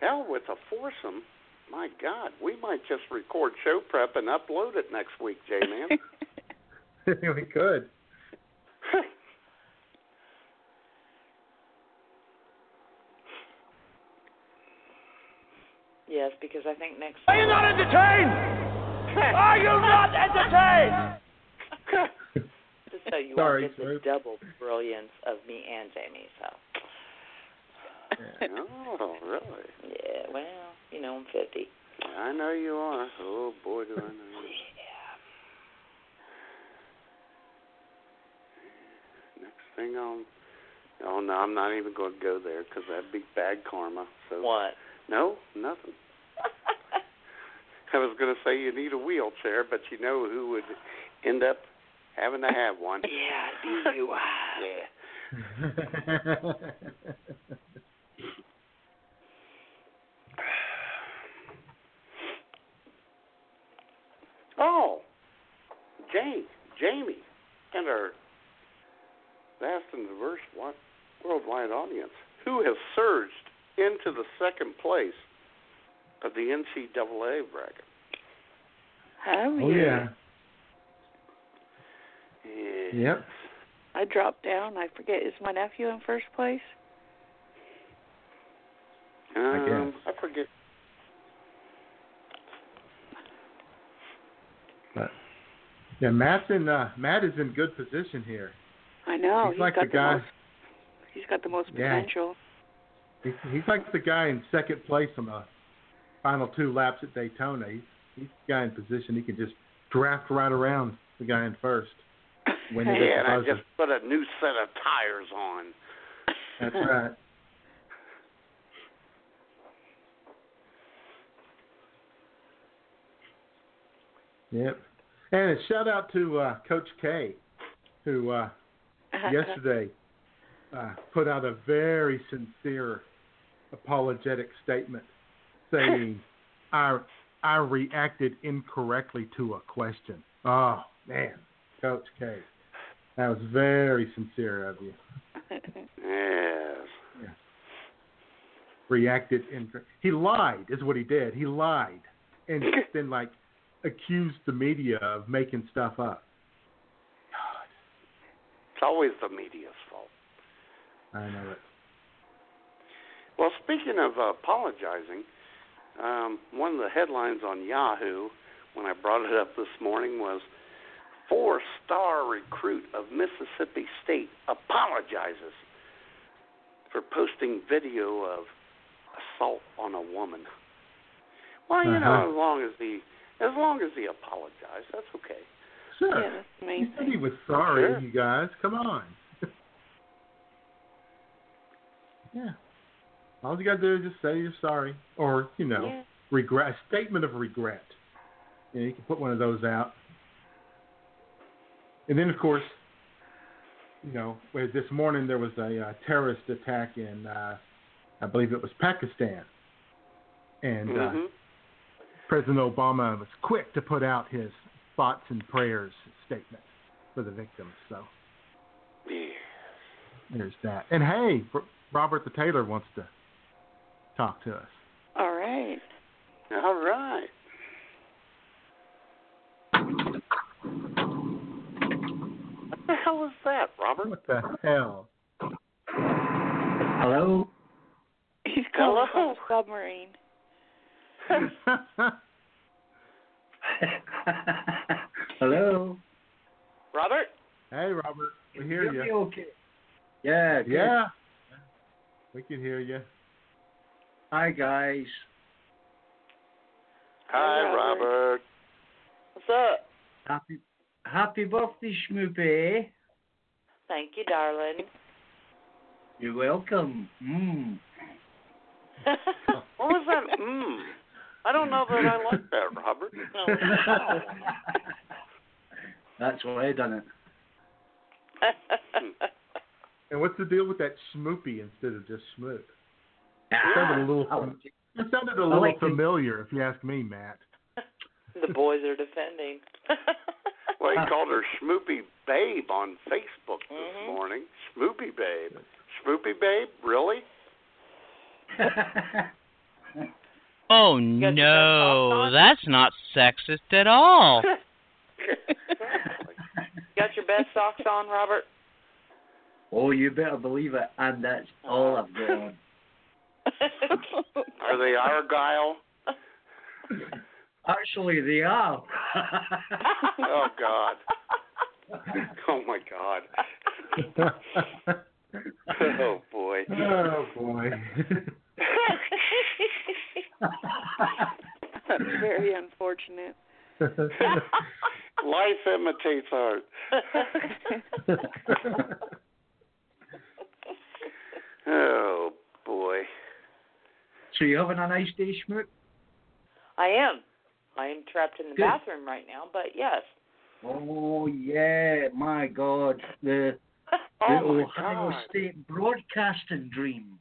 Speaker 5: Hell, with a foursome, my God, we might just record show prep and upload it next week, J Man.
Speaker 3: we could.
Speaker 1: Yes, because I think next.
Speaker 28: Are you not entertained? Are you not entertained?
Speaker 1: Just so you
Speaker 28: Sorry,
Speaker 1: all get the double brilliance of me and Jamie. So
Speaker 5: oh, really?
Speaker 1: yeah, well, you know I'm 50.
Speaker 5: I know you are. Oh boy, do I know you. Next thing I'll. Oh no, I'm not even going to go there because that'd be bad karma. So
Speaker 1: what?
Speaker 5: No, nothing. I was going to say you need a wheelchair, but you know who would end up having to have one.
Speaker 1: Yeah, you.
Speaker 5: yeah. Oh, Jane, Jamie, and our vast and diverse wi- worldwide audience, who has surged into the second place of the NCAA bracket.
Speaker 26: Have
Speaker 3: Oh
Speaker 26: you?
Speaker 3: yeah.
Speaker 5: Yeah.
Speaker 3: Yep.
Speaker 26: I dropped down. I forget. Is my nephew in first place?
Speaker 3: I
Speaker 5: Um,
Speaker 3: guess.
Speaker 5: I forget.
Speaker 3: But yeah, Matt's in uh, Matt is in good position here.
Speaker 26: I know.
Speaker 1: Oh,
Speaker 3: he's, like
Speaker 26: got
Speaker 3: the guy.
Speaker 26: most. He's got the most
Speaker 3: Yeah.
Speaker 26: potential.
Speaker 3: He's, he's like the guy in second place on the final two laps at Daytona. He's, he's the guy in position. He can just draft right around the guy in first. When he
Speaker 5: yeah, and I
Speaker 3: does the
Speaker 5: just put a new set of tires on.
Speaker 3: buzzer. That's right. Yep. And a shout out to uh, Coach K, who uh, yesterday uh, put out a very sincere apologetic statement saying I I reacted incorrectly to a question. Oh man, Coach K, that was very sincere of you.
Speaker 5: Yes.
Speaker 3: Reacted incorrectly. He lied, is what he did. He lied, and then like accused the media of making stuff up.
Speaker 5: It's always the media's fault.
Speaker 3: I know it.
Speaker 5: Well, speaking of uh, apologizing, um, one of the headlines on Yahoo when I brought it up this morning was four star recruit of Mississippi State apologizes for posting video of assault on a woman. Well, you know,
Speaker 3: Uh-huh.
Speaker 5: as long as he as long as he apologized, that's okay.
Speaker 3: Sure.
Speaker 5: Yeah, that's
Speaker 3: You said he was sorry,
Speaker 5: Sure.
Speaker 3: you guys. Come on. yeah. All you gotta do is just say you're sorry, or you know,
Speaker 5: Yeah.
Speaker 3: regret a statement of regret. You, know, you can put one of those out, and then of course, you know, whereas this morning there was a uh, terrorist attack in, uh, I believe it was Pakistan, and uh,
Speaker 5: Mhm.
Speaker 3: President Obama was quick to put out his thoughts and prayers statement for the victims. So there's that. And hey, R- Robert the Taylor wants to talk to us.
Speaker 26: All right.
Speaker 5: All right. What the hell is that, Robert?
Speaker 3: What the hell?
Speaker 29: Hello?
Speaker 26: He's calling from a submarine.
Speaker 29: Hello?
Speaker 5: Robert?
Speaker 3: Hey, Robert. We hear
Speaker 29: You'll
Speaker 3: you.
Speaker 29: be okay. Yeah, good.
Speaker 3: Yeah. We can hear you.
Speaker 29: Hi, guys.
Speaker 5: Hi, Robert.
Speaker 1: What's up?
Speaker 29: Happy, happy birthday, Schmoopy.
Speaker 1: Thank you, darling.
Speaker 29: You're welcome. Mm.
Speaker 5: what was that? Mm. I don't know that I like that, Robert.
Speaker 29: That's why I done it.
Speaker 3: And what's the deal with that schmoopy instead of just schmoop? It
Speaker 29: Ah,
Speaker 3: sounded a little,
Speaker 29: I
Speaker 3: fam- it sounded a
Speaker 29: I
Speaker 3: little
Speaker 29: like to-
Speaker 3: familiar, if you ask me, Matt.
Speaker 1: the boys are defending.
Speaker 5: Well, he called her Schmoopy Babe on Facebook this morning. Schmoopy Babe. Schmoopy Babe? Really?
Speaker 30: Oh no, that's not sexist at all.
Speaker 1: Got your best socks on, Robert?
Speaker 29: Oh, you better believe it. And that's all I've got on.
Speaker 5: Are they Argyle?
Speaker 29: Actually, they are.
Speaker 5: oh, God. Oh, my God. Oh, boy.
Speaker 3: oh, boy.
Speaker 26: That's very unfortunate.
Speaker 5: Life imitates art. oh, boy.
Speaker 29: so you having a nice day, Schmoop?
Speaker 1: I am. I am trapped in the
Speaker 29: Good.
Speaker 1: bathroom right now, but yes.
Speaker 29: Oh yeah, my God, the the
Speaker 1: Oh, my
Speaker 29: Ohio
Speaker 1: God.
Speaker 29: State broadcasting dream,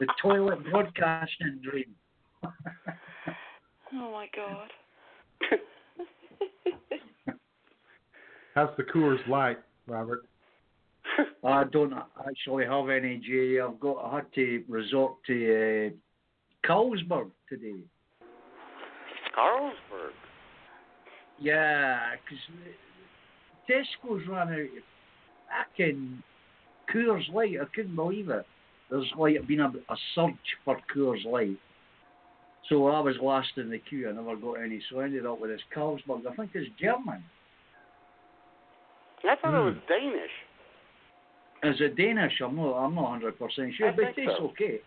Speaker 29: the toilet broadcasting dream.
Speaker 1: Oh my god.
Speaker 3: How's the Coors Light, Robert?
Speaker 29: I don't actually have any, Jay. I've got I had to resort to uh, Carlsberg today.
Speaker 5: Carlsberg.
Speaker 29: Yeah, 'cause Tesco's ran out of fucking Coors Light. I couldn't believe it. There's like been a, a search for Coors Light. So I was last in the queue. I never got any. So I ended up with this Carlsberg. I think it's German.
Speaker 5: I thought it
Speaker 1: Hmm.
Speaker 5: was Danish.
Speaker 29: Is it Danish? I'm not. I'm not 100 percent sure,
Speaker 5: I
Speaker 29: but
Speaker 5: think
Speaker 29: it tastes
Speaker 5: so.
Speaker 29: okay.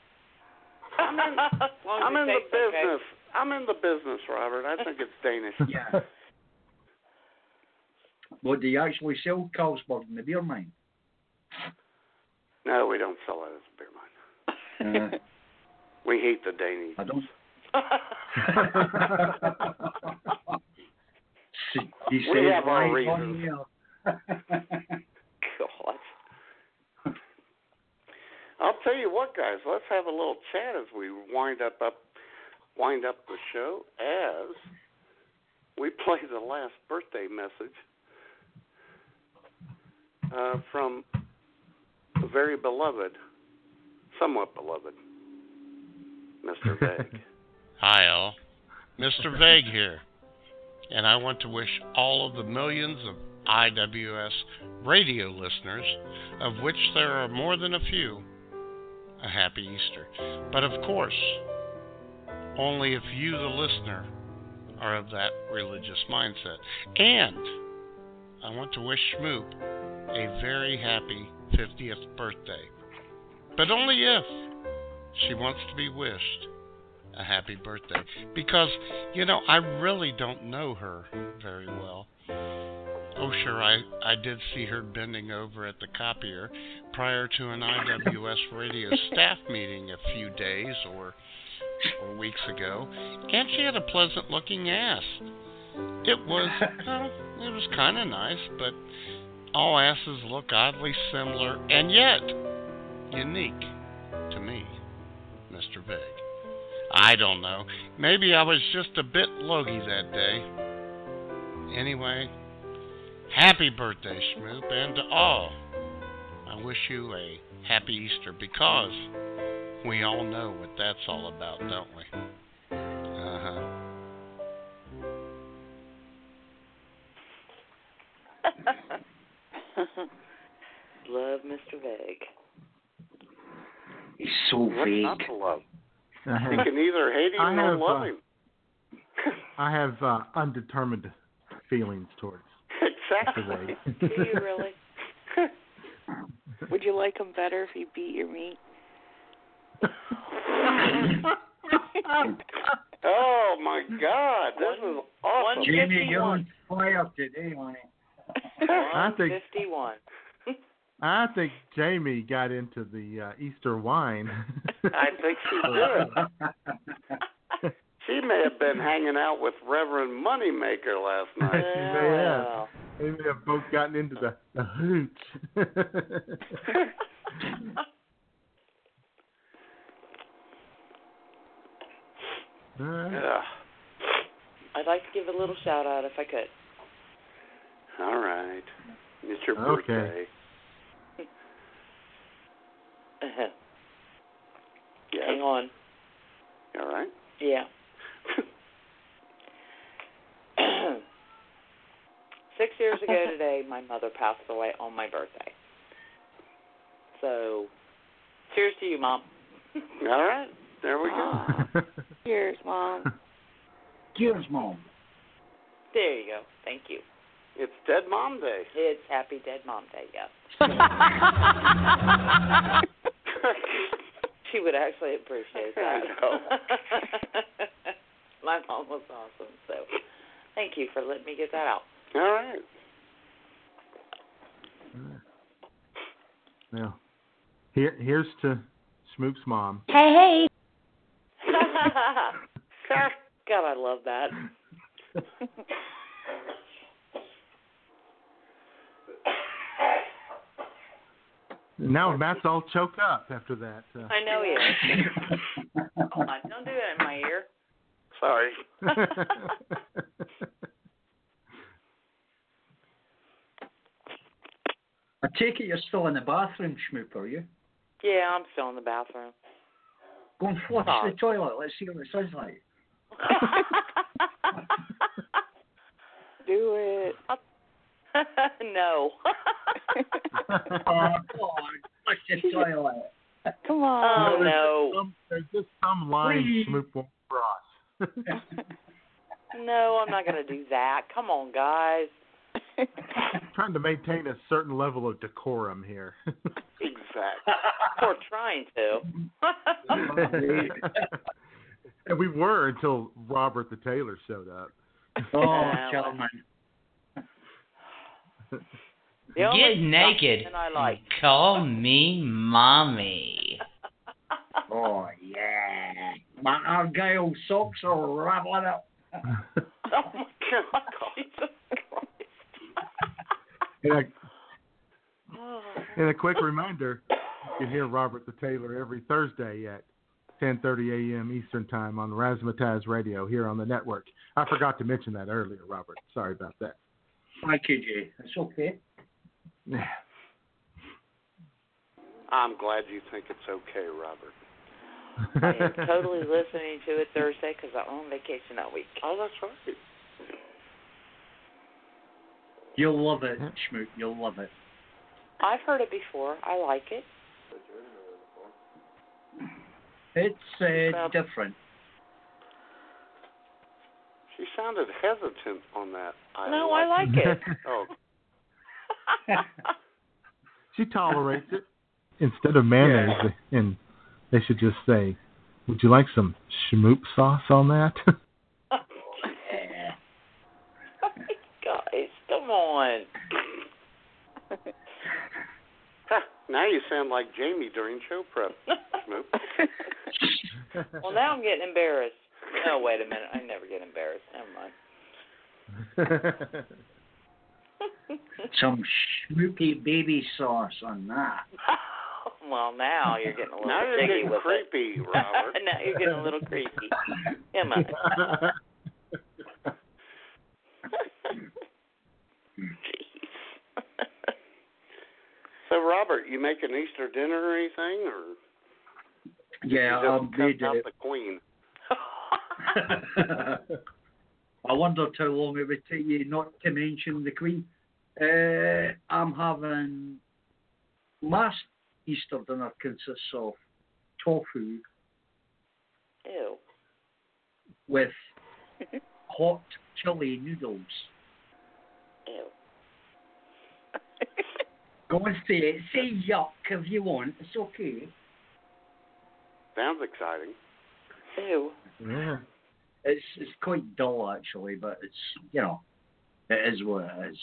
Speaker 5: I'm in,
Speaker 1: long as
Speaker 5: I'm
Speaker 1: it
Speaker 5: in the
Speaker 1: tastes okay.
Speaker 5: business. I'm in the business, Robert. I think it's Danish.
Speaker 29: Yeah. But do you actually sell Carlsberg in the beer mine?
Speaker 5: No, we don't sell it as a beer mine.
Speaker 29: Uh,
Speaker 5: We hate the Danish.
Speaker 29: I don't. He
Speaker 5: we
Speaker 29: says,
Speaker 5: have our
Speaker 29: "Right on
Speaker 5: reasons.
Speaker 29: here."
Speaker 5: God. I'll tell you what, guys. Let's have a little chat as we wind up up wind up the show as we play the last birthday message uh, from the very beloved, somewhat beloved, Mr. Vague.
Speaker 31: Hi, all. Mr. Vague here, and I want to wish all of the millions of
Speaker 5: IWS radio listeners, of which there are more than a few, a happy Easter. But of course, only if you, the listener, are of that religious mindset. And I want to wish Schmoop a very happy 50th birthday. But only if she wants to be wished a happy birthday. Because, you know, I really don't know her very well. Oh, sure, I, I did see her bending over at the copier prior to an IWS radio staff meeting a few days or, or weeks ago, and she had a pleasant looking ass. It was, well, it was kind of nice, but all asses look oddly similar and yet unique to me, Mr. Big. I don't know. Maybe I was just a bit logy that day. Anyway, happy birthday, Schmoop, and to all. I wish you a happy Easter because we all know what that's all about, don't we? Uh huh.
Speaker 1: Love Mr. Vague.
Speaker 29: He's so
Speaker 32: What's
Speaker 29: vague.
Speaker 32: not to love?
Speaker 3: I
Speaker 32: You
Speaker 3: have,
Speaker 32: can either hate him
Speaker 3: I
Speaker 32: or
Speaker 3: have,
Speaker 32: love
Speaker 3: uh,
Speaker 32: him.
Speaker 3: I have uh, undetermined feelings towards
Speaker 33: Exactly.
Speaker 3: Mr.
Speaker 33: Do
Speaker 3: Wade.
Speaker 33: you really? Would you like him better if he beat your meat?
Speaker 32: Oh my God, this is awesome.
Speaker 29: Jimmy, you're on fire today, honey.
Speaker 3: I think-
Speaker 1: fifty-one.
Speaker 3: I think Jamie got into the uh, Easter wine.
Speaker 32: I think she did. she may have been hanging out with Reverend Moneymaker last
Speaker 3: She may
Speaker 32: night.
Speaker 3: have. They may have both gotten into the, the hooch. All right.
Speaker 32: Yeah.
Speaker 1: I'd like to give a little shout out if I could.
Speaker 32: All right. It's your
Speaker 3: Okay.
Speaker 32: birthday. Yes.
Speaker 1: Hang on.
Speaker 32: All right.
Speaker 1: Yeah. Six years ago today, my mother passed away on my birthday. So, cheers to you, Mom.
Speaker 32: All right. There we go.
Speaker 1: Ah. Cheers, Mom.
Speaker 29: Cheers, Mom.
Speaker 1: There you go. Thank you.
Speaker 32: It's Dead Mom Day.
Speaker 1: It's Happy Dead Mom Day, yes. she would actually appreciate that.
Speaker 32: I know.
Speaker 1: My mom was awesome, so thank you for letting me get that out.
Speaker 32: All right.
Speaker 3: Now, here, here's to Smoop's mom.
Speaker 1: Hey, hey. God, I love that.
Speaker 3: Now Matt's all choked up after that. Uh,
Speaker 1: I know you. Come on, don't do that in my ear.
Speaker 32: Sorry.
Speaker 29: I take it you're still in the bathroom, Schmoop, are you?
Speaker 1: Yeah, I'm still in the bathroom.
Speaker 29: Go and flush
Speaker 1: Oh.
Speaker 29: the toilet. Let's see what it sounds like.
Speaker 1: do it. no.
Speaker 29: oh, come on. Flush the toilet.
Speaker 1: Come on. Oh, no.
Speaker 3: There's just some line
Speaker 1: Please.
Speaker 3: Smoop won't cross.
Speaker 1: No, I'm not going to do that. Come on, guys.
Speaker 3: Trying to maintain a certain level of decorum here.
Speaker 32: Exactly.
Speaker 1: We're trying to.
Speaker 3: and we were until Robert the Taylor showed up.
Speaker 29: Oh,
Speaker 1: Yeah,
Speaker 29: gentlemen.
Speaker 1: The only
Speaker 2: Get naked.
Speaker 1: something I like.
Speaker 2: and Call me mommy.
Speaker 29: Oh, yeah. My Argyle socks are rattling up.
Speaker 1: Oh, my God. Jesus
Speaker 3: And a,
Speaker 1: Christ.
Speaker 3: and a quick reminder, you can hear Robert the Taylor every Thursday at 10:30 a.m. Eastern Time on Razzmatazz Radio here on the network. I forgot to mention that earlier, Robert. Sorry about that.
Speaker 29: Hi, KJ. It's okay.
Speaker 32: I'm glad you think it's okay, Robert.
Speaker 1: I am totally listening to it Thursday Oh, because I'm on vacation that week.
Speaker 32: Oh, that's right.
Speaker 3: You'll love it, Schmoop. You'll love it.
Speaker 1: I've heard it before. I like it.
Speaker 3: It's uh, different.
Speaker 5: She sounded hesitant on that. I
Speaker 1: No, I like it.
Speaker 5: oh,
Speaker 34: She tolerates it.
Speaker 35: Instead of mayonnaise, they- and they should just say, "Would you like some schmoop sauce on that?"
Speaker 1: Guys, come on.
Speaker 5: huh, now you sound like Jamie during show prep. Smoop.
Speaker 1: well, now I'm getting embarrassed. No, wait a minute. I never get embarrassed. Never mind.
Speaker 3: Some schmoopy baby sauce on that.
Speaker 1: Well, now you're getting a little
Speaker 3: Now you're
Speaker 1: jiggy
Speaker 3: getting
Speaker 1: with it.
Speaker 3: creepy, Robert.
Speaker 1: now you're getting a little creepy. Am I?
Speaker 5: so, Robert, you making Easter dinner or anything, or
Speaker 3: Yeah,
Speaker 5: you
Speaker 3: I'll
Speaker 5: just
Speaker 3: be
Speaker 5: cussed out
Speaker 3: there.
Speaker 5: the queen?
Speaker 3: I wondered how long it would take you not to mention the Queen. Uh, I'm having last Easter dinner consists of tofu
Speaker 1: Ew.
Speaker 3: with hot chili noodles.
Speaker 1: Ew.
Speaker 3: Go and say it. Say yuck if you want. It's okay.
Speaker 5: Sounds exciting.
Speaker 1: Ew.
Speaker 34: Yeah.
Speaker 3: It's it's quite dull actually, but it's you know, it is what it is.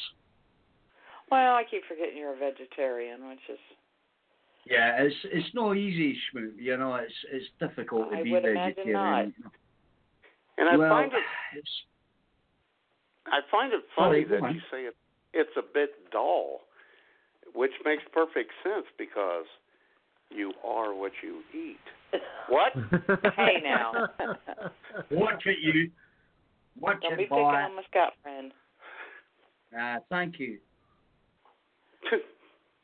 Speaker 1: Well, I keep forgetting you're a vegetarian, which is
Speaker 3: Yeah, it's it's not easy, Schmoop. You know, it's it's difficult to
Speaker 1: I
Speaker 3: be
Speaker 1: would imagine
Speaker 3: vegetarian.
Speaker 5: And I
Speaker 3: Well,
Speaker 5: find it. I find it
Speaker 3: Sorry,
Speaker 5: funny
Speaker 3: go
Speaker 5: that
Speaker 3: on.
Speaker 5: you say it, it's a bit dull, which makes perfect sense because you are what you eat. What?
Speaker 1: hey now.
Speaker 3: Watch it, you. Watch
Speaker 1: Don't
Speaker 3: it,
Speaker 1: be picking
Speaker 3: boy.
Speaker 1: on my Scott friend.
Speaker 3: Ah, thank you.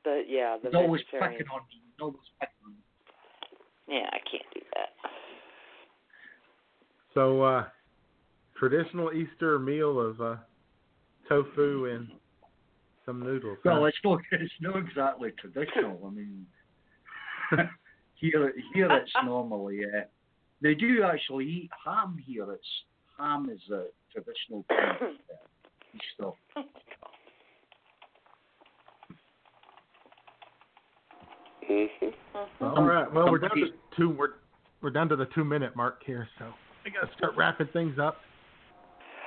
Speaker 1: But yeah, the
Speaker 3: He's always
Speaker 1: vegetarian.
Speaker 3: picking on me. He's always picking on me.
Speaker 1: Yeah, I can't do that.
Speaker 34: So, uh, traditional Easter meal of uh, tofu and some noodles.
Speaker 3: Well,
Speaker 34: huh?
Speaker 3: it's not it's not exactly traditional. I mean, here here it's normally uh, they do actually eat ham here. It's ham is a traditional thing, uh, Easter.
Speaker 5: Mm-hmm.
Speaker 34: All right. Well, we're down to two. We're we're down to the two minute mark here, so we gotta start wrapping things up.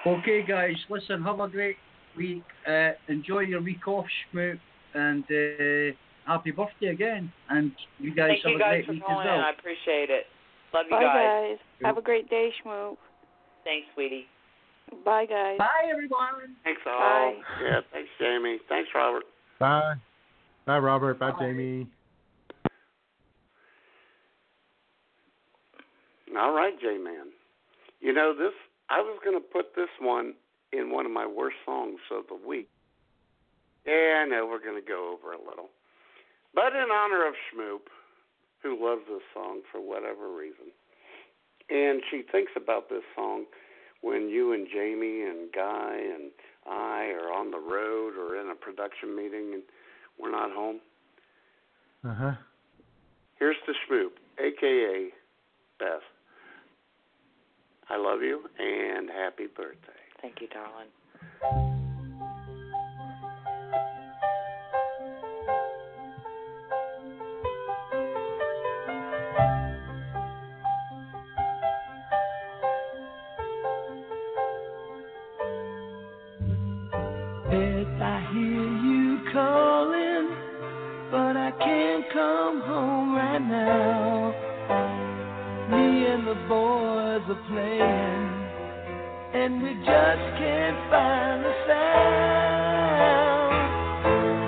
Speaker 3: Okay, guys, listen, have a great week. Uh, enjoy your week off, Schmoop, and uh, happy birthday again. And you guys
Speaker 1: Thank
Speaker 3: have
Speaker 1: you
Speaker 3: a
Speaker 1: guys
Speaker 3: great
Speaker 1: for
Speaker 3: week
Speaker 1: calling
Speaker 3: as
Speaker 1: in.
Speaker 3: well.
Speaker 1: I appreciate it. Love you
Speaker 36: Bye,
Speaker 1: guys.
Speaker 36: guys. Have a great day, Schmoop.
Speaker 1: Thanks, sweetie.
Speaker 36: Bye, guys.
Speaker 3: Bye, everyone.
Speaker 5: Thanks all.
Speaker 36: Bye.
Speaker 5: Yeah, thanks Jamie. Thanks Robert.
Speaker 34: Bye, bye, Robert. Bye, Jamie.
Speaker 5: All right, J Man. You know this. I was gonna put this one in one of my worst songs of the week. Yeah, I know we're gonna go over a little, but in honor of Schmoop, who loves this song for whatever reason, and she thinks about this song when you and Jamie and Guy and I are on the road or in a production meeting and we're not home.
Speaker 34: Uh huh.
Speaker 5: Here's the Schmoop, aka Beth. I love you and happy birthday.
Speaker 1: Thank you, darling.
Speaker 2: Beth, I hear you calling, but I can't come home right now. Me and the boys are playing, and we just can't find the sound.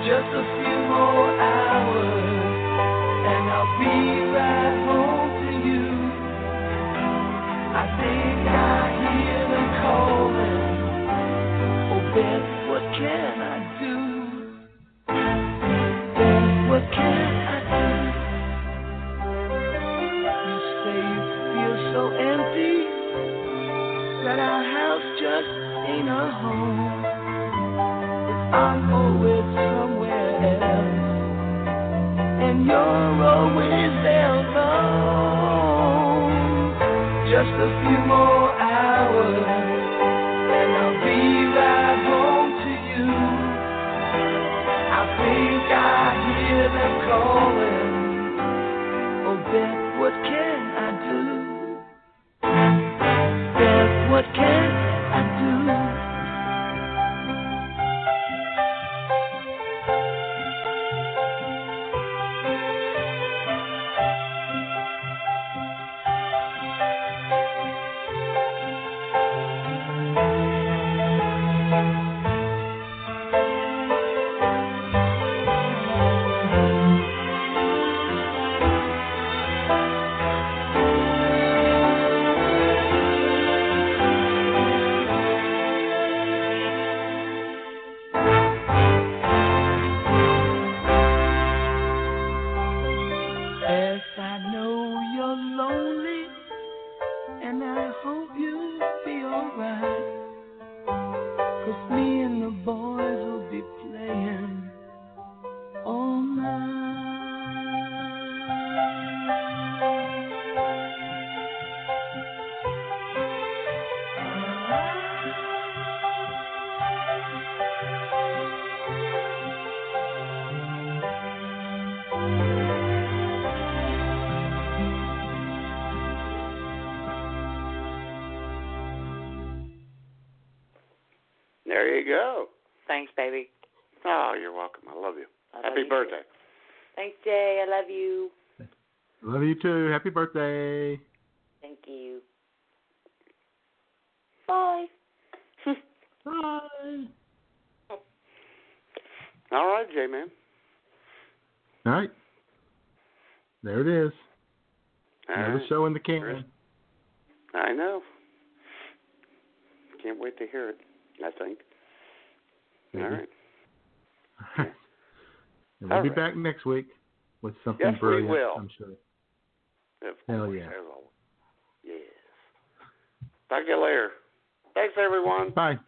Speaker 2: Just a few more hours, and I'll be right home to you. I think I hear them calling. Oh, Beth, what can I do? Beth, what can I do? You say you feel so empty that our house just ain't a home. You're always alone. Just a few more hours, and I'll be right home to you. I think I hear them calling. Oh, Beth, what can I do? Beth, what can I do? Yes, I know you're lonely, and I hope you'll be alright. Cause me and the boys will be playing all
Speaker 5: There you go.
Speaker 37: Thanks, baby.
Speaker 5: Oh, you're welcome. I love you.
Speaker 37: I love
Speaker 5: Happy
Speaker 37: you, too.
Speaker 5: birthday.
Speaker 37: Thanks, Jay. I love you.
Speaker 3: Love you too. Happy birthday.
Speaker 37: Thank you. Bye.
Speaker 2: Bye.
Speaker 5: All right, J Man.
Speaker 3: All right. There it is.
Speaker 5: All
Speaker 3: Another
Speaker 5: right.
Speaker 3: show in the can.
Speaker 5: I know. Can't wait to hear it, I think. All right.
Speaker 3: And we'll
Speaker 5: All
Speaker 3: be
Speaker 5: right.
Speaker 3: back next week with something
Speaker 5: Yes, we
Speaker 3: brilliant.
Speaker 5: will.
Speaker 3: I'm sure.
Speaker 5: Of
Speaker 3: Hell
Speaker 5: course,
Speaker 3: yeah.
Speaker 5: as always. Yes. Talk to you later. Thanks, everyone.
Speaker 3: Bye.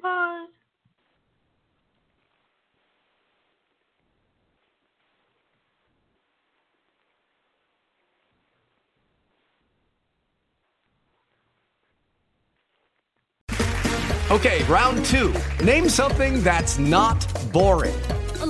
Speaker 2: Bye.
Speaker 1: Okay, round two. Name something that's not boring.
Speaker 13: A